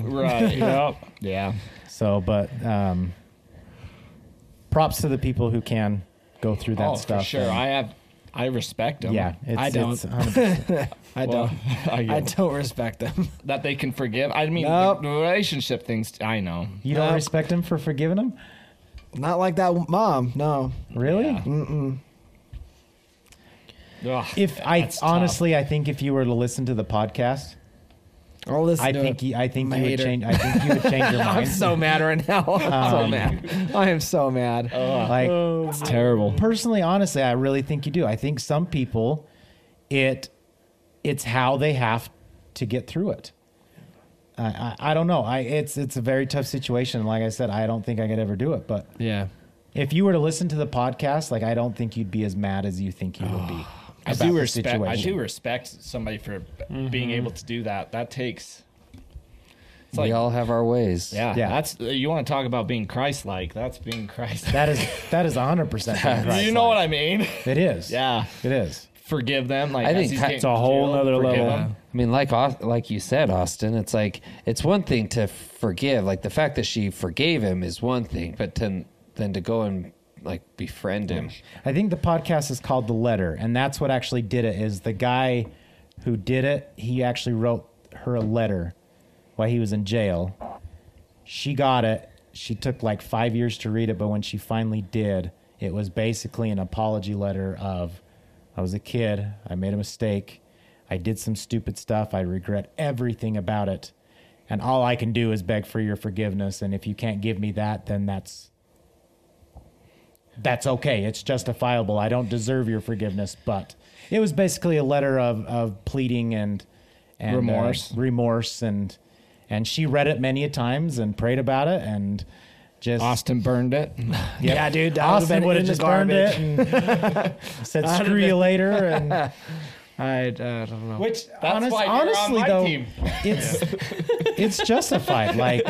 [SPEAKER 6] right.
[SPEAKER 5] Yep.
[SPEAKER 6] Yeah.
[SPEAKER 1] So, but um, props to the people who can go through that
[SPEAKER 6] oh,
[SPEAKER 1] stuff.
[SPEAKER 6] for sure.
[SPEAKER 1] and-
[SPEAKER 6] I have. I respect them.
[SPEAKER 1] yeah,
[SPEAKER 6] I don't.
[SPEAKER 1] It's um, 100%
[SPEAKER 4] I
[SPEAKER 6] well, I
[SPEAKER 4] don't. I
[SPEAKER 6] get
[SPEAKER 4] don't respect them.
[SPEAKER 6] that they can forgive. I mean,
[SPEAKER 4] Nope.
[SPEAKER 6] the, the relationship things. I know.
[SPEAKER 1] you don't
[SPEAKER 4] Nope.
[SPEAKER 1] respect him for forgiving him,
[SPEAKER 4] Not like that mom. No.
[SPEAKER 1] really?
[SPEAKER 6] Ugh.
[SPEAKER 1] If I
[SPEAKER 6] That's tough.
[SPEAKER 1] honestly, I think if you were to listen to the podcast,
[SPEAKER 4] I'll listen
[SPEAKER 1] I
[SPEAKER 4] to
[SPEAKER 1] think
[SPEAKER 4] it.
[SPEAKER 1] you, I think
[SPEAKER 4] I'm a
[SPEAKER 1] you would
[SPEAKER 4] hater.
[SPEAKER 1] change. I think you would change your mind.
[SPEAKER 4] I'm so mad right now. I'm
[SPEAKER 2] Um,
[SPEAKER 4] so mad. I am so mad.
[SPEAKER 1] like
[SPEAKER 6] it's terrible.
[SPEAKER 1] personally, honestly, I really think you do. I think some people, it, it's how they have to get through it. I, I, I don't know. I it's it's a very tough situation. Like I said, I don't think I could ever do it. But
[SPEAKER 4] yeah.
[SPEAKER 1] if you were to listen to the podcast, like I don't think you'd be as mad as you think you would be.
[SPEAKER 6] I
[SPEAKER 1] about
[SPEAKER 6] do
[SPEAKER 1] the
[SPEAKER 6] respect. I
[SPEAKER 1] situation.
[SPEAKER 6] do respect somebody for
[SPEAKER 4] Mm-hmm.
[SPEAKER 6] being able to do that. That takes.
[SPEAKER 3] we
[SPEAKER 6] It's like,
[SPEAKER 3] all have our ways.
[SPEAKER 6] yeah,
[SPEAKER 1] Yeah.
[SPEAKER 6] That's you want to talk about being Christ-like. That's being Christ.
[SPEAKER 1] That is that is hundred percent.
[SPEAKER 6] you know what I mean?
[SPEAKER 1] It is.
[SPEAKER 6] Yeah.
[SPEAKER 1] It is.
[SPEAKER 6] Forgive them. Like
[SPEAKER 3] I
[SPEAKER 6] as
[SPEAKER 3] think
[SPEAKER 6] he's
[SPEAKER 3] that's
[SPEAKER 6] getting
[SPEAKER 5] a whole
[SPEAKER 6] killed,
[SPEAKER 5] nother
[SPEAKER 6] forgive
[SPEAKER 5] level.
[SPEAKER 6] him.
[SPEAKER 3] I mean, like Aus- like you said, Austin, it's like it's one thing to forgive. Like the fact that she forgave him is one thing, but then then to go and like befriend him.
[SPEAKER 6] Mm.
[SPEAKER 1] I think the podcast is called The Letter, and that's what actually did it. Is the guy who did it? He actually wrote her a letter while he was in jail. She got it. She took like five years to read it, but when she finally did, it was basically an apology letter of, "I was a kid. I made a mistake. I did some stupid stuff. I regret everything about it." And all I can do is beg for your forgiveness. And if you can't give me that, then that's that's okay. It's justifiable. I don't deserve your forgiveness, but it was basically a letter of, of pleading and, and uh,
[SPEAKER 6] Remorse.
[SPEAKER 1] remorse, and and she read it many a times and prayed about it and just
[SPEAKER 6] Austin burned it.
[SPEAKER 1] Yep.
[SPEAKER 4] Yeah, dude, that would've
[SPEAKER 1] Austin
[SPEAKER 4] been
[SPEAKER 1] would have
[SPEAKER 4] in the
[SPEAKER 1] just burned it and said screw you later and
[SPEAKER 4] I, I don't know.
[SPEAKER 1] which
[SPEAKER 6] That's
[SPEAKER 1] honest-
[SPEAKER 6] why you're on
[SPEAKER 1] honestly
[SPEAKER 6] my
[SPEAKER 1] though
[SPEAKER 6] team.
[SPEAKER 1] it's it's justified like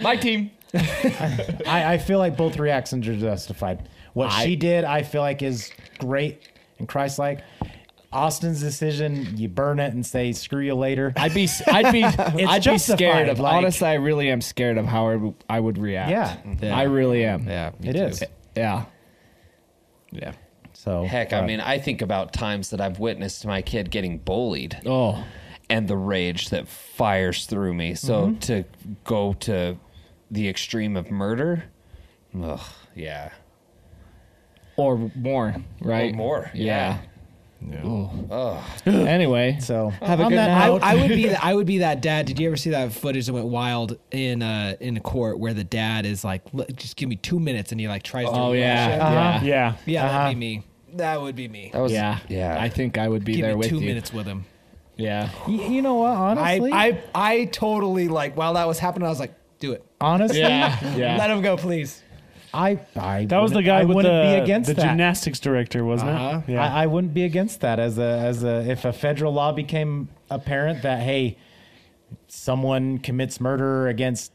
[SPEAKER 6] My team.
[SPEAKER 1] I, I feel like both reactions are justified. What she did, I feel like is great and Christ-like. Austin's decision, you burn it and say screw you later.
[SPEAKER 6] I'd be, I'd be, I'd be
[SPEAKER 1] justified,
[SPEAKER 6] scared of.
[SPEAKER 1] like-
[SPEAKER 6] honestly, I really am scared of how I w- I would react.
[SPEAKER 1] Yeah.
[SPEAKER 6] I really am.
[SPEAKER 3] Yeah,
[SPEAKER 1] It is
[SPEAKER 6] yeah.
[SPEAKER 1] So
[SPEAKER 3] Heck, I mean, I think about times that I've witnessed my kid getting bullied.
[SPEAKER 6] Oh,
[SPEAKER 3] and the rage that fires through me. So
[SPEAKER 6] Mm-hmm.
[SPEAKER 3] to go to the extreme of murder, ugh, yeah,
[SPEAKER 6] or more, right?
[SPEAKER 3] Or more,
[SPEAKER 6] Yeah. Ooh. anyway,
[SPEAKER 1] so
[SPEAKER 4] Have a
[SPEAKER 1] on
[SPEAKER 4] good
[SPEAKER 1] that
[SPEAKER 4] night.
[SPEAKER 1] note-
[SPEAKER 4] I, I would be. The, I would be that dad. Did you ever see that footage that went wild in uh in the court where the dad is like, "Look, just give me two minutes, and he like tries to.
[SPEAKER 6] oh
[SPEAKER 4] rush
[SPEAKER 6] yeah, Uh-huh.
[SPEAKER 4] it?
[SPEAKER 6] yeah.
[SPEAKER 5] Yeah.
[SPEAKER 4] Yeah, that'd be me. That would be me.
[SPEAKER 3] that was
[SPEAKER 6] Yeah,
[SPEAKER 3] yeah.
[SPEAKER 6] I think I would be
[SPEAKER 4] Give
[SPEAKER 6] there
[SPEAKER 4] me
[SPEAKER 6] with
[SPEAKER 4] two
[SPEAKER 6] you.
[SPEAKER 4] minutes with him.
[SPEAKER 6] Yeah,
[SPEAKER 1] Y- you know what,
[SPEAKER 4] I,
[SPEAKER 1] honestly,
[SPEAKER 4] I I totally like while that was happening, I was like, Do it.
[SPEAKER 1] Honestly,
[SPEAKER 6] Yeah, yeah.
[SPEAKER 4] Let him go, please.
[SPEAKER 1] I, I
[SPEAKER 5] That was the
[SPEAKER 1] wouldn't-
[SPEAKER 5] guy
[SPEAKER 1] I
[SPEAKER 5] with
[SPEAKER 1] wouldn't
[SPEAKER 5] the,
[SPEAKER 1] be against
[SPEAKER 5] the
[SPEAKER 1] that.
[SPEAKER 5] gymnastics director, wasn't
[SPEAKER 4] Uh-huh.
[SPEAKER 5] it? Yeah.
[SPEAKER 1] I, I wouldn't be against that as a as a if a federal law became apparent that hey, someone commits murder against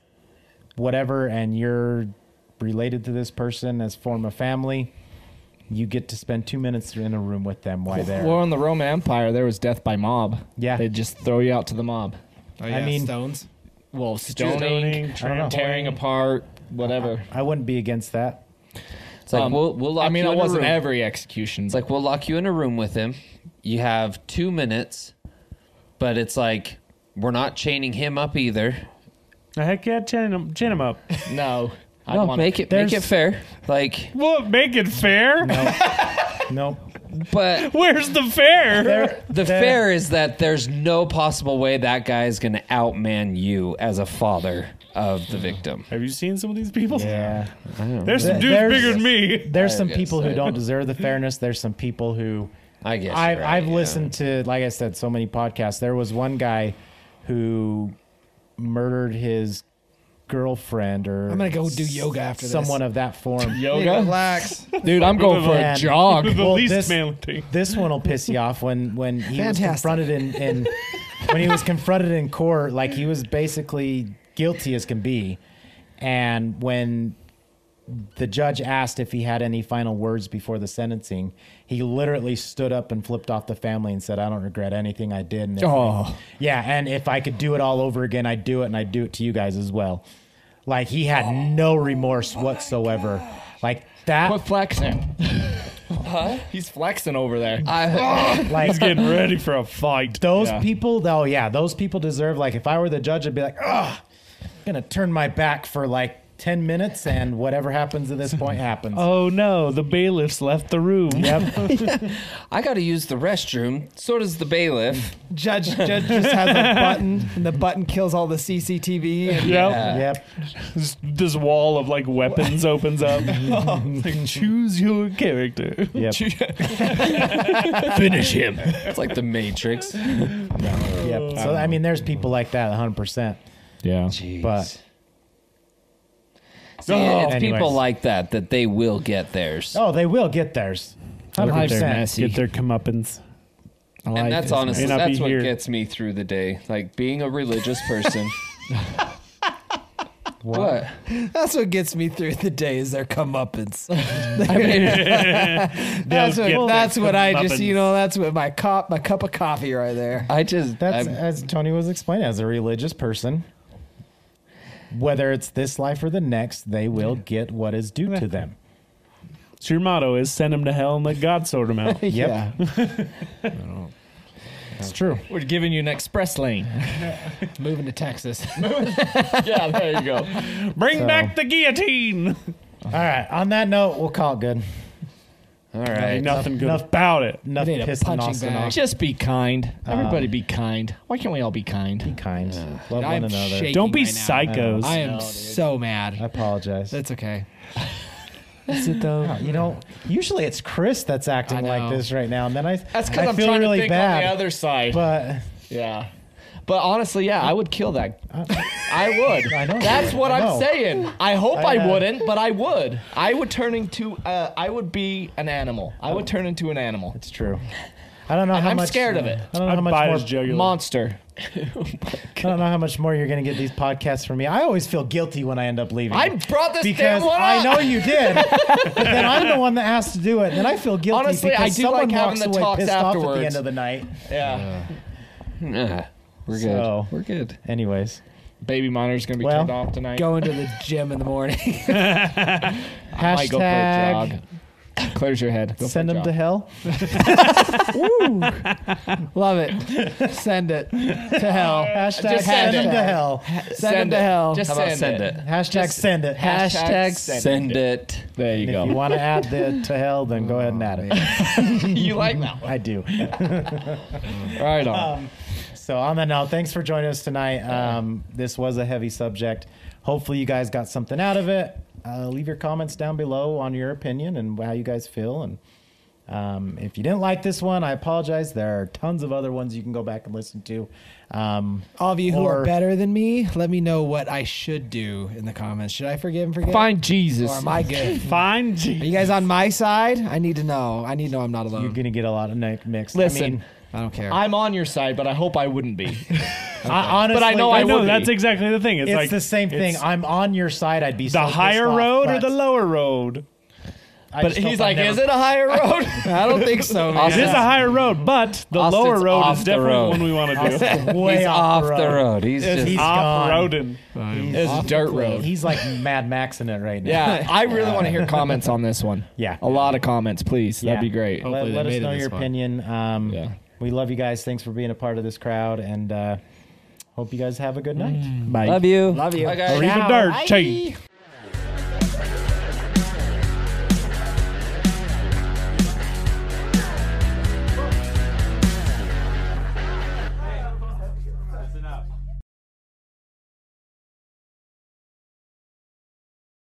[SPEAKER 1] whatever, and you're related to this person as form of family, you get to spend two minutes in a room with them while they're.
[SPEAKER 6] Well, in the Roman Empire, there was death by mob.
[SPEAKER 1] Yeah.
[SPEAKER 6] They'd just throw you out to the mob.
[SPEAKER 4] Oh,
[SPEAKER 1] yeah, mean-
[SPEAKER 4] stones.
[SPEAKER 6] Well,
[SPEAKER 5] Stoning,
[SPEAKER 6] stoning,
[SPEAKER 5] trampling.
[SPEAKER 6] tearing apart, whatever.
[SPEAKER 1] I wouldn't be against that.
[SPEAKER 3] It's like
[SPEAKER 6] Um,
[SPEAKER 3] we'll we'll lock
[SPEAKER 6] I mean,
[SPEAKER 3] you
[SPEAKER 6] it
[SPEAKER 3] in a
[SPEAKER 6] wasn't
[SPEAKER 3] room.
[SPEAKER 6] every execution.
[SPEAKER 3] It's like we'll lock you in a room with him. You have two minutes, but it's like we're not chaining him up either.
[SPEAKER 5] Heck yeah, chin him, chin him up.
[SPEAKER 6] no, I
[SPEAKER 3] No,
[SPEAKER 6] want
[SPEAKER 3] make it make it
[SPEAKER 1] there's-
[SPEAKER 3] fair. Like,
[SPEAKER 5] Well, make it fair.
[SPEAKER 1] Nope.
[SPEAKER 3] but
[SPEAKER 5] Where's the fair?
[SPEAKER 3] The fair is that there's no possible way that guy is going to outman you as a father of the victim.
[SPEAKER 5] Have you seen some of these people?
[SPEAKER 1] Yeah.
[SPEAKER 5] There's some
[SPEAKER 1] Th-
[SPEAKER 5] dudes
[SPEAKER 1] there's-
[SPEAKER 5] bigger than me.
[SPEAKER 1] There's
[SPEAKER 3] I
[SPEAKER 1] some
[SPEAKER 3] guess
[SPEAKER 1] people
[SPEAKER 3] I-
[SPEAKER 1] who don't deserve the fairness. There's some people who
[SPEAKER 3] I guess
[SPEAKER 1] I,
[SPEAKER 3] you're right,
[SPEAKER 1] I've
[SPEAKER 3] yeah.
[SPEAKER 1] listened to, like I said, so many podcasts. There was one guy who murdered his girlfriend, or
[SPEAKER 4] I'm gonna go do yoga after this.
[SPEAKER 1] someone of that form.
[SPEAKER 6] yoga,
[SPEAKER 4] Relax.
[SPEAKER 6] dude. I'm going for a
[SPEAKER 1] Man.
[SPEAKER 6] jog.
[SPEAKER 5] The
[SPEAKER 1] Well,
[SPEAKER 5] least
[SPEAKER 1] this-
[SPEAKER 5] manly thing.
[SPEAKER 1] This one will piss you off when when he
[SPEAKER 4] Fantastic.
[SPEAKER 1] was confronted in, in when he was confronted in court, like he was basically guilty as can be, and when the judge asked if he had any final words before the sentencing. He literally stood up and flipped off the family and said, "I don't regret anything I did." And if I-
[SPEAKER 6] Oh.
[SPEAKER 1] yeah, and if I could do it all over again, I'd do it, and I'd do it to you guys as well. Like he had
[SPEAKER 6] Oh.
[SPEAKER 1] no remorse whatsoever. Like
[SPEAKER 6] Quit
[SPEAKER 1] that.
[SPEAKER 6] flexing. Huh? He's flexing over there.
[SPEAKER 3] I,
[SPEAKER 1] Like
[SPEAKER 5] He's getting ready for a fight.
[SPEAKER 1] those
[SPEAKER 6] Yeah.
[SPEAKER 1] people, though, yeah, those people deserve. Like if I were the judge, I'd be like, "Ugh, I'm gonna turn my back for like ten minutes, and whatever happens at this point happens."
[SPEAKER 5] Oh no, the bailiffs left the room.
[SPEAKER 1] Yep.
[SPEAKER 3] I got to use the restroom. So does the bailiff.
[SPEAKER 4] Judge, judge just has a button, and the button kills all the CCTV. And
[SPEAKER 5] Yep.
[SPEAKER 1] Yep.
[SPEAKER 5] This, this wall of like weapons opens up.
[SPEAKER 1] Oh,
[SPEAKER 5] It's like choose your character.
[SPEAKER 1] Yep.
[SPEAKER 3] Finish him. Oh. It's like the Matrix.
[SPEAKER 1] Yep. So I mean, there's people like that, 100. percent
[SPEAKER 6] Yeah.
[SPEAKER 3] Jeez.
[SPEAKER 1] But-
[SPEAKER 3] See, it's
[SPEAKER 1] Anyways.
[SPEAKER 3] people like that that they will get theirs.
[SPEAKER 1] Oh, they will get theirs. 100%.
[SPEAKER 5] Get their comeuppance.
[SPEAKER 3] and that's honestly
[SPEAKER 5] May not be
[SPEAKER 3] that's what
[SPEAKER 5] here.
[SPEAKER 3] gets me through the day. Like being a religious person. what?
[SPEAKER 4] That's what gets me through the day is their comeuppance.
[SPEAKER 3] I mean,
[SPEAKER 4] That's
[SPEAKER 5] get their
[SPEAKER 4] what, that's what I just, you
[SPEAKER 5] comeuppance.
[SPEAKER 4] know, that's what my cop, my cup of coffee right there.
[SPEAKER 3] I just
[SPEAKER 1] That's
[SPEAKER 3] I'm-
[SPEAKER 1] as Tony was explaining. As a religious person, whether it's this life or the next, they will get what is due to them.
[SPEAKER 5] So your motto is send them to hell and let God sort them out.
[SPEAKER 1] Yep, it's true.
[SPEAKER 6] We're giving you an express lane.
[SPEAKER 4] Moving to Texas.
[SPEAKER 6] yeah, there you go.
[SPEAKER 5] Bring back the guillotine.
[SPEAKER 1] All right. On that note, we'll call it good.
[SPEAKER 3] all right.
[SPEAKER 5] Nothing good
[SPEAKER 1] enough-
[SPEAKER 5] about it.
[SPEAKER 1] Enough
[SPEAKER 4] need a
[SPEAKER 1] pissing
[SPEAKER 4] punching
[SPEAKER 1] Austin
[SPEAKER 4] bag.
[SPEAKER 1] off.
[SPEAKER 6] Just be kind. Everybody be kind. Why can't we all be kind?
[SPEAKER 1] Kind. Love one
[SPEAKER 4] I'm
[SPEAKER 1] another.
[SPEAKER 4] shaking
[SPEAKER 5] Don't be
[SPEAKER 4] right now.
[SPEAKER 5] psychos.
[SPEAKER 4] I am so mad.
[SPEAKER 1] I apologize.
[SPEAKER 4] That's okay.
[SPEAKER 1] Is it though? You know, usually it's Chris that's
[SPEAKER 4] I
[SPEAKER 1] acting
[SPEAKER 4] know.
[SPEAKER 1] like this right now, and then I
[SPEAKER 6] That's
[SPEAKER 1] I
[SPEAKER 6] because I'm
[SPEAKER 1] feel
[SPEAKER 6] trying
[SPEAKER 1] really
[SPEAKER 6] to think
[SPEAKER 1] bad.
[SPEAKER 6] on the other side.
[SPEAKER 1] but
[SPEAKER 6] yeah. But honestly, yeah, I would kill that. I would.
[SPEAKER 1] I know.
[SPEAKER 6] That's what
[SPEAKER 1] I
[SPEAKER 6] I'm
[SPEAKER 1] know.
[SPEAKER 6] saying. I hope I,
[SPEAKER 1] I, uh,
[SPEAKER 6] wouldn't, but I would. I would turn into. Uh, I would be an animal. I would turn into an animal.
[SPEAKER 1] it's true. I don't know how
[SPEAKER 6] I'm
[SPEAKER 1] much.
[SPEAKER 6] scared of it.
[SPEAKER 1] I don't know how
[SPEAKER 5] I'd bite
[SPEAKER 1] much more
[SPEAKER 5] his jugular.
[SPEAKER 6] Monster.
[SPEAKER 1] I don't know how much more you're going to get these podcasts from me. I always feel guilty when I end up leaving.
[SPEAKER 6] I brought this
[SPEAKER 1] because
[SPEAKER 6] damn one
[SPEAKER 1] I
[SPEAKER 6] up.
[SPEAKER 1] know you did. but then I'm the one that asked to do it, and I feel guilty
[SPEAKER 6] Honestly,
[SPEAKER 1] because
[SPEAKER 6] I do
[SPEAKER 1] someone
[SPEAKER 6] like having
[SPEAKER 1] walks
[SPEAKER 6] the
[SPEAKER 1] away
[SPEAKER 6] talks
[SPEAKER 1] pissed off at
[SPEAKER 6] afterwards.
[SPEAKER 1] the end of the night.
[SPEAKER 6] Yeah.
[SPEAKER 3] Nah, we're good.
[SPEAKER 1] So-
[SPEAKER 3] We're good.
[SPEAKER 1] Anyways,
[SPEAKER 6] Baby monitor's gonna be
[SPEAKER 1] Well,
[SPEAKER 6] turned off tonight.
[SPEAKER 4] Going to the gym in the morning.
[SPEAKER 6] I might go
[SPEAKER 1] hashtag
[SPEAKER 6] for a jog. Clears your head. Go for
[SPEAKER 1] send
[SPEAKER 6] a
[SPEAKER 1] them
[SPEAKER 6] jog.
[SPEAKER 1] to hell.
[SPEAKER 4] Love it. Send it to hell.
[SPEAKER 1] Hashtag
[SPEAKER 6] Just send
[SPEAKER 1] send them
[SPEAKER 6] it.
[SPEAKER 1] to hell.
[SPEAKER 4] Send, them to
[SPEAKER 6] it.
[SPEAKER 4] hell.
[SPEAKER 6] Just
[SPEAKER 3] How about
[SPEAKER 6] send,
[SPEAKER 3] send
[SPEAKER 6] it.
[SPEAKER 3] it?
[SPEAKER 1] Hashtag send it.
[SPEAKER 6] Hashtag
[SPEAKER 4] send
[SPEAKER 3] Send it.
[SPEAKER 6] There you
[SPEAKER 1] If
[SPEAKER 6] go.
[SPEAKER 1] you want to add the to hell, then go ahead and add it.
[SPEAKER 6] you like that one?
[SPEAKER 1] I do.
[SPEAKER 6] Right on.
[SPEAKER 1] So on that note, thanks for joining us tonight. Um, this was a heavy subject. Hopefully, you guys got something out of it. Uh, leave your comments down below on your opinion and how you guys feel, and Um, if you didn't like this one, I apologize. There are tons of other ones you can go back and listen to. Um,
[SPEAKER 2] All of you who
[SPEAKER 1] Or-
[SPEAKER 2] are better than me, let me know what I should do in the comments. Should I forgive and forget?
[SPEAKER 6] Find Jesus.
[SPEAKER 2] Or am I good?
[SPEAKER 5] Fine.
[SPEAKER 2] Are you guys on my side? I need to know. I need to know I'm not alone.
[SPEAKER 1] you're gonna get a lot of night mixed.
[SPEAKER 6] Um, Listen,
[SPEAKER 1] I
[SPEAKER 6] I
[SPEAKER 1] mean,
[SPEAKER 2] I don't care.
[SPEAKER 6] am on your side, but I hope I wouldn't be.
[SPEAKER 1] I, honestly,
[SPEAKER 6] But I know
[SPEAKER 5] I
[SPEAKER 6] I
[SPEAKER 5] know
[SPEAKER 6] would
[SPEAKER 5] that's
[SPEAKER 6] be.
[SPEAKER 5] exactly the thing. It's,
[SPEAKER 1] it's
[SPEAKER 5] like
[SPEAKER 1] the same thing.
[SPEAKER 5] it's
[SPEAKER 1] I'm on your side. I'd be so
[SPEAKER 5] the
[SPEAKER 1] pissed
[SPEAKER 5] higher
[SPEAKER 1] off,
[SPEAKER 5] road or
[SPEAKER 1] but
[SPEAKER 5] the lower road?
[SPEAKER 1] I
[SPEAKER 6] But
[SPEAKER 1] just hope
[SPEAKER 6] he's
[SPEAKER 1] I
[SPEAKER 6] like,
[SPEAKER 1] never-
[SPEAKER 6] is it a higher road?
[SPEAKER 2] I don't think so. man.
[SPEAKER 5] It is a higher road, but the
[SPEAKER 3] Austin's
[SPEAKER 5] lower road
[SPEAKER 3] off
[SPEAKER 5] is
[SPEAKER 3] the
[SPEAKER 5] definitely
[SPEAKER 3] road.
[SPEAKER 5] one we want to do.
[SPEAKER 1] way
[SPEAKER 3] He's off the road. He's
[SPEAKER 1] It's-
[SPEAKER 3] just
[SPEAKER 1] he's
[SPEAKER 5] off
[SPEAKER 1] gone.
[SPEAKER 5] roading.
[SPEAKER 6] it's a dirt road.
[SPEAKER 1] He's like Mad Maxing it right now.
[SPEAKER 6] Yeah, I really want to hear comments on this one.
[SPEAKER 1] Yeah.
[SPEAKER 6] a lot of comments, please.
[SPEAKER 1] Yeah.
[SPEAKER 6] That'd be great.
[SPEAKER 1] Let, let us know your opinion. Um,
[SPEAKER 6] Yeah.
[SPEAKER 1] We love you guys. Thanks for being a part of this crowd, and uh, hope you guys have a good night.
[SPEAKER 6] Bye.
[SPEAKER 3] love you. Love you.
[SPEAKER 5] Or even dirt. Chase.